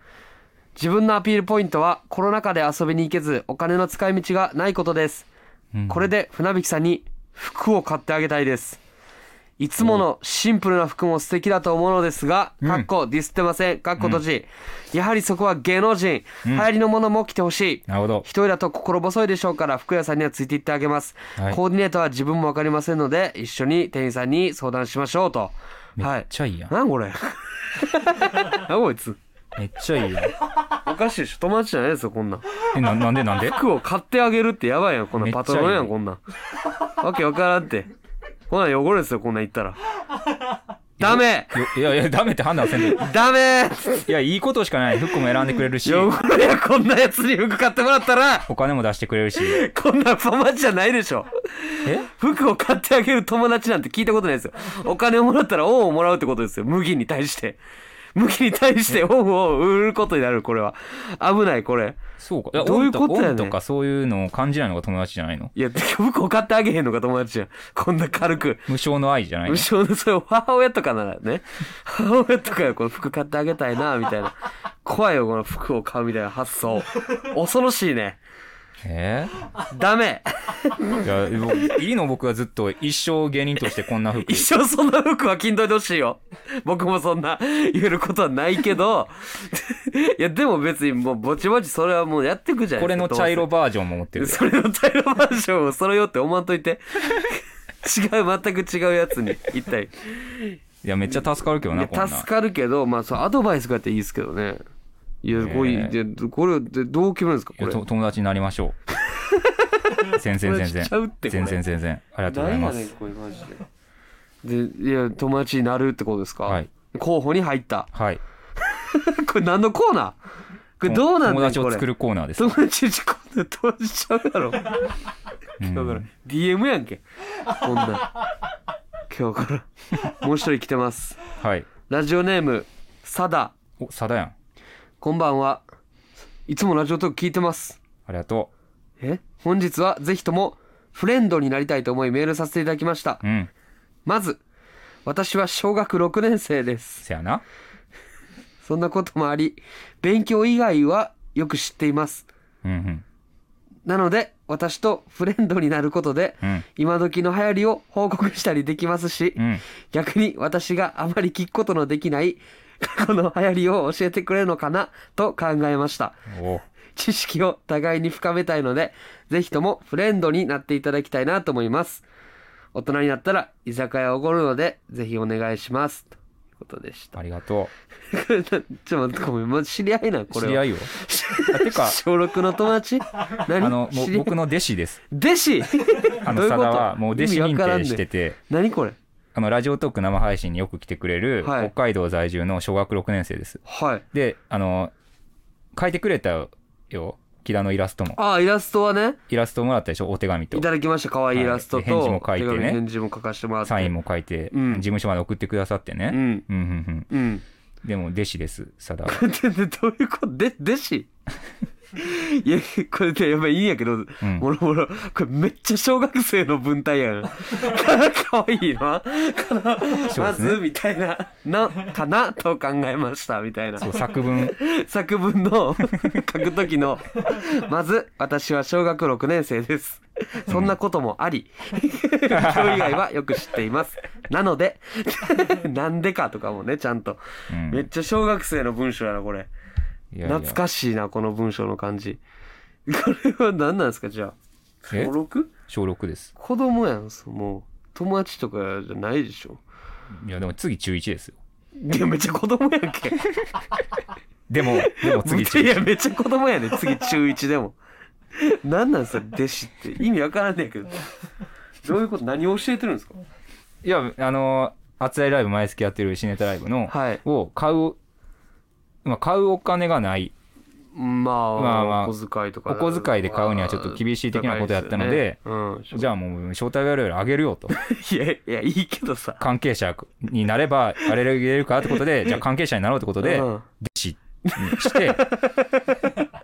[SPEAKER 1] 自分のアピールポイントはコロナ禍で遊びに行けずお金の使い道がないことです、
[SPEAKER 2] うん
[SPEAKER 1] これで船引さんに服を買ってあげたいですいつものシンプルな服も素敵だと思うのですが、
[SPEAKER 2] ん
[SPEAKER 1] かっこディスってません、かっこ閉じ、やはりそこは芸能人、流行りのものも着てほしい。
[SPEAKER 2] なるほど
[SPEAKER 1] 一人だと心細いでしょうから、服屋さんにはついていってあげます。
[SPEAKER 2] はい
[SPEAKER 1] コーディネートは自分もわかりませんので、一緒に店員さんに相談しましょうと。は
[SPEAKER 2] めっ
[SPEAKER 1] い。
[SPEAKER 2] ちゃいいやん、
[SPEAKER 1] なんこれ [laughs] なんこいつ。
[SPEAKER 2] めっちゃいいやん
[SPEAKER 1] おかしいでしょ友達じゃないですよこんなん
[SPEAKER 2] えななんでなんで
[SPEAKER 1] 服を買ってあげるってやばいやんこんなん
[SPEAKER 2] めっちゃい
[SPEAKER 1] パト
[SPEAKER 2] い
[SPEAKER 1] ロンやんこんなんわけわからんってこんなん汚れですよこんなん言ったらダメ
[SPEAKER 2] よ [laughs] いやいやダメって判断せんで
[SPEAKER 1] ダメ
[SPEAKER 2] いや、いいことしかない。服も選んでくれるし、
[SPEAKER 1] 汚れやこんなやつに服買ってもらったら
[SPEAKER 2] お金も出してくれるし。
[SPEAKER 1] こんなん友達じゃないでしょ
[SPEAKER 2] え
[SPEAKER 1] 服を買ってあげる友達なんて聞いたことないですよお金をもらったら恩をもらうってことですよ麦に対して麦に対して恩を売ることになるこれは危ないこれ
[SPEAKER 2] そうか。や
[SPEAKER 1] どういうことやねん
[SPEAKER 2] オンとかそういうのを感じないのが友達じゃないの
[SPEAKER 1] いや服を買ってあげへんのか友達じゃんこんな軽く
[SPEAKER 2] 無償の愛じゃない
[SPEAKER 1] 無
[SPEAKER 2] の
[SPEAKER 1] 償のそれ母親とかならね [laughs] 母親とかがこの服買ってあげたいなみたいな怖いよこの服を買うみたいな発想恐ろしいね
[SPEAKER 2] え
[SPEAKER 1] ダメ
[SPEAKER 2] ーいや、いいの僕はずっと一生芸人としてこんな服。
[SPEAKER 1] 一生そんな服は着んどいてほしいよ僕もそんな言えることはないけど [laughs] いやでも別にもうぼちぼちそれはもうやっていくじゃな
[SPEAKER 2] こ
[SPEAKER 1] いで
[SPEAKER 2] れ
[SPEAKER 1] す
[SPEAKER 2] の
[SPEAKER 1] か
[SPEAKER 2] 茶色バージョンも持ってる。
[SPEAKER 1] それのタイルマンションを揃えようって思わんといて [laughs] 違う全く違うやつに一体
[SPEAKER 2] いや、めっちゃ助かるけど
[SPEAKER 1] い
[SPEAKER 2] な、
[SPEAKER 1] や
[SPEAKER 2] こんな
[SPEAKER 1] 助。かるけど、まあ、そうアドバイスがあっていいですけどね。いや、こうい
[SPEAKER 2] ねえ
[SPEAKER 1] う、でこれ、でどう決めるんですか、
[SPEAKER 2] い
[SPEAKER 1] こ
[SPEAKER 2] や
[SPEAKER 1] れ。
[SPEAKER 2] と友達になりましょう。全然
[SPEAKER 1] こ
[SPEAKER 2] 全
[SPEAKER 1] れ
[SPEAKER 2] 然
[SPEAKER 1] しちゃうっ。てこれ
[SPEAKER 2] 全然全然。ありがとうございま
[SPEAKER 1] 何やねん
[SPEAKER 2] す。
[SPEAKER 1] これ、マジで。で、いや、友達になるってことですか。
[SPEAKER 2] はい
[SPEAKER 1] 候補に入った。 [laughs]
[SPEAKER 2] はい。
[SPEAKER 1] これ、何のコーナー。これ、どうなん
[SPEAKER 2] 友
[SPEAKER 1] だよ
[SPEAKER 2] 達
[SPEAKER 1] こ
[SPEAKER 2] を
[SPEAKER 1] れ
[SPEAKER 2] 作るコーナーです。
[SPEAKER 1] 友達ちこんな友達ちゃうやろ。だか
[SPEAKER 2] うん
[SPEAKER 1] ら、DM やんけ。こんなん。今日から。もう一人来てます。
[SPEAKER 2] はい。
[SPEAKER 1] ラジオネーム、サダ、
[SPEAKER 2] お、さだやん。
[SPEAKER 1] こんばんは。いつもラジオトーク聞いてます。
[SPEAKER 2] ありがと
[SPEAKER 1] え本日はぜひともフレンドになりたいと思いメールさせていただきました
[SPEAKER 2] う。。うん。
[SPEAKER 1] まず、私は小学6年生です。
[SPEAKER 2] せやな。
[SPEAKER 1] そんなこともあり、勉強以外はよく知っています。
[SPEAKER 2] うんうん。
[SPEAKER 1] なので、私とフレンドになることで、
[SPEAKER 2] うん
[SPEAKER 1] 今時の流行りを報告したりできますし、
[SPEAKER 2] うん。
[SPEAKER 1] 逆に私があまり聞くことのできない過去の流行りを教えてくれるのかなと考えました。
[SPEAKER 2] お
[SPEAKER 1] 知識を互いに深めたいので、ぜひともフレンドになっていただきたいなと思います。大人になったら居酒屋をおごるので、ぜひお願いします。ということでした。 [laughs]
[SPEAKER 2] ありがと
[SPEAKER 1] これなちょっと待って、ごめん、もう知り合いなん、
[SPEAKER 2] う。
[SPEAKER 1] こ
[SPEAKER 2] 知
[SPEAKER 1] れは。
[SPEAKER 2] り合いよ。あてか、
[SPEAKER 1] [laughs] 小6の友達
[SPEAKER 2] あ
[SPEAKER 1] 何
[SPEAKER 2] の、も
[SPEAKER 1] 知り
[SPEAKER 2] う
[SPEAKER 1] 合い
[SPEAKER 2] 僕の弟子です。
[SPEAKER 1] 弟子
[SPEAKER 2] あ
[SPEAKER 1] どうい
[SPEAKER 2] の、
[SPEAKER 1] うこ
[SPEAKER 2] さ
[SPEAKER 1] と
[SPEAKER 2] だはもう弟子
[SPEAKER 1] 意味
[SPEAKER 2] 認
[SPEAKER 1] わからん
[SPEAKER 2] 定
[SPEAKER 1] ね
[SPEAKER 2] してて、
[SPEAKER 1] 何これ
[SPEAKER 2] あの、ラジオトーク生配信によく来てくれる、
[SPEAKER 1] はい
[SPEAKER 2] 北海道在住の小学6年生です。
[SPEAKER 1] はい。
[SPEAKER 2] で、あの、書いてくれたよ。木田のイラストも。
[SPEAKER 1] ああ、イラストはね、
[SPEAKER 2] イラストもらったでしょお手紙と
[SPEAKER 1] い。ただきました。可愛いイラストと、
[SPEAKER 2] はいで返事も書いてね
[SPEAKER 1] 手紙返事も書かせてもらって。
[SPEAKER 2] サインも書いて、
[SPEAKER 1] うん
[SPEAKER 2] 事務所まで送ってくださってね。
[SPEAKER 1] うん。
[SPEAKER 2] うんう
[SPEAKER 1] う
[SPEAKER 2] ん
[SPEAKER 1] ん。
[SPEAKER 2] うん。でも、弟子です、さだは。
[SPEAKER 1] ででどういうことで、弟子
[SPEAKER 2] [laughs]
[SPEAKER 1] いや、これでやっぱいいんやけど、
[SPEAKER 2] ん
[SPEAKER 1] もろもろ、これめっちゃ小学生の文体やん。 [laughs] かかわいいな。かな、
[SPEAKER 2] そう
[SPEAKER 1] ま
[SPEAKER 2] ですね
[SPEAKER 1] ず、みたいな、な、かなと考えました、みたいな。
[SPEAKER 2] そう作文。
[SPEAKER 1] 作文の書く時のまず私は小学6年生ですそんなこともあり今日以外はよく知っていますなので [laughs] なんでかとかもねちゃんと、 [laughs]
[SPEAKER 2] うん
[SPEAKER 1] めっちゃ小学生の文章やなこれ
[SPEAKER 2] いやいや
[SPEAKER 1] 懐かしいなこの文章の感じこれは何なんですかじゃあ小
[SPEAKER 2] え
[SPEAKER 1] 6?
[SPEAKER 2] 小6です。
[SPEAKER 1] 子供やんそもう友達とかじゃないでしょ
[SPEAKER 2] いや、でも次中1ですよ。
[SPEAKER 1] いやめっちゃ子供やんけ
[SPEAKER 2] でも、でも次中
[SPEAKER 1] いや
[SPEAKER 2] 1。
[SPEAKER 1] めっちゃ子供やね次中1でも何なんそれ弟子って意味わからんねんけどどういうこと何を教えてるんですか
[SPEAKER 2] [laughs] いや、あのー、熱いライブ毎月やってるシネタライブの、
[SPEAKER 1] はい
[SPEAKER 2] を買う、まあ、買うお金がない。
[SPEAKER 1] まあ、
[SPEAKER 2] まあまあ
[SPEAKER 1] お小遣いとか
[SPEAKER 2] お小遣いで買うにはちょっと厳しい的なことやったので、
[SPEAKER 1] 高いすよねうん、
[SPEAKER 2] じゃあもう、招待料よりあげるよと。 [laughs]
[SPEAKER 1] いやいやいいけどさ
[SPEAKER 2] 関係者になれば、あれあげるかってことで、じゃあ関係者になろうってことで、
[SPEAKER 1] うん
[SPEAKER 2] 弟子にして、 [laughs]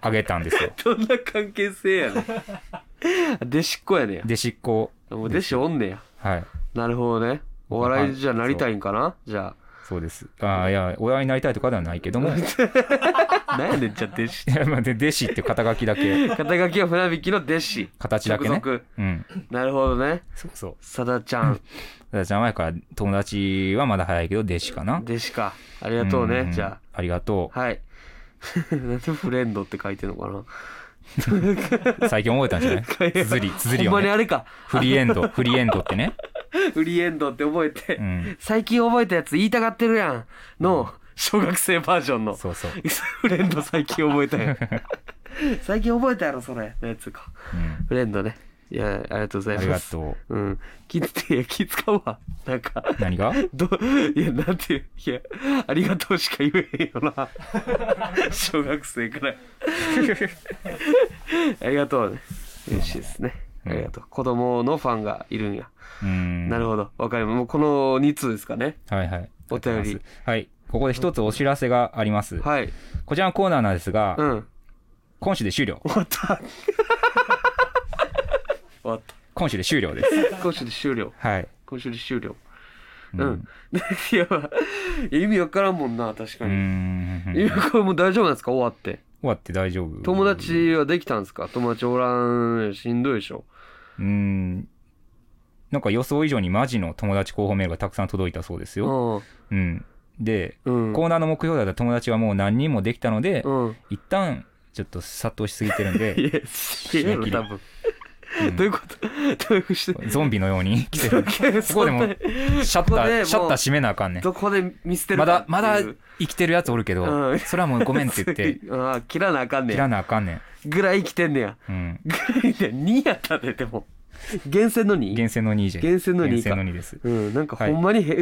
[SPEAKER 2] あげたんですよ。
[SPEAKER 1] どんな関係性やねん [laughs] 弟子っ子やねん
[SPEAKER 2] 弟子っ子。
[SPEAKER 1] もう弟子おんねや
[SPEAKER 2] はい。
[SPEAKER 1] なるほどねお笑いじゃなりたいんかなじゃ
[SPEAKER 2] そうです。ああ、いや、親になりたいとかではないけ
[SPEAKER 1] [laughs]
[SPEAKER 2] ども、 [laughs] い
[SPEAKER 1] あ何やねんじゃあ弟子
[SPEAKER 2] やまあで弟子っていう肩書きだけ、
[SPEAKER 1] 肩書きは船引きの弟子
[SPEAKER 2] 形だけね。
[SPEAKER 1] 直属
[SPEAKER 2] うん。
[SPEAKER 1] なるほどね
[SPEAKER 2] そうそう。
[SPEAKER 1] さだちゃん
[SPEAKER 2] ただちゃんはやから友達はまだ早いけど、弟子かな。
[SPEAKER 1] 弟子かありがとうね
[SPEAKER 2] ん
[SPEAKER 1] じゃ。
[SPEAKER 2] ありがと
[SPEAKER 1] あはい [laughs] なんでフレンドって書いてんのかな
[SPEAKER 2] う。最近覚えたんじ
[SPEAKER 1] [laughs]
[SPEAKER 2] ゃない [laughs] 綴り、綴り
[SPEAKER 1] ほんま
[SPEAKER 2] を
[SPEAKER 1] に [laughs]
[SPEAKER 2] ね。
[SPEAKER 1] あれか
[SPEAKER 2] フリーエンド、フリーエンドってね。
[SPEAKER 1] フリーエンドって覚えて、
[SPEAKER 2] うん。
[SPEAKER 1] 最近覚えたやつ言いたがってるやんの小学生バージョンの
[SPEAKER 2] そうそう。
[SPEAKER 1] [laughs] フレンド最近覚えたやん [laughs] 最近覚えたやろそれのやつか
[SPEAKER 2] うん。
[SPEAKER 1] フレンドねいやありがとうござい
[SPEAKER 2] あ
[SPEAKER 1] ます
[SPEAKER 2] りがと
[SPEAKER 1] ううん気っていや気使うわなんか
[SPEAKER 2] う。何が
[SPEAKER 1] どいやなんていういやありがとうしか言えへんよ [laughs] な小学生からありがとう嬉しいですねありがとう子供のファンがいるんや、
[SPEAKER 2] うん。
[SPEAKER 1] なるほどわかりますもうこの2通ですかね
[SPEAKER 2] はいはい。
[SPEAKER 1] お便り
[SPEAKER 2] はい。ここで一つお知らせがあります。
[SPEAKER 1] はい
[SPEAKER 2] こちらのコーナーなんですが、
[SPEAKER 1] うん
[SPEAKER 2] 今週で終了。
[SPEAKER 1] 終わった [laughs] 終わった
[SPEAKER 2] 今週で終
[SPEAKER 1] [laughs]
[SPEAKER 2] 了です。
[SPEAKER 1] 今週で終了
[SPEAKER 2] はい。
[SPEAKER 1] 今週で終了
[SPEAKER 2] う
[SPEAKER 1] うん、 [laughs] いや意味わからんもんな確か
[SPEAKER 2] うー
[SPEAKER 1] に、
[SPEAKER 2] ん。
[SPEAKER 1] い
[SPEAKER 2] 終
[SPEAKER 1] やこれもう大丈夫なんですか終わって
[SPEAKER 2] わって大丈夫。
[SPEAKER 1] 友達はできたんですか友達おらんしんどいでしょ
[SPEAKER 2] うん。なんか予想以上にマジの友達候補メールがたくさん届いたそうですよ。うん。で、
[SPEAKER 1] うん
[SPEAKER 2] コーナーの目標だった友達はもう何人もできたので、
[SPEAKER 1] うん。うん。
[SPEAKER 2] 一旦ちょっと殺到しすぎてる
[SPEAKER 1] [laughs]
[SPEAKER 2] ん
[SPEAKER 1] い
[SPEAKER 2] で、
[SPEAKER 1] や、消えろ、
[SPEAKER 2] 締め切り
[SPEAKER 1] 多分。どういうことどういう
[SPEAKER 2] [laughs]
[SPEAKER 1] ことして
[SPEAKER 2] ゾンビのように来てる。
[SPEAKER 1] こ
[SPEAKER 2] ここでもシャッタ
[SPEAKER 1] ここでも
[SPEAKER 2] ー、
[SPEAKER 1] う
[SPEAKER 2] シャッター閉めなあかんねん。
[SPEAKER 1] どこで見捨てるか
[SPEAKER 2] まだ
[SPEAKER 1] っ、ていう
[SPEAKER 2] まだ生きてるやつおるけど、
[SPEAKER 1] うん
[SPEAKER 2] それはもうごめんって
[SPEAKER 1] [laughs]
[SPEAKER 2] 言って、
[SPEAKER 1] ああ切らなあかんね
[SPEAKER 2] 切ら
[SPEAKER 1] や
[SPEAKER 2] なあかんねん。
[SPEAKER 1] ぐらい来てんね
[SPEAKER 2] [laughs]
[SPEAKER 1] や
[SPEAKER 2] うん。
[SPEAKER 1] ぐらいで2やったででも厳選の 2?
[SPEAKER 2] 厳選の2じゃん。
[SPEAKER 1] 厳選の2か
[SPEAKER 2] 厳選の2です。
[SPEAKER 1] うんなんかほんまにへ、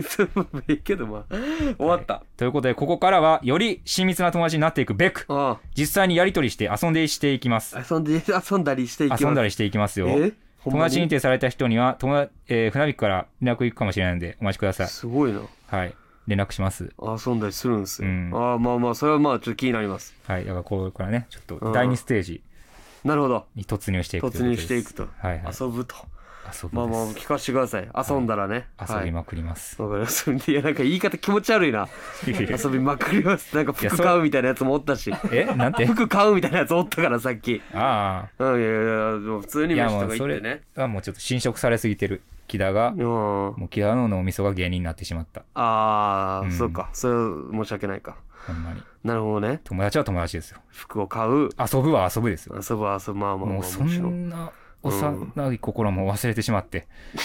[SPEAKER 1] いいけどまあ終わった、
[SPEAKER 2] ということで、ここからは、より親密な友達になっていくべく、
[SPEAKER 1] あ
[SPEAKER 2] 実際にやりとりして遊んでしていきます。
[SPEAKER 1] あ遊んで [laughs] 遊んだりしていきます
[SPEAKER 2] 遊んだりしていきますよ。
[SPEAKER 1] えほん
[SPEAKER 2] 友
[SPEAKER 1] ま
[SPEAKER 2] 達認定された人には、友達、えー、船引くから連絡行くかもしれないので、お待ちください。
[SPEAKER 1] すごいな
[SPEAKER 2] はい。連絡します。
[SPEAKER 1] 遊んだりするんですよ。
[SPEAKER 2] うん
[SPEAKER 1] ああ、まあまあ、それはまあ、ちょっと気になります。
[SPEAKER 2] はい。だからこれからね、ちょっ
[SPEAKER 1] うん
[SPEAKER 2] と第2ステージ
[SPEAKER 1] なるほど。
[SPEAKER 2] に突入していくと
[SPEAKER 1] 突
[SPEAKER 2] うこと
[SPEAKER 1] 入
[SPEAKER 2] です
[SPEAKER 1] していくと。
[SPEAKER 2] はいはい。
[SPEAKER 1] 遊ぶと。
[SPEAKER 2] 遊ぶ
[SPEAKER 1] まあまあ、
[SPEAKER 2] です
[SPEAKER 1] 聞かせてください。遊んだらね。は
[SPEAKER 2] 遊
[SPEAKER 1] い
[SPEAKER 2] びまくります。
[SPEAKER 1] わかります。いや、なんか言い方気持ち悪いな。
[SPEAKER 2] いやいや
[SPEAKER 1] 遊びまくります。なんか
[SPEAKER 2] いや
[SPEAKER 1] 服
[SPEAKER 2] そう
[SPEAKER 1] 買うみたいなやつもおったし。
[SPEAKER 2] えな
[SPEAKER 1] [laughs]
[SPEAKER 2] んて
[SPEAKER 1] 服買うみたいなやつおったから、さっき。
[SPEAKER 2] あ
[SPEAKER 1] うん、いやいやいや、でも普通
[SPEAKER 2] あ。
[SPEAKER 1] に
[SPEAKER 2] いや
[SPEAKER 1] 飯
[SPEAKER 2] も
[SPEAKER 1] とか
[SPEAKER 2] う
[SPEAKER 1] 行
[SPEAKER 2] そ
[SPEAKER 1] ってね
[SPEAKER 2] れ。はもうちょっと侵食されすぎてる。木田が、
[SPEAKER 1] うん。
[SPEAKER 2] もう木田の脳みそが芸人になってしまった。
[SPEAKER 1] ああ、
[SPEAKER 2] うん
[SPEAKER 1] そうか。それは申し訳ないか。
[SPEAKER 2] ほんまに。
[SPEAKER 1] なるほどね。
[SPEAKER 2] 友達は友達ですよ。
[SPEAKER 1] 服を買う。
[SPEAKER 2] 遊ぶは遊ぶですよ。
[SPEAKER 1] 遊ぶは遊ぶ。まあまあまあ、
[SPEAKER 2] もう
[SPEAKER 1] も
[SPEAKER 2] そ
[SPEAKER 1] ちろん。
[SPEAKER 2] んな幼い心も忘れてしまって、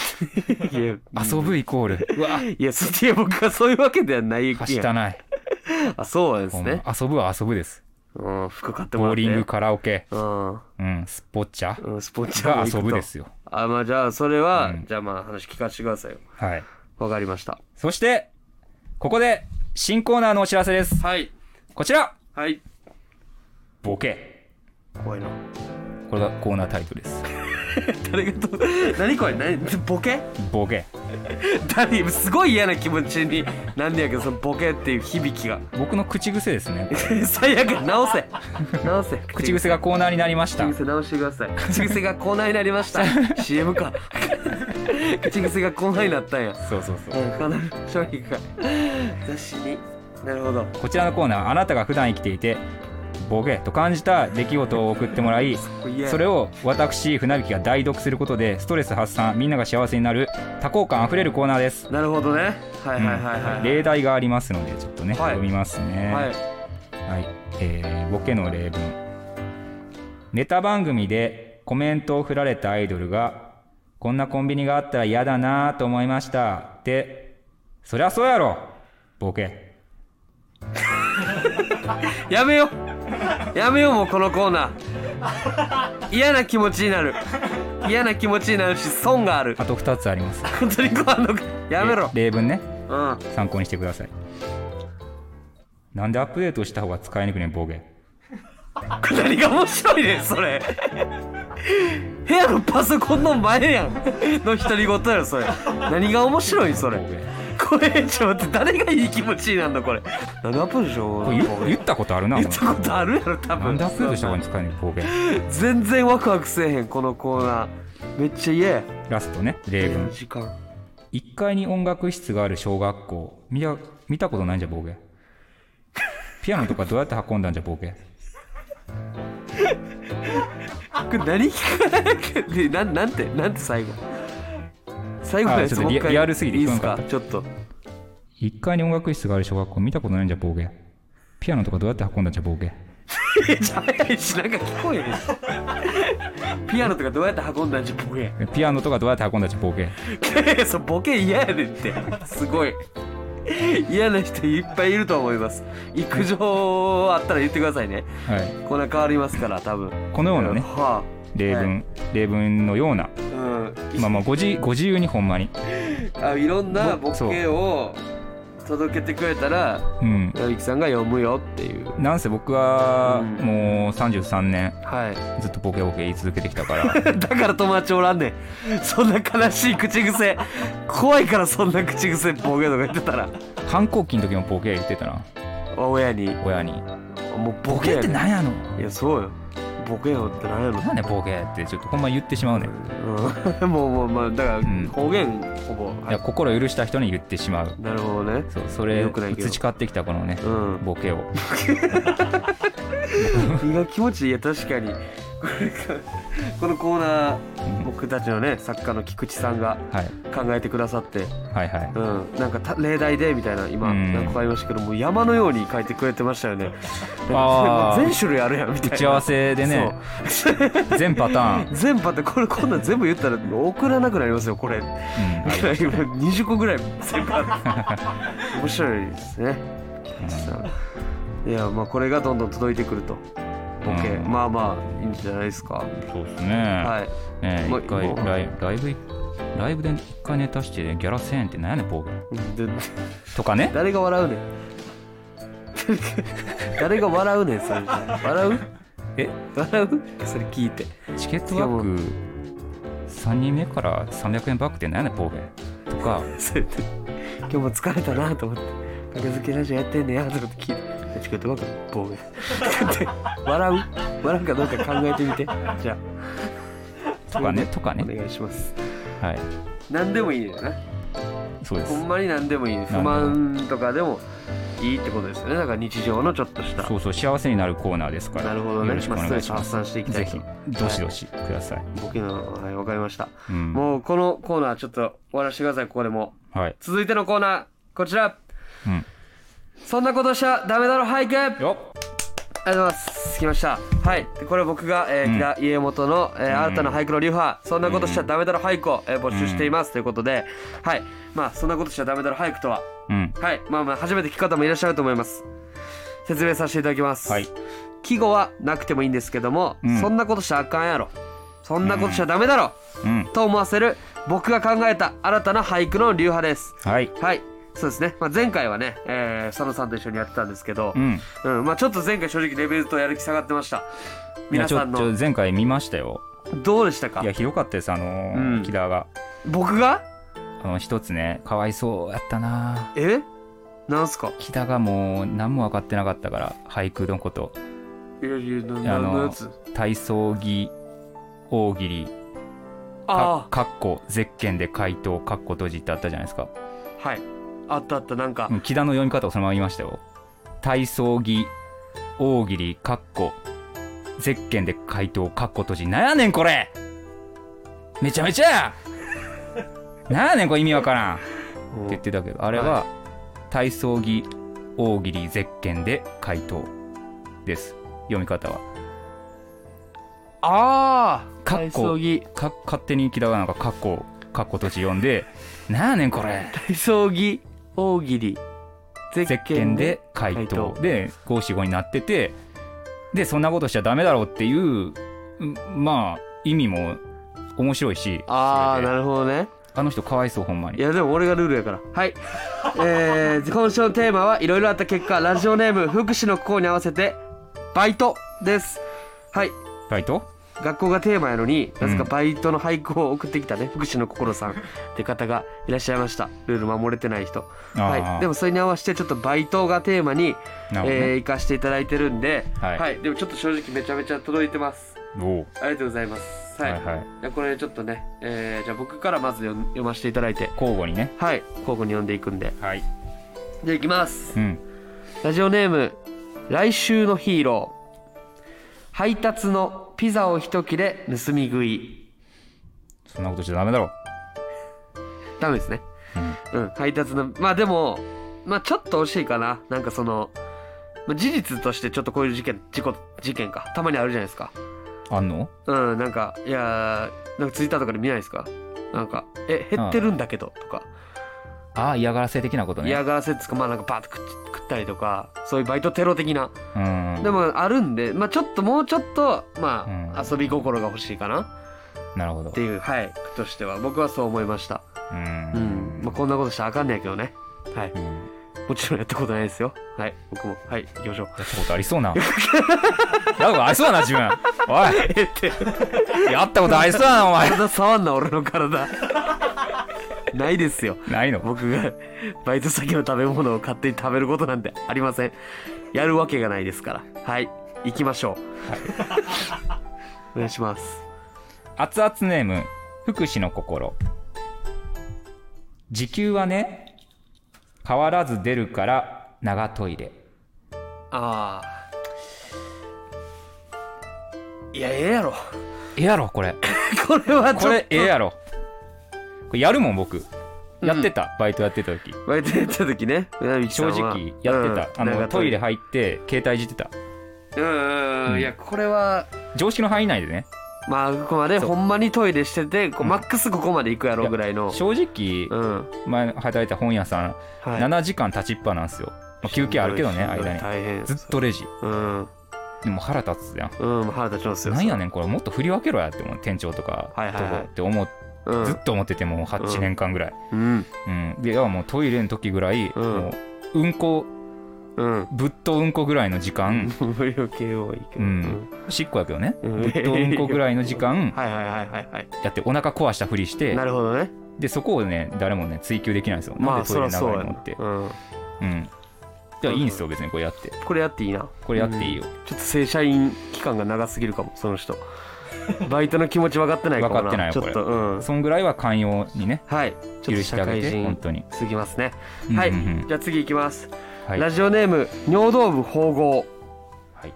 [SPEAKER 1] いや、遊
[SPEAKER 2] 遊ぶイコール、うわ、
[SPEAKER 1] いや、そ [laughs] いや僕はそういうわけではない
[SPEAKER 2] は
[SPEAKER 1] や
[SPEAKER 2] したない。
[SPEAKER 1] あ、そうなんです
[SPEAKER 2] ほんま
[SPEAKER 1] ね。
[SPEAKER 2] 遊ぶは遊ぶです。
[SPEAKER 1] うん、服買っても
[SPEAKER 2] ボ
[SPEAKER 1] ら
[SPEAKER 2] ー
[SPEAKER 1] って。
[SPEAKER 2] リング、カラオケ、
[SPEAKER 1] うん
[SPEAKER 2] うん、スポッチャ
[SPEAKER 1] うん、スポンジャーも
[SPEAKER 2] が
[SPEAKER 1] 行くと
[SPEAKER 2] 遊ぶですよ。
[SPEAKER 1] あ、まあじゃあ、それは、
[SPEAKER 2] うん
[SPEAKER 1] じゃあまあ話聞かせてくださいよ。
[SPEAKER 2] はい。
[SPEAKER 1] わかりました。
[SPEAKER 2] そして、ここで、新コーナーのお知らせです。
[SPEAKER 1] はい。
[SPEAKER 2] こちら
[SPEAKER 1] はい。
[SPEAKER 2] ボケ。
[SPEAKER 1] 怖いな。
[SPEAKER 2] これがコーナータイトルです。
[SPEAKER 1] 誰がと、 [laughs] 何これ何ボケ
[SPEAKER 2] ボケ。
[SPEAKER 1] 誰すごい嫌な気持ちになんねやけど、そのボケっていう響きが。 [laughs]
[SPEAKER 2] 僕の口癖ですね。
[SPEAKER 1] 最悪、直せ。直せ。
[SPEAKER 2] [laughs] 口癖がコーナーになりました
[SPEAKER 1] 口。癖直してください口癖がコーナーになりました
[SPEAKER 2] [laughs]
[SPEAKER 1] CM か口癖がコーナーになったんや
[SPEAKER 2] そうそうそう。
[SPEAKER 1] うんかなり商品か雑誌になるほど
[SPEAKER 2] こちらのコーナー、あなたが普段生きていて、ボケと感じた出来事を送ってもらい、それ
[SPEAKER 1] を
[SPEAKER 2] を私船引きが代読することでストレス発散みんなが幸せになる多幸感あふれるコーナーです、
[SPEAKER 1] なるほどねはいはいはいはい、
[SPEAKER 2] うん例題がありますのでちょっと
[SPEAKER 1] は
[SPEAKER 2] ね、
[SPEAKER 1] い
[SPEAKER 2] 読みますね
[SPEAKER 1] はい
[SPEAKER 2] はいえーボケの例文ネタ番組でコメントを振られたアイドルが「こんなコンビニがあったら嫌だなと思いました」って「そりゃそうやろ!」ボケ
[SPEAKER 1] やめようやめようもうこのコーナー嫌な気持ちになる嫌な気持ちになるし損がある
[SPEAKER 2] あと2つあります
[SPEAKER 1] 本当にこうあんのかやめろ
[SPEAKER 2] え例文ね
[SPEAKER 1] うん
[SPEAKER 2] 参考にしてくださいなんでアップデートした方が使いにくいねんボケ
[SPEAKER 1] 何が面白いねんそれ部屋のパソコンの前やんの独り言やろそれ何が面白いそれ
[SPEAKER 2] ボケ
[SPEAKER 1] これちょっと待って誰がいい気持ちになるのこれ何アプリでしょ
[SPEAKER 2] これ言言ったことあるな。
[SPEAKER 1] 言
[SPEAKER 2] お
[SPEAKER 1] っ
[SPEAKER 2] 前
[SPEAKER 1] たことあるやろ多
[SPEAKER 2] な
[SPEAKER 1] 分
[SPEAKER 2] んでアップデートした方が使えるの方言。
[SPEAKER 1] 全然ワクワクせえへんこのコーナーめっちゃ嫌や
[SPEAKER 2] ラストね、例文。
[SPEAKER 1] 時間
[SPEAKER 2] 1階に音楽室がある小学校。見た見たことないんじゃ、暴言。 [laughs] ピアノとかどうやって運んだんじゃ、暴言。
[SPEAKER 1] これ何聞かないなんなんてなんて最後最後のや
[SPEAKER 2] あ
[SPEAKER 1] つ
[SPEAKER 2] ちょ
[SPEAKER 1] も
[SPEAKER 2] っと
[SPEAKER 1] う
[SPEAKER 2] リ
[SPEAKER 1] 一回
[SPEAKER 2] リアルすぎて
[SPEAKER 1] い
[SPEAKER 2] 聞
[SPEAKER 1] い
[SPEAKER 2] こえ
[SPEAKER 1] っす
[SPEAKER 2] なかっ
[SPEAKER 1] か
[SPEAKER 2] た
[SPEAKER 1] ちょっと
[SPEAKER 2] 1階に音楽室がある小学校。見たことないんじゃ、暴言。ピアノとかどうやって運んだんじゃ、暴言。
[SPEAKER 1] め [laughs] っちゃ早いしなんか聞こえへんピアノとかどうやって運んだんじゃボケ [laughs]
[SPEAKER 2] ピアノとかどうやって運んだんじゃ、暴言。
[SPEAKER 1] そうボケ嫌やねんってすごい嫌な人いっぱいいると思います育情あったら言ってくださいね
[SPEAKER 2] はい。
[SPEAKER 1] こんな変わりますから多分
[SPEAKER 2] このようなね、
[SPEAKER 1] は
[SPEAKER 2] 例文、例文のような、
[SPEAKER 1] あ、うん
[SPEAKER 2] まあまあ、ご自ご自由にほんまに。
[SPEAKER 1] あいろんなボ
[SPEAKER 2] ぼそう
[SPEAKER 1] ケを届けてくれたら
[SPEAKER 2] うん。
[SPEAKER 1] 矢吹さんが読むよっていう
[SPEAKER 2] なんせ僕は、
[SPEAKER 1] うん
[SPEAKER 2] もう33年、
[SPEAKER 1] は
[SPEAKER 2] ずっとボケボケ言い続けてきたから。 [laughs]
[SPEAKER 1] い [laughs] だから友達おらんねんそんな悲しい口癖怖いからそんな口癖ボケとか言ってたら
[SPEAKER 2] 反抗期の時もボケ言ってたな
[SPEAKER 1] 親に
[SPEAKER 2] 親に
[SPEAKER 1] もうボ
[SPEAKER 2] ボ
[SPEAKER 1] ケ
[SPEAKER 2] ケ
[SPEAKER 1] や
[SPEAKER 2] って
[SPEAKER 1] ね
[SPEAKER 2] なんやの
[SPEAKER 1] んいやそうよボケよってなんやろ
[SPEAKER 2] なんでボケってちょっとほんま言ってしまうねんい
[SPEAKER 1] うん、 [laughs] もうもうまあだから
[SPEAKER 2] うん
[SPEAKER 1] 方言ほぼ、
[SPEAKER 2] や心許した人に言ってしまう
[SPEAKER 1] なるほどね
[SPEAKER 2] そうそれ
[SPEAKER 1] よくないけど
[SPEAKER 2] 培ってきたこのね [laughs]
[SPEAKER 1] うん
[SPEAKER 2] ボケを
[SPEAKER 1] 身が気持ちいいいや確かに [laughs] これかこのコーナー僕たちのね作家の菊池さんが
[SPEAKER 2] はい
[SPEAKER 1] 考えてくださって、
[SPEAKER 2] はいはい
[SPEAKER 1] うん、なんかた例題でみたいな今
[SPEAKER 2] うん
[SPEAKER 1] なんか書いましたけどもう山のように書いてくれてましたよね
[SPEAKER 2] あー
[SPEAKER 1] 全種類あるやんみたいな
[SPEAKER 2] 打ち合わせでね [laughs] 全パターン、うん
[SPEAKER 1] そう全部あってこれこんなん全部言ったら送らなくなりますよこれ
[SPEAKER 2] あり
[SPEAKER 1] 今20個ぐ [laughs]
[SPEAKER 2] [laughs]
[SPEAKER 1] らい全部ある面白いですね
[SPEAKER 2] うん
[SPEAKER 1] いやまあこれがどんどん届いてくるとボケ、
[SPEAKER 2] うん
[SPEAKER 1] まあまあいいんじゃないですか、
[SPEAKER 2] そうですね,、
[SPEAKER 1] はい
[SPEAKER 2] ねえ
[SPEAKER 1] もう
[SPEAKER 2] 一回
[SPEAKER 1] もう
[SPEAKER 2] ライブライブライブで一回ネタしてギャラ1000円ってなんやねんボケ
[SPEAKER 1] で
[SPEAKER 2] とかね
[SPEAKER 1] 誰が笑うねん [laughs] 誰が笑うねんそれじゃ笑う
[SPEAKER 2] え
[SPEAKER 1] 笑うそれ聞いて
[SPEAKER 2] チケット枠3人目から300円バックってなんやねんボケとか
[SPEAKER 1] それで今日も疲れたなと思って格付けラジオやってんねやと思って聞いてちょっと待って棒
[SPEAKER 2] [laughs]
[SPEAKER 1] が笑う笑うかどうか考えてみてじゃ
[SPEAKER 2] とかねとか
[SPEAKER 1] あお
[SPEAKER 2] ね
[SPEAKER 1] 願いします
[SPEAKER 2] はい
[SPEAKER 1] 何でもいいのよな
[SPEAKER 2] そうです
[SPEAKER 1] ほんまに何でもいい不満とかでもいいってことですよねだから日常のちょっとした
[SPEAKER 2] そうそう幸せになるコーナーですから
[SPEAKER 1] なるほどね
[SPEAKER 2] よろしくお
[SPEAKER 1] まあスト
[SPEAKER 2] 願
[SPEAKER 1] レ
[SPEAKER 2] い
[SPEAKER 1] ス
[SPEAKER 2] しま
[SPEAKER 1] 発
[SPEAKER 2] す、
[SPEAKER 1] 散していきた
[SPEAKER 2] ぜ
[SPEAKER 1] いと
[SPEAKER 2] ひどしどしください、
[SPEAKER 1] 僕のはいわかりました
[SPEAKER 2] うん
[SPEAKER 1] もうこのコーナーちょっと終わらせてくださいここでも
[SPEAKER 2] はい
[SPEAKER 1] 続いてのコーナーこちら
[SPEAKER 2] うん
[SPEAKER 1] そんなことしちゃダメだろ俳句ありがとう
[SPEAKER 2] よっ
[SPEAKER 1] ございます来ましたはいでこれ僕が、えー
[SPEAKER 2] うん
[SPEAKER 1] 木田家元の、えー新たな俳句の流派そんなことしちゃダメだろ俳句を、えー募集しています、ということではいまあそんなことしちゃダメだろ俳句とは
[SPEAKER 2] うん
[SPEAKER 1] はいまあまあ初めて聞く方もいらっしゃると思います説明させていただきます、
[SPEAKER 2] はい
[SPEAKER 1] 季語はなくてもいいんですけども、
[SPEAKER 2] うん
[SPEAKER 1] そんなことしちゃあかんやろそんなことしちゃダメだろ、
[SPEAKER 2] うん
[SPEAKER 1] と思わせる僕が考えた新たな俳句の流派です
[SPEAKER 2] はい
[SPEAKER 1] はいそうですね、まあ、前回はね、えー、佐野さんと一緒にやってたんですけど
[SPEAKER 2] う、ん
[SPEAKER 1] うんまあ、ちょっと前回正直レベルとやる気下がってました
[SPEAKER 2] いや
[SPEAKER 1] 皆
[SPEAKER 2] ちょ
[SPEAKER 1] さん
[SPEAKER 2] ちょ
[SPEAKER 1] の
[SPEAKER 2] 前回見ましたよ
[SPEAKER 1] どうでしたか
[SPEAKER 2] いやひどかったですあのー
[SPEAKER 1] うん
[SPEAKER 2] 木田が
[SPEAKER 1] 僕が
[SPEAKER 2] あの一つねかわいそうやったな
[SPEAKER 1] えなんすか
[SPEAKER 2] 木田がもう何も分かってなかったから俳句のこと
[SPEAKER 1] いやいやない
[SPEAKER 2] やあ
[SPEAKER 1] な
[SPEAKER 2] の
[SPEAKER 1] のやつ
[SPEAKER 2] 体操着大喜利か
[SPEAKER 1] あ
[SPEAKER 2] かっこゼッケンで回答かっこ閉じってあったじゃないですか
[SPEAKER 1] あはいあったあったなんか
[SPEAKER 2] うん木田の読み方をそのまま言いましたよ体操着大喜利かっこゼッケンで回答かっこ閉じなんやねんこれめちゃめちゃやなんやねんこれ意味わからんって言ってたけどあれは体操着大喜利ゼッケンで回答です読み方は
[SPEAKER 1] ああ
[SPEAKER 2] かっこか勝手に木田がなんかかっこかっこ閉じ読んでなんやねんこれ
[SPEAKER 1] 体操着大喜利ゼ
[SPEAKER 2] ゼッケンで回答で五七五になっててでそんなことしちゃダメだろうっていうんまあ意味も面白いし
[SPEAKER 1] ああ
[SPEAKER 2] それで
[SPEAKER 1] なるほどね
[SPEAKER 2] あの人かわいそうほんま
[SPEAKER 1] い
[SPEAKER 2] に
[SPEAKER 1] やでも俺がルールやからはい [laughs] えー、今週のテーマはいろいろあった結果ラジオネーム福祉の候に合わせてバイトですはい
[SPEAKER 2] バイト
[SPEAKER 1] 学校がテーマやのになぜか
[SPEAKER 2] うん
[SPEAKER 1] バイトの俳句を送ってきたね、福祉の心さんって方がいらっしゃいましたルール守れてない人
[SPEAKER 2] あー
[SPEAKER 1] はいでもそれに合わせてちょっとバイトがテーマに、
[SPEAKER 2] なるほど
[SPEAKER 1] え
[SPEAKER 2] ね
[SPEAKER 1] ー、行かせていただいてるんで
[SPEAKER 2] はい
[SPEAKER 1] でもちょっと正直めちゃめちゃ届いてます
[SPEAKER 2] おう
[SPEAKER 1] ありがとうございます
[SPEAKER 2] は
[SPEAKER 1] はいい、
[SPEAKER 2] はい
[SPEAKER 1] じゃあこれちょっとね、えー、じゃあ僕からまず読読ませていただいて
[SPEAKER 2] 交互にね
[SPEAKER 1] はい交互に読んでいくんで
[SPEAKER 2] はい
[SPEAKER 1] じゃあいきます
[SPEAKER 2] うん
[SPEAKER 1] ラジオネーム来週のヒーロー配達のピザを一切れ盗み食い
[SPEAKER 2] そんなことしちゃダメだろ
[SPEAKER 1] ダメですねうん、配達のまあでもまあちょっと惜しいかななんかそのまあ事実としてちょっとこういう事件事故事件かたまにあるじゃないですか
[SPEAKER 2] あんの
[SPEAKER 1] うんなんかいやーなんかツイッターとかで見ないですかなんか「え減ってるんだけど」とか
[SPEAKER 2] ああ嫌がらせ的なことね
[SPEAKER 1] 嫌がらせつかまあなんかバーッと食っ食ったりとかそういうバイトテロ的な
[SPEAKER 2] うん
[SPEAKER 1] でもあるんで、まあ、ちょっともうちょっと、まあ、
[SPEAKER 2] うん
[SPEAKER 1] 遊び心が欲しいかな
[SPEAKER 2] なるほど
[SPEAKER 1] っていう、はい、としては僕はそう思いました、
[SPEAKER 2] う
[SPEAKER 1] うん
[SPEAKER 2] ん
[SPEAKER 1] まあ、こんなことしたらあかんねやけどね、はい、
[SPEAKER 2] うん
[SPEAKER 1] もちろんやったことないですよはい僕もはい行きま
[SPEAKER 2] [laughs]
[SPEAKER 1] しょう
[SPEAKER 2] やったことありそうななんかありそうやな自分お
[SPEAKER 1] [laughs] えって
[SPEAKER 2] いやったことありそうやなお前
[SPEAKER 1] 体触んな俺の体 [laughs] ないですよ
[SPEAKER 2] ないの
[SPEAKER 1] 僕が [laughs] バイト先の食べ物を勝手に食べることなんてありませんやるわけがないですからはい行きましょうお願いします
[SPEAKER 2] 熱々ネーム福祉の心時給はね変わらず出るから長トイレ
[SPEAKER 1] ああいやええやろ
[SPEAKER 2] ええや [laughs] ろこれ
[SPEAKER 1] これはちょっと
[SPEAKER 2] [laughs] これええやろこれやるもん僕
[SPEAKER 1] うん
[SPEAKER 2] やってた、バイトやってた時
[SPEAKER 1] バイトやってた時ね南木さん
[SPEAKER 2] 正
[SPEAKER 1] は
[SPEAKER 2] 直やってた、
[SPEAKER 1] うん
[SPEAKER 2] あ
[SPEAKER 1] なん
[SPEAKER 2] の
[SPEAKER 1] か
[SPEAKER 2] トイレ入って携帯いじってた
[SPEAKER 1] うんうんうんいやこれは
[SPEAKER 2] 常識の範囲内でね
[SPEAKER 1] まあここまで
[SPEAKER 2] そう
[SPEAKER 1] ほんまにトイレしててこう
[SPEAKER 2] うん
[SPEAKER 1] マックスここまで行くやろぐらいの
[SPEAKER 2] 正直、
[SPEAKER 1] うん
[SPEAKER 2] 前働いた本屋さん、
[SPEAKER 1] はい
[SPEAKER 2] 7時間立ちっぱなんですよ、まあ休憩あるけどね
[SPEAKER 1] しんどい
[SPEAKER 2] 間に
[SPEAKER 1] 大変
[SPEAKER 2] ずっとレジ
[SPEAKER 1] うん
[SPEAKER 2] でも腹立つやん
[SPEAKER 1] うん腹立ちますよ
[SPEAKER 2] なんやねんこれもっと振り分けろやって思う店長とか
[SPEAKER 1] はいはいはい
[SPEAKER 2] とこって思っ
[SPEAKER 1] う
[SPEAKER 2] ずっ
[SPEAKER 1] ん
[SPEAKER 2] と思っててもう8年間ぐらい、
[SPEAKER 1] うん
[SPEAKER 2] うんで要はもうトイレの時ぐらい、
[SPEAKER 1] うん
[SPEAKER 2] もううんこ
[SPEAKER 1] うん
[SPEAKER 2] ぶっとうんこぐらいの時間、
[SPEAKER 1] 無料系多いけ
[SPEAKER 2] う
[SPEAKER 1] ど
[SPEAKER 2] ん、しっこやけどね、
[SPEAKER 1] うん
[SPEAKER 2] ぶっとうんこぐらいの時間
[SPEAKER 1] はいはいはいはいはい
[SPEAKER 2] やってお腹壊したふりして
[SPEAKER 1] なるほどね
[SPEAKER 2] でそこをね誰もね追求できないんですよ、
[SPEAKER 1] ま
[SPEAKER 2] なん
[SPEAKER 1] あ
[SPEAKER 2] でトイ
[SPEAKER 1] そ
[SPEAKER 2] レ
[SPEAKER 1] ら
[SPEAKER 2] 長
[SPEAKER 1] そう
[SPEAKER 2] い
[SPEAKER 1] や
[SPEAKER 2] の
[SPEAKER 1] な
[SPEAKER 2] って、
[SPEAKER 1] うん
[SPEAKER 2] うんではいいんですよ別にこれやって
[SPEAKER 1] これやっていいな
[SPEAKER 2] これやっていいよ
[SPEAKER 1] ちょっと正社員期間が長すぎるかもその人バイトの気持ち分かってないかもな
[SPEAKER 2] 分かってないよ
[SPEAKER 1] ちょっとうん
[SPEAKER 2] そんぐらいは寛容にね
[SPEAKER 1] はいちょっ
[SPEAKER 2] 許
[SPEAKER 1] と
[SPEAKER 2] してあ
[SPEAKER 1] 社会
[SPEAKER 2] げて本
[SPEAKER 1] 人
[SPEAKER 2] 当に
[SPEAKER 1] すぎますねはい、
[SPEAKER 2] うんうんうん
[SPEAKER 1] じゃあ次いきます、
[SPEAKER 2] はい
[SPEAKER 1] ラジオネーム尿道部縫合
[SPEAKER 2] はい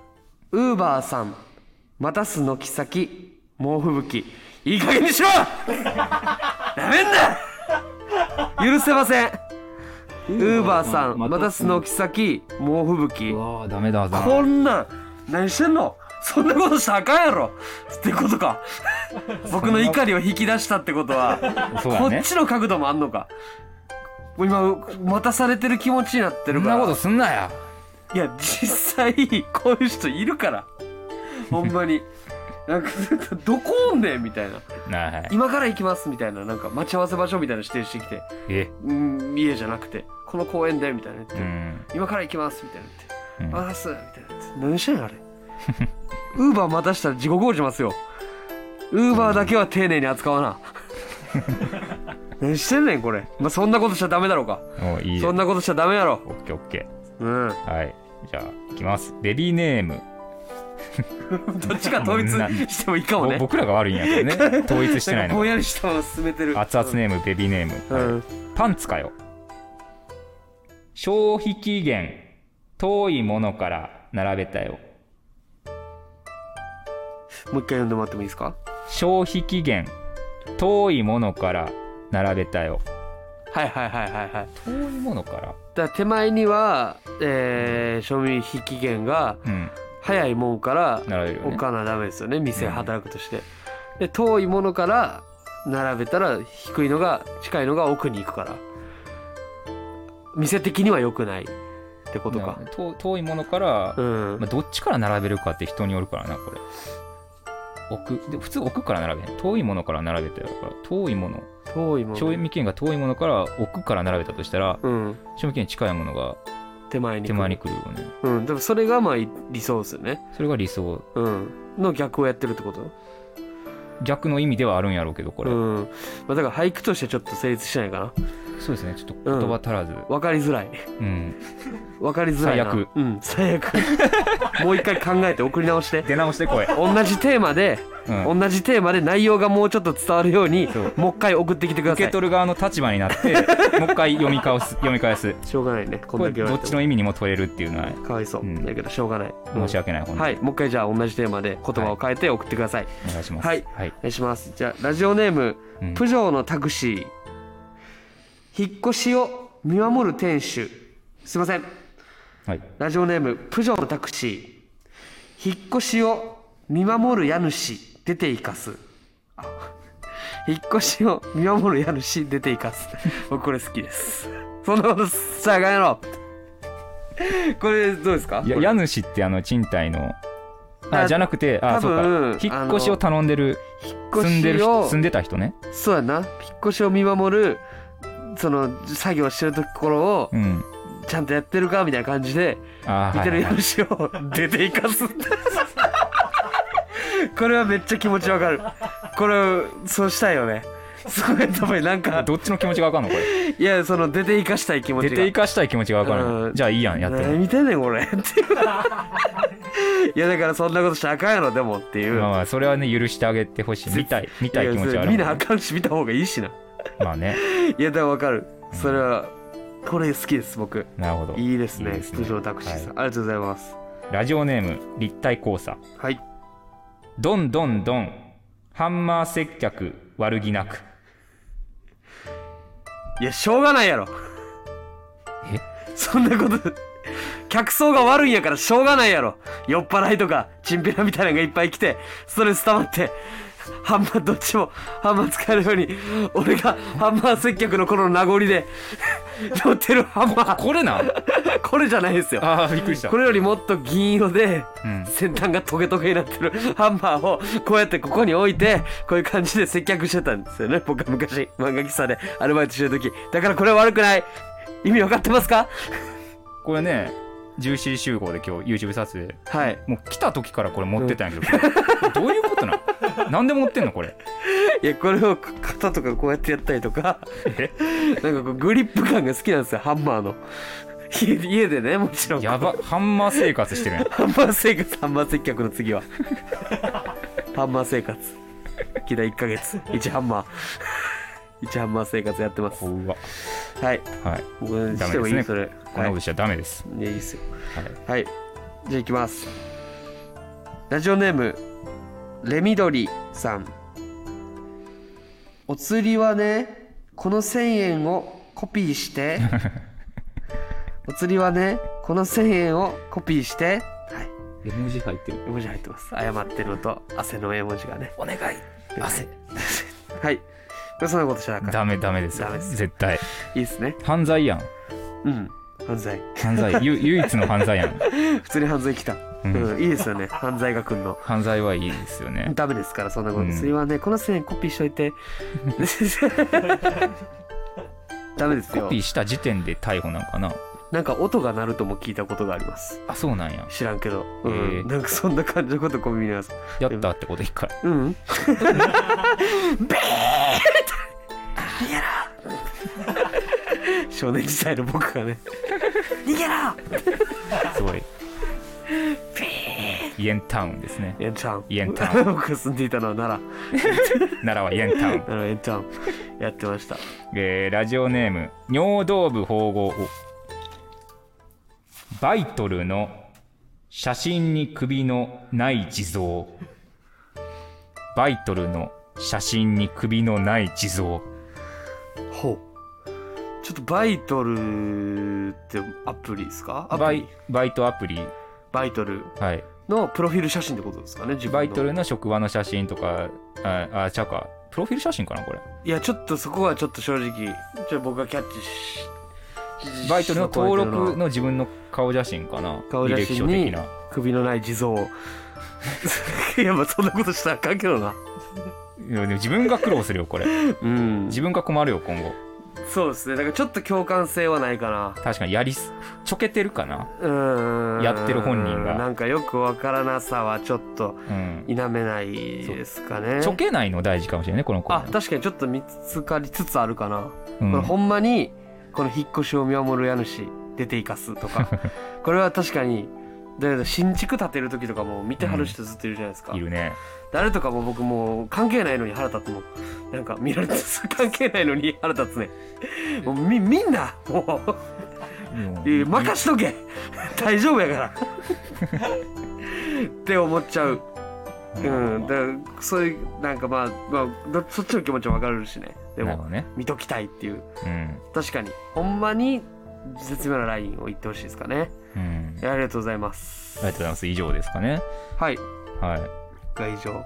[SPEAKER 1] ウーバーさん待たす軒先猛吹雪いい加減にしろ [laughs] やめんな許せませんウーバーさん待たす軒先猛吹雪
[SPEAKER 2] うわーダメだな
[SPEAKER 1] こんなん何してんのそんなことしたらあかんやろってことか僕の怒りを引き出したってことは、
[SPEAKER 2] そうだ
[SPEAKER 1] こ
[SPEAKER 2] ね
[SPEAKER 1] っちの角度もあんのか今待たされてる気持ちになって
[SPEAKER 2] そ
[SPEAKER 1] る
[SPEAKER 2] ん
[SPEAKER 1] から
[SPEAKER 2] なことすんなや
[SPEAKER 1] いや実際こういう人いるからほんまに [laughs] なんかどこおんねんみたいな
[SPEAKER 2] はい
[SPEAKER 1] 今から行きますみたいななんか待ち合わせ場所みたいなの指定してきて
[SPEAKER 2] え
[SPEAKER 1] うん家じゃなくてこの公園でみたいな言って、
[SPEAKER 2] うん
[SPEAKER 1] 今から行きますみたいな言って
[SPEAKER 2] うん
[SPEAKER 1] あすみたいなやつ何してんのあれウーバー待たしたら地獄落ちますよウーバーだけは丁寧に扱わな
[SPEAKER 2] [laughs]
[SPEAKER 1] 何してんねんこれ、まあ、そんなことしちゃダメだろうか
[SPEAKER 2] もういい
[SPEAKER 1] そ
[SPEAKER 2] よ
[SPEAKER 1] んなことしちゃダメやろ
[SPEAKER 2] オッケーオッケ
[SPEAKER 1] うん
[SPEAKER 2] ーはいじゃあいきますベビーネーム
[SPEAKER 1] どっちか統一してもいいかも
[SPEAKER 2] ぼ
[SPEAKER 1] ね
[SPEAKER 2] 僕らが悪いんやけどね統一してない
[SPEAKER 1] ぼ
[SPEAKER 2] の
[SPEAKER 1] ん
[SPEAKER 2] が
[SPEAKER 1] やりしたまま進めてる
[SPEAKER 2] 熱々ネームベビーネー
[SPEAKER 1] う
[SPEAKER 2] ム、
[SPEAKER 1] ん、
[SPEAKER 2] はいパンツかよ消費期限遠いものから並べたよ
[SPEAKER 1] もう一回読んでもらってもいいですか
[SPEAKER 2] 消費期限遠いものから並べたよ
[SPEAKER 1] はいはいはいはいはい
[SPEAKER 2] 遠いものから
[SPEAKER 1] だから手前にはえー、賞味期限が
[SPEAKER 2] うん
[SPEAKER 1] 早いもんから
[SPEAKER 2] 並べるよね
[SPEAKER 1] 置かなダメですよね店働くとして、で遠いものから並べたら低いのが近いのが奥に行くから店的には良くないってことか
[SPEAKER 2] な遠遠いものから、
[SPEAKER 1] うん、
[SPEAKER 2] まあ、どっちから並べるかって人によるからなこれ奥で普通奥から並べへん遠いものから並べたよだから遠いもの
[SPEAKER 1] 遠いも
[SPEAKER 2] 賞
[SPEAKER 1] の、
[SPEAKER 2] 味期限が遠いものから奥から並べたとしたら
[SPEAKER 1] うん、
[SPEAKER 2] 賞味期限近いものが
[SPEAKER 1] 手前に
[SPEAKER 2] 手前に来るよね
[SPEAKER 1] うんでもそれがまあ理想ですよね
[SPEAKER 2] それが理想
[SPEAKER 1] うんの逆をやってるってこと
[SPEAKER 2] 逆の意味ではあるんやろうけどこれ、
[SPEAKER 1] うんまあ、だから俳句としてちょっと成立しないかな
[SPEAKER 2] そうですねちょっと言葉足らず、
[SPEAKER 1] 分かりづらい
[SPEAKER 2] うん
[SPEAKER 1] 分かりづらいな
[SPEAKER 2] 最悪
[SPEAKER 1] うん最悪もう一回考えて送り直して
[SPEAKER 2] 出直してこい、
[SPEAKER 1] 同じテーマで
[SPEAKER 2] うん、
[SPEAKER 1] 同じテーマで内容がもうちょっと伝わるようにもう一回送ってきてくだ
[SPEAKER 2] 受
[SPEAKER 1] さ
[SPEAKER 2] け
[SPEAKER 1] い
[SPEAKER 2] 取る側の立場になって
[SPEAKER 1] [laughs]
[SPEAKER 2] もう一回読み返す読み返す
[SPEAKER 1] しょうがないねこん
[SPEAKER 2] これ
[SPEAKER 1] だけ言
[SPEAKER 2] ど
[SPEAKER 1] われ
[SPEAKER 2] っち
[SPEAKER 1] ても
[SPEAKER 2] の意味にも取れるっていうのは
[SPEAKER 1] かわいそう、
[SPEAKER 2] うん
[SPEAKER 1] だけどしょうがない、うん
[SPEAKER 2] 申し訳ない本当に、
[SPEAKER 1] はいもう一回じゃあ同じテーマで言葉を変えて送ってください、
[SPEAKER 2] お願いします
[SPEAKER 1] はい
[SPEAKER 2] はい
[SPEAKER 1] お願いしますじゃあラジオネーム、
[SPEAKER 2] うん
[SPEAKER 1] プジョーのタクシー引っ越しを見守る店主すいません
[SPEAKER 2] はい
[SPEAKER 1] ラジオネームプジョーのタクシー引っ越しを見守る家主出ていかすあ引っ越しを見守る家主出ていかす僕これ好きですそんなことしちゃあかんやろこれどうですか
[SPEAKER 2] いや
[SPEAKER 1] これ
[SPEAKER 2] 家主ってあの賃貸のあ
[SPEAKER 1] あ
[SPEAKER 2] じゃなくてあ
[SPEAKER 1] 多
[SPEAKER 2] そうか
[SPEAKER 1] 分
[SPEAKER 2] 引っ越しを頼んでる
[SPEAKER 1] 引っ
[SPEAKER 2] 住んで
[SPEAKER 1] 越
[SPEAKER 2] る
[SPEAKER 1] し
[SPEAKER 2] 人
[SPEAKER 1] を
[SPEAKER 2] 住んでた人ね
[SPEAKER 1] そうやな引っ越しを見守るその作業してるところを
[SPEAKER 2] うん
[SPEAKER 1] ちゃんとやってるかみたいな感じで
[SPEAKER 2] あー
[SPEAKER 1] 見てる
[SPEAKER 2] はいはい
[SPEAKER 1] 家主を出ていかすこれはめっちゃ気持ちわかるこれそうしたいよねそうやった場合なん
[SPEAKER 2] はい
[SPEAKER 1] か
[SPEAKER 2] どっちの気持ちが分かんの
[SPEAKER 1] [laughs]
[SPEAKER 2] これ
[SPEAKER 1] いやその出ていかしたい気持ち
[SPEAKER 2] 出
[SPEAKER 1] が
[SPEAKER 2] ていかしたい気持ちが分か
[SPEAKER 1] う
[SPEAKER 2] る
[SPEAKER 1] ん
[SPEAKER 2] じゃあいいやんやって
[SPEAKER 1] 何
[SPEAKER 2] も
[SPEAKER 1] 見てんねんこれっていういやだからそんなことしたらあかんやろでもっていう、
[SPEAKER 2] まあまあそれはね許してあげてほしい見たい見たい気持ちはあ
[SPEAKER 1] や
[SPEAKER 2] る
[SPEAKER 1] 見
[SPEAKER 2] もん
[SPEAKER 1] なあかんし見た方がいいしな
[SPEAKER 2] まあね
[SPEAKER 1] いやでもわかるそれはこれ好きです僕
[SPEAKER 2] なるほど
[SPEAKER 1] いいですね
[SPEAKER 2] いい
[SPEAKER 1] プジ
[SPEAKER 2] です
[SPEAKER 1] ョー
[SPEAKER 2] ね
[SPEAKER 1] のタクシーさん、
[SPEAKER 2] は
[SPEAKER 1] ありがとうございます
[SPEAKER 2] ラジオネーム立体交差
[SPEAKER 1] はい
[SPEAKER 2] どんどんどんハンマー接客悪気
[SPEAKER 1] [laughs]
[SPEAKER 2] なく
[SPEAKER 1] いやしょうがないやろ
[SPEAKER 2] え
[SPEAKER 1] そんなこと客層が悪いんやからしょうがないやろ酔っ払いとかチンピラみたいなのがいっぱい来てストレス溜まってハンマーどっちもハンマー使えるように俺がハンマー接客の頃の名残で乗ってるハンマー
[SPEAKER 2] これなん
[SPEAKER 1] これじゃないですよ
[SPEAKER 2] ああびっくりした
[SPEAKER 1] これよりもっと銀色で、
[SPEAKER 2] うん
[SPEAKER 1] 先端がトゲトゲになってるハンマーをこうやってここに置いてこういう感じで接客してたんですよね僕は昔漫画喫茶でアルバイトしてる時だからこれは悪くない意味分かってますか
[SPEAKER 2] これね14集合で今日 YouTube 撮影
[SPEAKER 1] はい
[SPEAKER 2] もう来た時からこれ持ってたんやけど、どういうことなのなんで持ってんのこれ
[SPEAKER 1] いやこれを肩とかこうやってやったりとか
[SPEAKER 2] え
[SPEAKER 1] なんかこうグリップ感が好きなんですよハンマーの家で家でねもちろん
[SPEAKER 2] やばハンマー生活してるやん
[SPEAKER 1] ハンマー生活ハンマー接客の次はハンマー生活木田1ヶ月1ハンマー1ハンマー生活やってます
[SPEAKER 2] うわ
[SPEAKER 1] はい
[SPEAKER 2] はい
[SPEAKER 1] 僕してもいい、
[SPEAKER 2] ダメですね
[SPEAKER 1] それ
[SPEAKER 2] こん
[SPEAKER 1] は
[SPEAKER 2] ないことしちゃダメです、
[SPEAKER 1] いやいいっすよ
[SPEAKER 2] はい
[SPEAKER 1] はいじゃあいきますラジオネームレミドリさんお釣りはねこの1000円をコピーして
[SPEAKER 2] [laughs]
[SPEAKER 1] お釣りはねこの1000円をコピーしてはい
[SPEAKER 4] 絵文字入ってる
[SPEAKER 1] 絵文字入ってます謝ってるのと汗の絵文字がね
[SPEAKER 4] お願い汗
[SPEAKER 1] はいこれそんなことしなかった
[SPEAKER 2] ダメダメですよ
[SPEAKER 1] ダメです
[SPEAKER 2] 絶対
[SPEAKER 1] いいですね
[SPEAKER 2] 犯罪やん
[SPEAKER 1] うん犯罪
[SPEAKER 2] 犯罪ゆ唯一の犯罪やん、
[SPEAKER 1] 普通に犯罪来た
[SPEAKER 2] う
[SPEAKER 1] うんん、いいですよね犯罪が来んの
[SPEAKER 2] 犯罪はいいですよね
[SPEAKER 1] ダメですからそんなこ
[SPEAKER 2] う
[SPEAKER 1] と
[SPEAKER 2] ん
[SPEAKER 1] それはねこの線コピーしとい
[SPEAKER 2] [laughs]
[SPEAKER 1] てダメです
[SPEAKER 2] コ
[SPEAKER 1] よ
[SPEAKER 2] ピーした時点で逮捕なんかな
[SPEAKER 1] なんか音が鳴るとも聞いたことがあります
[SPEAKER 2] あそうなんや
[SPEAKER 1] 知らんけど、うん
[SPEAKER 2] へえ
[SPEAKER 1] なんかそんな感じのことコンビニます
[SPEAKER 2] やったってこと一回
[SPEAKER 1] うんビーッ逃げろ [laughs] 少年時代の僕がね逃げろ
[SPEAKER 2] すごいイエンタウンですね
[SPEAKER 1] エンチャン
[SPEAKER 2] イエンチャン
[SPEAKER 1] 僕が住んでいたのは奈
[SPEAKER 2] 奈良はイエンタウン
[SPEAKER 1] 良、奈良エンチャンやってました
[SPEAKER 2] えーラジオネーム尿道部縫合バイトルの写真に首のない地蔵バイトルの写真に首のない地蔵
[SPEAKER 1] ほうちょっとバイトルってアプリですかアプ
[SPEAKER 2] バ
[SPEAKER 1] リ
[SPEAKER 2] イバイトアプリ
[SPEAKER 1] バイトル
[SPEAKER 2] はい
[SPEAKER 1] のプロフィール写真ってことですかね自分の
[SPEAKER 2] バイトルの職場の写真とかああちゃうかプロフィール写真かなこれ
[SPEAKER 1] いやちょっとそこはちょっと正直ちょ僕がキャッチし
[SPEAKER 2] バイトルの登録
[SPEAKER 1] の
[SPEAKER 2] の自分の顔写真かな
[SPEAKER 1] 顔写真
[SPEAKER 2] 履歴書的
[SPEAKER 1] に
[SPEAKER 2] な
[SPEAKER 1] 首のない地蔵 [laughs] いやまあそんなことしたらあかんけどない
[SPEAKER 2] やでも自分が苦労するよこれ
[SPEAKER 1] うん
[SPEAKER 2] 自分が困るよ今後
[SPEAKER 1] そうですねだからちょっと共感性はないかな
[SPEAKER 2] 確かにやりすちょけてるかな
[SPEAKER 1] うーん
[SPEAKER 2] やってる本人が
[SPEAKER 1] なんかよくわからなさはちょっと
[SPEAKER 2] うん
[SPEAKER 1] 否めないですかね
[SPEAKER 2] ちょけないの大事かもしれないねこの子
[SPEAKER 1] あ確かにちょっと見つかりつつあるかな、
[SPEAKER 2] うん
[SPEAKER 1] これほんまにこの引っ越しを見守る家主出ていかすとか
[SPEAKER 2] [laughs]
[SPEAKER 1] これは確かにだけど新築建てる時とかも見てはる人ずっといるじゃないですか、
[SPEAKER 2] いるね
[SPEAKER 1] 誰とかも僕もう関係ないのに腹立つもんなんか見られて関係ないのに腹立つねもうみみんなもう
[SPEAKER 2] うん
[SPEAKER 1] いや任しとけ大丈夫やから
[SPEAKER 2] [laughs]
[SPEAKER 1] って思っちゃううんだからそういうなんかまあ、まあ、どそっちの気持ちも分かるしねで
[SPEAKER 2] なる
[SPEAKER 1] も
[SPEAKER 2] ほどね
[SPEAKER 1] 見ときたいっていう
[SPEAKER 2] うん
[SPEAKER 1] 確かにほんまに絶妙なラインを言ってほしいですかね
[SPEAKER 2] うん
[SPEAKER 1] いやありがとうございま
[SPEAKER 2] あり
[SPEAKER 1] す
[SPEAKER 2] がとうございます以上ですかね
[SPEAKER 1] はい
[SPEAKER 2] は
[SPEAKER 1] が以上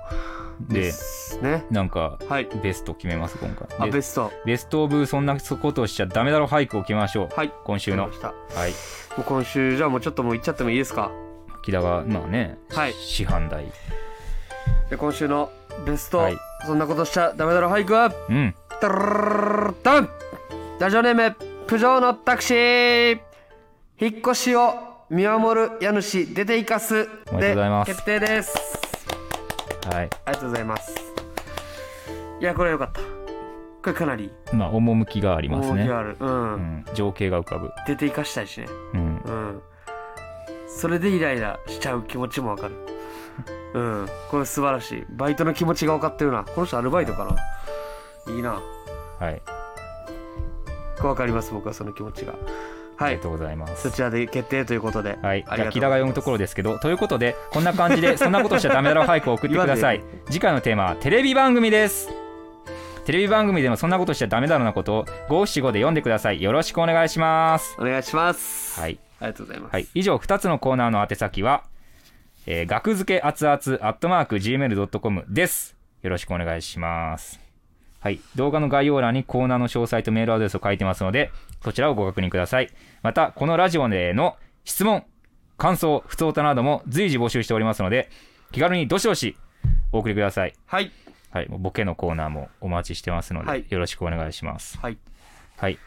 [SPEAKER 2] いで
[SPEAKER 1] ですね
[SPEAKER 2] なんか
[SPEAKER 1] はい
[SPEAKER 2] ベスト決めます今回
[SPEAKER 1] あ
[SPEAKER 2] で
[SPEAKER 1] ベスト
[SPEAKER 2] ベストオブそんなことをしちゃダメだろ俳句を決めましょう、
[SPEAKER 1] はい
[SPEAKER 2] 今週の
[SPEAKER 1] わかりましたも
[SPEAKER 2] はいう
[SPEAKER 1] 今週じゃあもうちょっともう行っちゃってもいいですか
[SPEAKER 2] 木田がまあね、
[SPEAKER 1] はい
[SPEAKER 2] 師範代
[SPEAKER 1] で今週のベスト、
[SPEAKER 2] はい
[SPEAKER 1] そんなことしちゃダメだろ俳句は
[SPEAKER 2] うん
[SPEAKER 1] ダダンラジオネームプジョーのタクシー引っ越しを見守る家主出ていかす
[SPEAKER 2] おめでとう
[SPEAKER 1] で
[SPEAKER 2] ございます
[SPEAKER 1] 決定です
[SPEAKER 2] はい
[SPEAKER 1] ありがとうございますいやこれよかったこれかなり
[SPEAKER 2] まあ趣があります
[SPEAKER 1] 趣
[SPEAKER 2] ね
[SPEAKER 1] がある、うん
[SPEAKER 2] うん、情景が浮かぶ、
[SPEAKER 1] 出ていかしたいしね
[SPEAKER 2] うん、
[SPEAKER 1] うんそれでイライラしちゃう気持ちもわか
[SPEAKER 2] [laughs]
[SPEAKER 1] るうんこれ素晴らしいバイトの気持ちが分かってるなこの人アルバイトかないいな
[SPEAKER 2] はい
[SPEAKER 1] わかります僕はその気持ちが
[SPEAKER 2] あ
[SPEAKER 1] は
[SPEAKER 2] り
[SPEAKER 1] い
[SPEAKER 2] がとうございま
[SPEAKER 1] そ
[SPEAKER 2] す
[SPEAKER 1] ちらで決定ということで。
[SPEAKER 2] はい、
[SPEAKER 1] あ
[SPEAKER 2] じ
[SPEAKER 1] り
[SPEAKER 2] ゃ
[SPEAKER 1] がとうござい
[SPEAKER 2] あ木
[SPEAKER 1] ます
[SPEAKER 2] 田が読むところですけどということでこんな感じでそんなことしちゃダメだろ俳句を送ってください次回のテーマはテレビ番組ですテレビ番組でもそんなことしちゃダメだろうなことを五七五で読んでくださいよろしくお願いします
[SPEAKER 1] お願いします。
[SPEAKER 2] はい。
[SPEAKER 1] ありがとうございます。
[SPEAKER 2] はい、以上2つのコーナーの宛先は、えー、学付け熱々アットマーク Gmail.com です。よろしくお願いします。はい、動画の概要欄にコーナーの詳細とメールアドレスを書いてますので、そちらをご確認ください。また、このラジオでの質問、感想、不相談なども随時募集しておりますので、気軽にどしどしお送りください。
[SPEAKER 1] はい。
[SPEAKER 2] はい、もうボケのコーナーもお待ちしてますので、
[SPEAKER 1] はい
[SPEAKER 2] よろしくお願いします。
[SPEAKER 1] はい。
[SPEAKER 2] はい、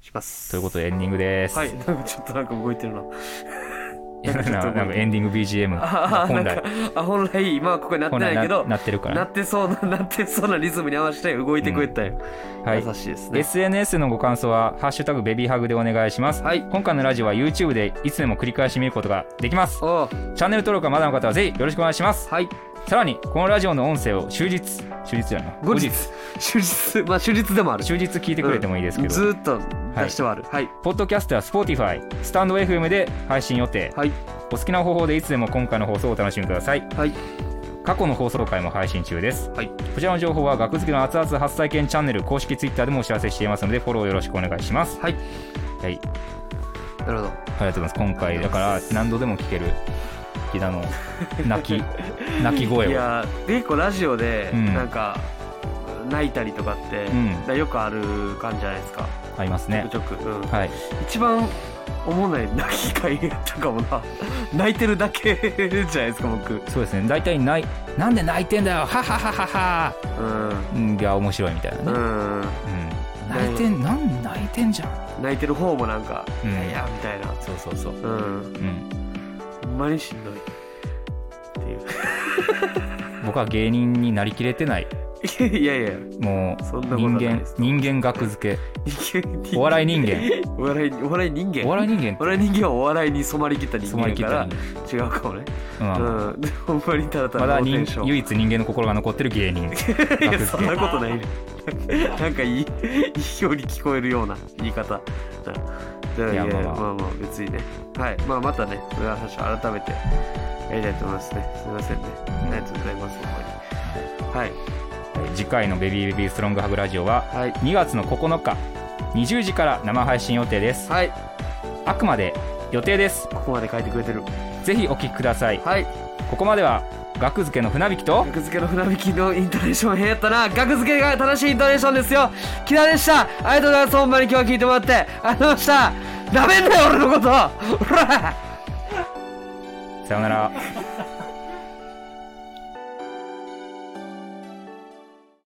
[SPEAKER 1] します。
[SPEAKER 2] ということでエンディングです。
[SPEAKER 1] はい。なんかちょっとなんか動いてるな。
[SPEAKER 2] いやだから [laughs] なんかエンディ
[SPEAKER 1] [laughs]
[SPEAKER 2] ング BGM
[SPEAKER 1] ああな
[SPEAKER 2] 本
[SPEAKER 1] んか
[SPEAKER 2] 来
[SPEAKER 1] あ本来今はここになって
[SPEAKER 2] 本
[SPEAKER 1] な
[SPEAKER 2] 来
[SPEAKER 1] いけど
[SPEAKER 2] ななってるか
[SPEAKER 1] な
[SPEAKER 2] ら
[SPEAKER 1] ってそうななってそうなリズムに合わせて動いてくれたよ、
[SPEAKER 2] はい
[SPEAKER 1] 優しいですね
[SPEAKER 2] SNS のご感想は「ハッシュタグベビーハグ」でお願いします、
[SPEAKER 1] はい
[SPEAKER 2] 今回のラジオは YouTube でいつでも繰り返し見ることができます
[SPEAKER 1] おう
[SPEAKER 2] チャンネル登録はまだの方はぜひよろしくお願いします
[SPEAKER 1] はい
[SPEAKER 2] さらにこのラジオの音声を終日終日やな
[SPEAKER 1] 後日終日まあ終日でもある
[SPEAKER 2] 終日聞いてくれてもいいですけど、
[SPEAKER 1] ずーっと出してはあるはい
[SPEAKER 2] ポッドキャストや Spotify スタンド FM で配信予定
[SPEAKER 1] はい
[SPEAKER 2] お好きな方法でいつでも今回の放送をお楽しみください
[SPEAKER 1] はい
[SPEAKER 2] 過去の放送回も配信中です、
[SPEAKER 1] はい
[SPEAKER 2] こちらの情報は学付けの熱々発災研チャンネル公式 Twitter でもお知らせしていますのでフォローよろしくお願いします
[SPEAKER 1] はい
[SPEAKER 2] はい
[SPEAKER 1] なるほど
[SPEAKER 2] ありがとうございます今回だから何度でも聞ける木田の
[SPEAKER 1] [laughs]
[SPEAKER 2] 泣き泣き声
[SPEAKER 1] い
[SPEAKER 2] を
[SPEAKER 1] やー結構ラジオで
[SPEAKER 2] うん
[SPEAKER 1] なんか泣いたりとかって、
[SPEAKER 2] うん
[SPEAKER 1] だからよくある感じじゃないですか
[SPEAKER 2] あります
[SPEAKER 1] ちょく
[SPEAKER 2] ね
[SPEAKER 1] ちょく、うん
[SPEAKER 2] はい
[SPEAKER 1] 一番おもんない泣き会やったかもな [laughs] 泣いてるだけじゃないですか僕うん
[SPEAKER 2] そうですね大体ないなんで泣いてんだよはははははうんが面白いみたいなね、
[SPEAKER 1] うん
[SPEAKER 2] うん、泣いてんなん泣いてんじゃん
[SPEAKER 1] 泣いてる方もなんか、
[SPEAKER 2] うん
[SPEAKER 1] いやいやみたいな
[SPEAKER 2] そうそうそう
[SPEAKER 1] うん
[SPEAKER 2] うん
[SPEAKER 1] ほんまにしんどいっ
[SPEAKER 2] 僕は芸人になりきれてない
[SPEAKER 1] ていう [laughs] いやいや
[SPEAKER 2] もう
[SPEAKER 1] そんなこと
[SPEAKER 2] 人
[SPEAKER 1] ない
[SPEAKER 2] 間
[SPEAKER 1] です
[SPEAKER 2] 人間学付け
[SPEAKER 1] 人間人間
[SPEAKER 2] お笑い人間
[SPEAKER 1] お笑いお笑い人間
[SPEAKER 2] お笑い人間っ
[SPEAKER 1] お
[SPEAKER 2] て
[SPEAKER 1] 笑い人間はお笑いに染まりきった人
[SPEAKER 2] 染ま
[SPEAKER 1] 間
[SPEAKER 2] りきっ
[SPEAKER 1] や
[SPEAKER 2] た
[SPEAKER 1] か
[SPEAKER 2] 人
[SPEAKER 1] ら違うかもね
[SPEAKER 2] 間うん
[SPEAKER 1] うんでほんまにただた
[SPEAKER 2] ま
[SPEAKER 1] だ
[SPEAKER 2] だ
[SPEAKER 1] ローテ
[SPEAKER 2] 人
[SPEAKER 1] ンション
[SPEAKER 2] 唯一人間の心が残ってる
[SPEAKER 1] [laughs]
[SPEAKER 2] 芸人
[SPEAKER 1] いや
[SPEAKER 2] 学
[SPEAKER 1] そん
[SPEAKER 2] 付
[SPEAKER 1] な
[SPEAKER 2] け
[SPEAKER 1] ことないねなんかいいいいように聞こえるような言い方だから
[SPEAKER 2] い
[SPEAKER 1] い
[SPEAKER 2] や
[SPEAKER 1] やいやま
[SPEAKER 2] まあ
[SPEAKER 1] あ
[SPEAKER 2] ま
[SPEAKER 1] まあ別にねはいまあまたねそれは話を改めてやりたいと思いますねすいませんねありがとうございますほんまに
[SPEAKER 2] 次回の「ベビーベビーストロングハグラジオ」は
[SPEAKER 1] はい
[SPEAKER 2] 2月の9日20時から生配信予定です
[SPEAKER 1] はいはい
[SPEAKER 2] あくまで予定です
[SPEAKER 1] ここまで書いてくれてる
[SPEAKER 2] ぜひお聞きください
[SPEAKER 1] はい
[SPEAKER 2] ここまでは学付けの船引きと
[SPEAKER 1] 学付けの船引きのイントネーション変やったな学付けが正しいイントネーションですよ木田でしたありがとうございますほんまに今日は聞いてもらってありがとうございましたなめんなよ俺のことほら
[SPEAKER 2] さようなら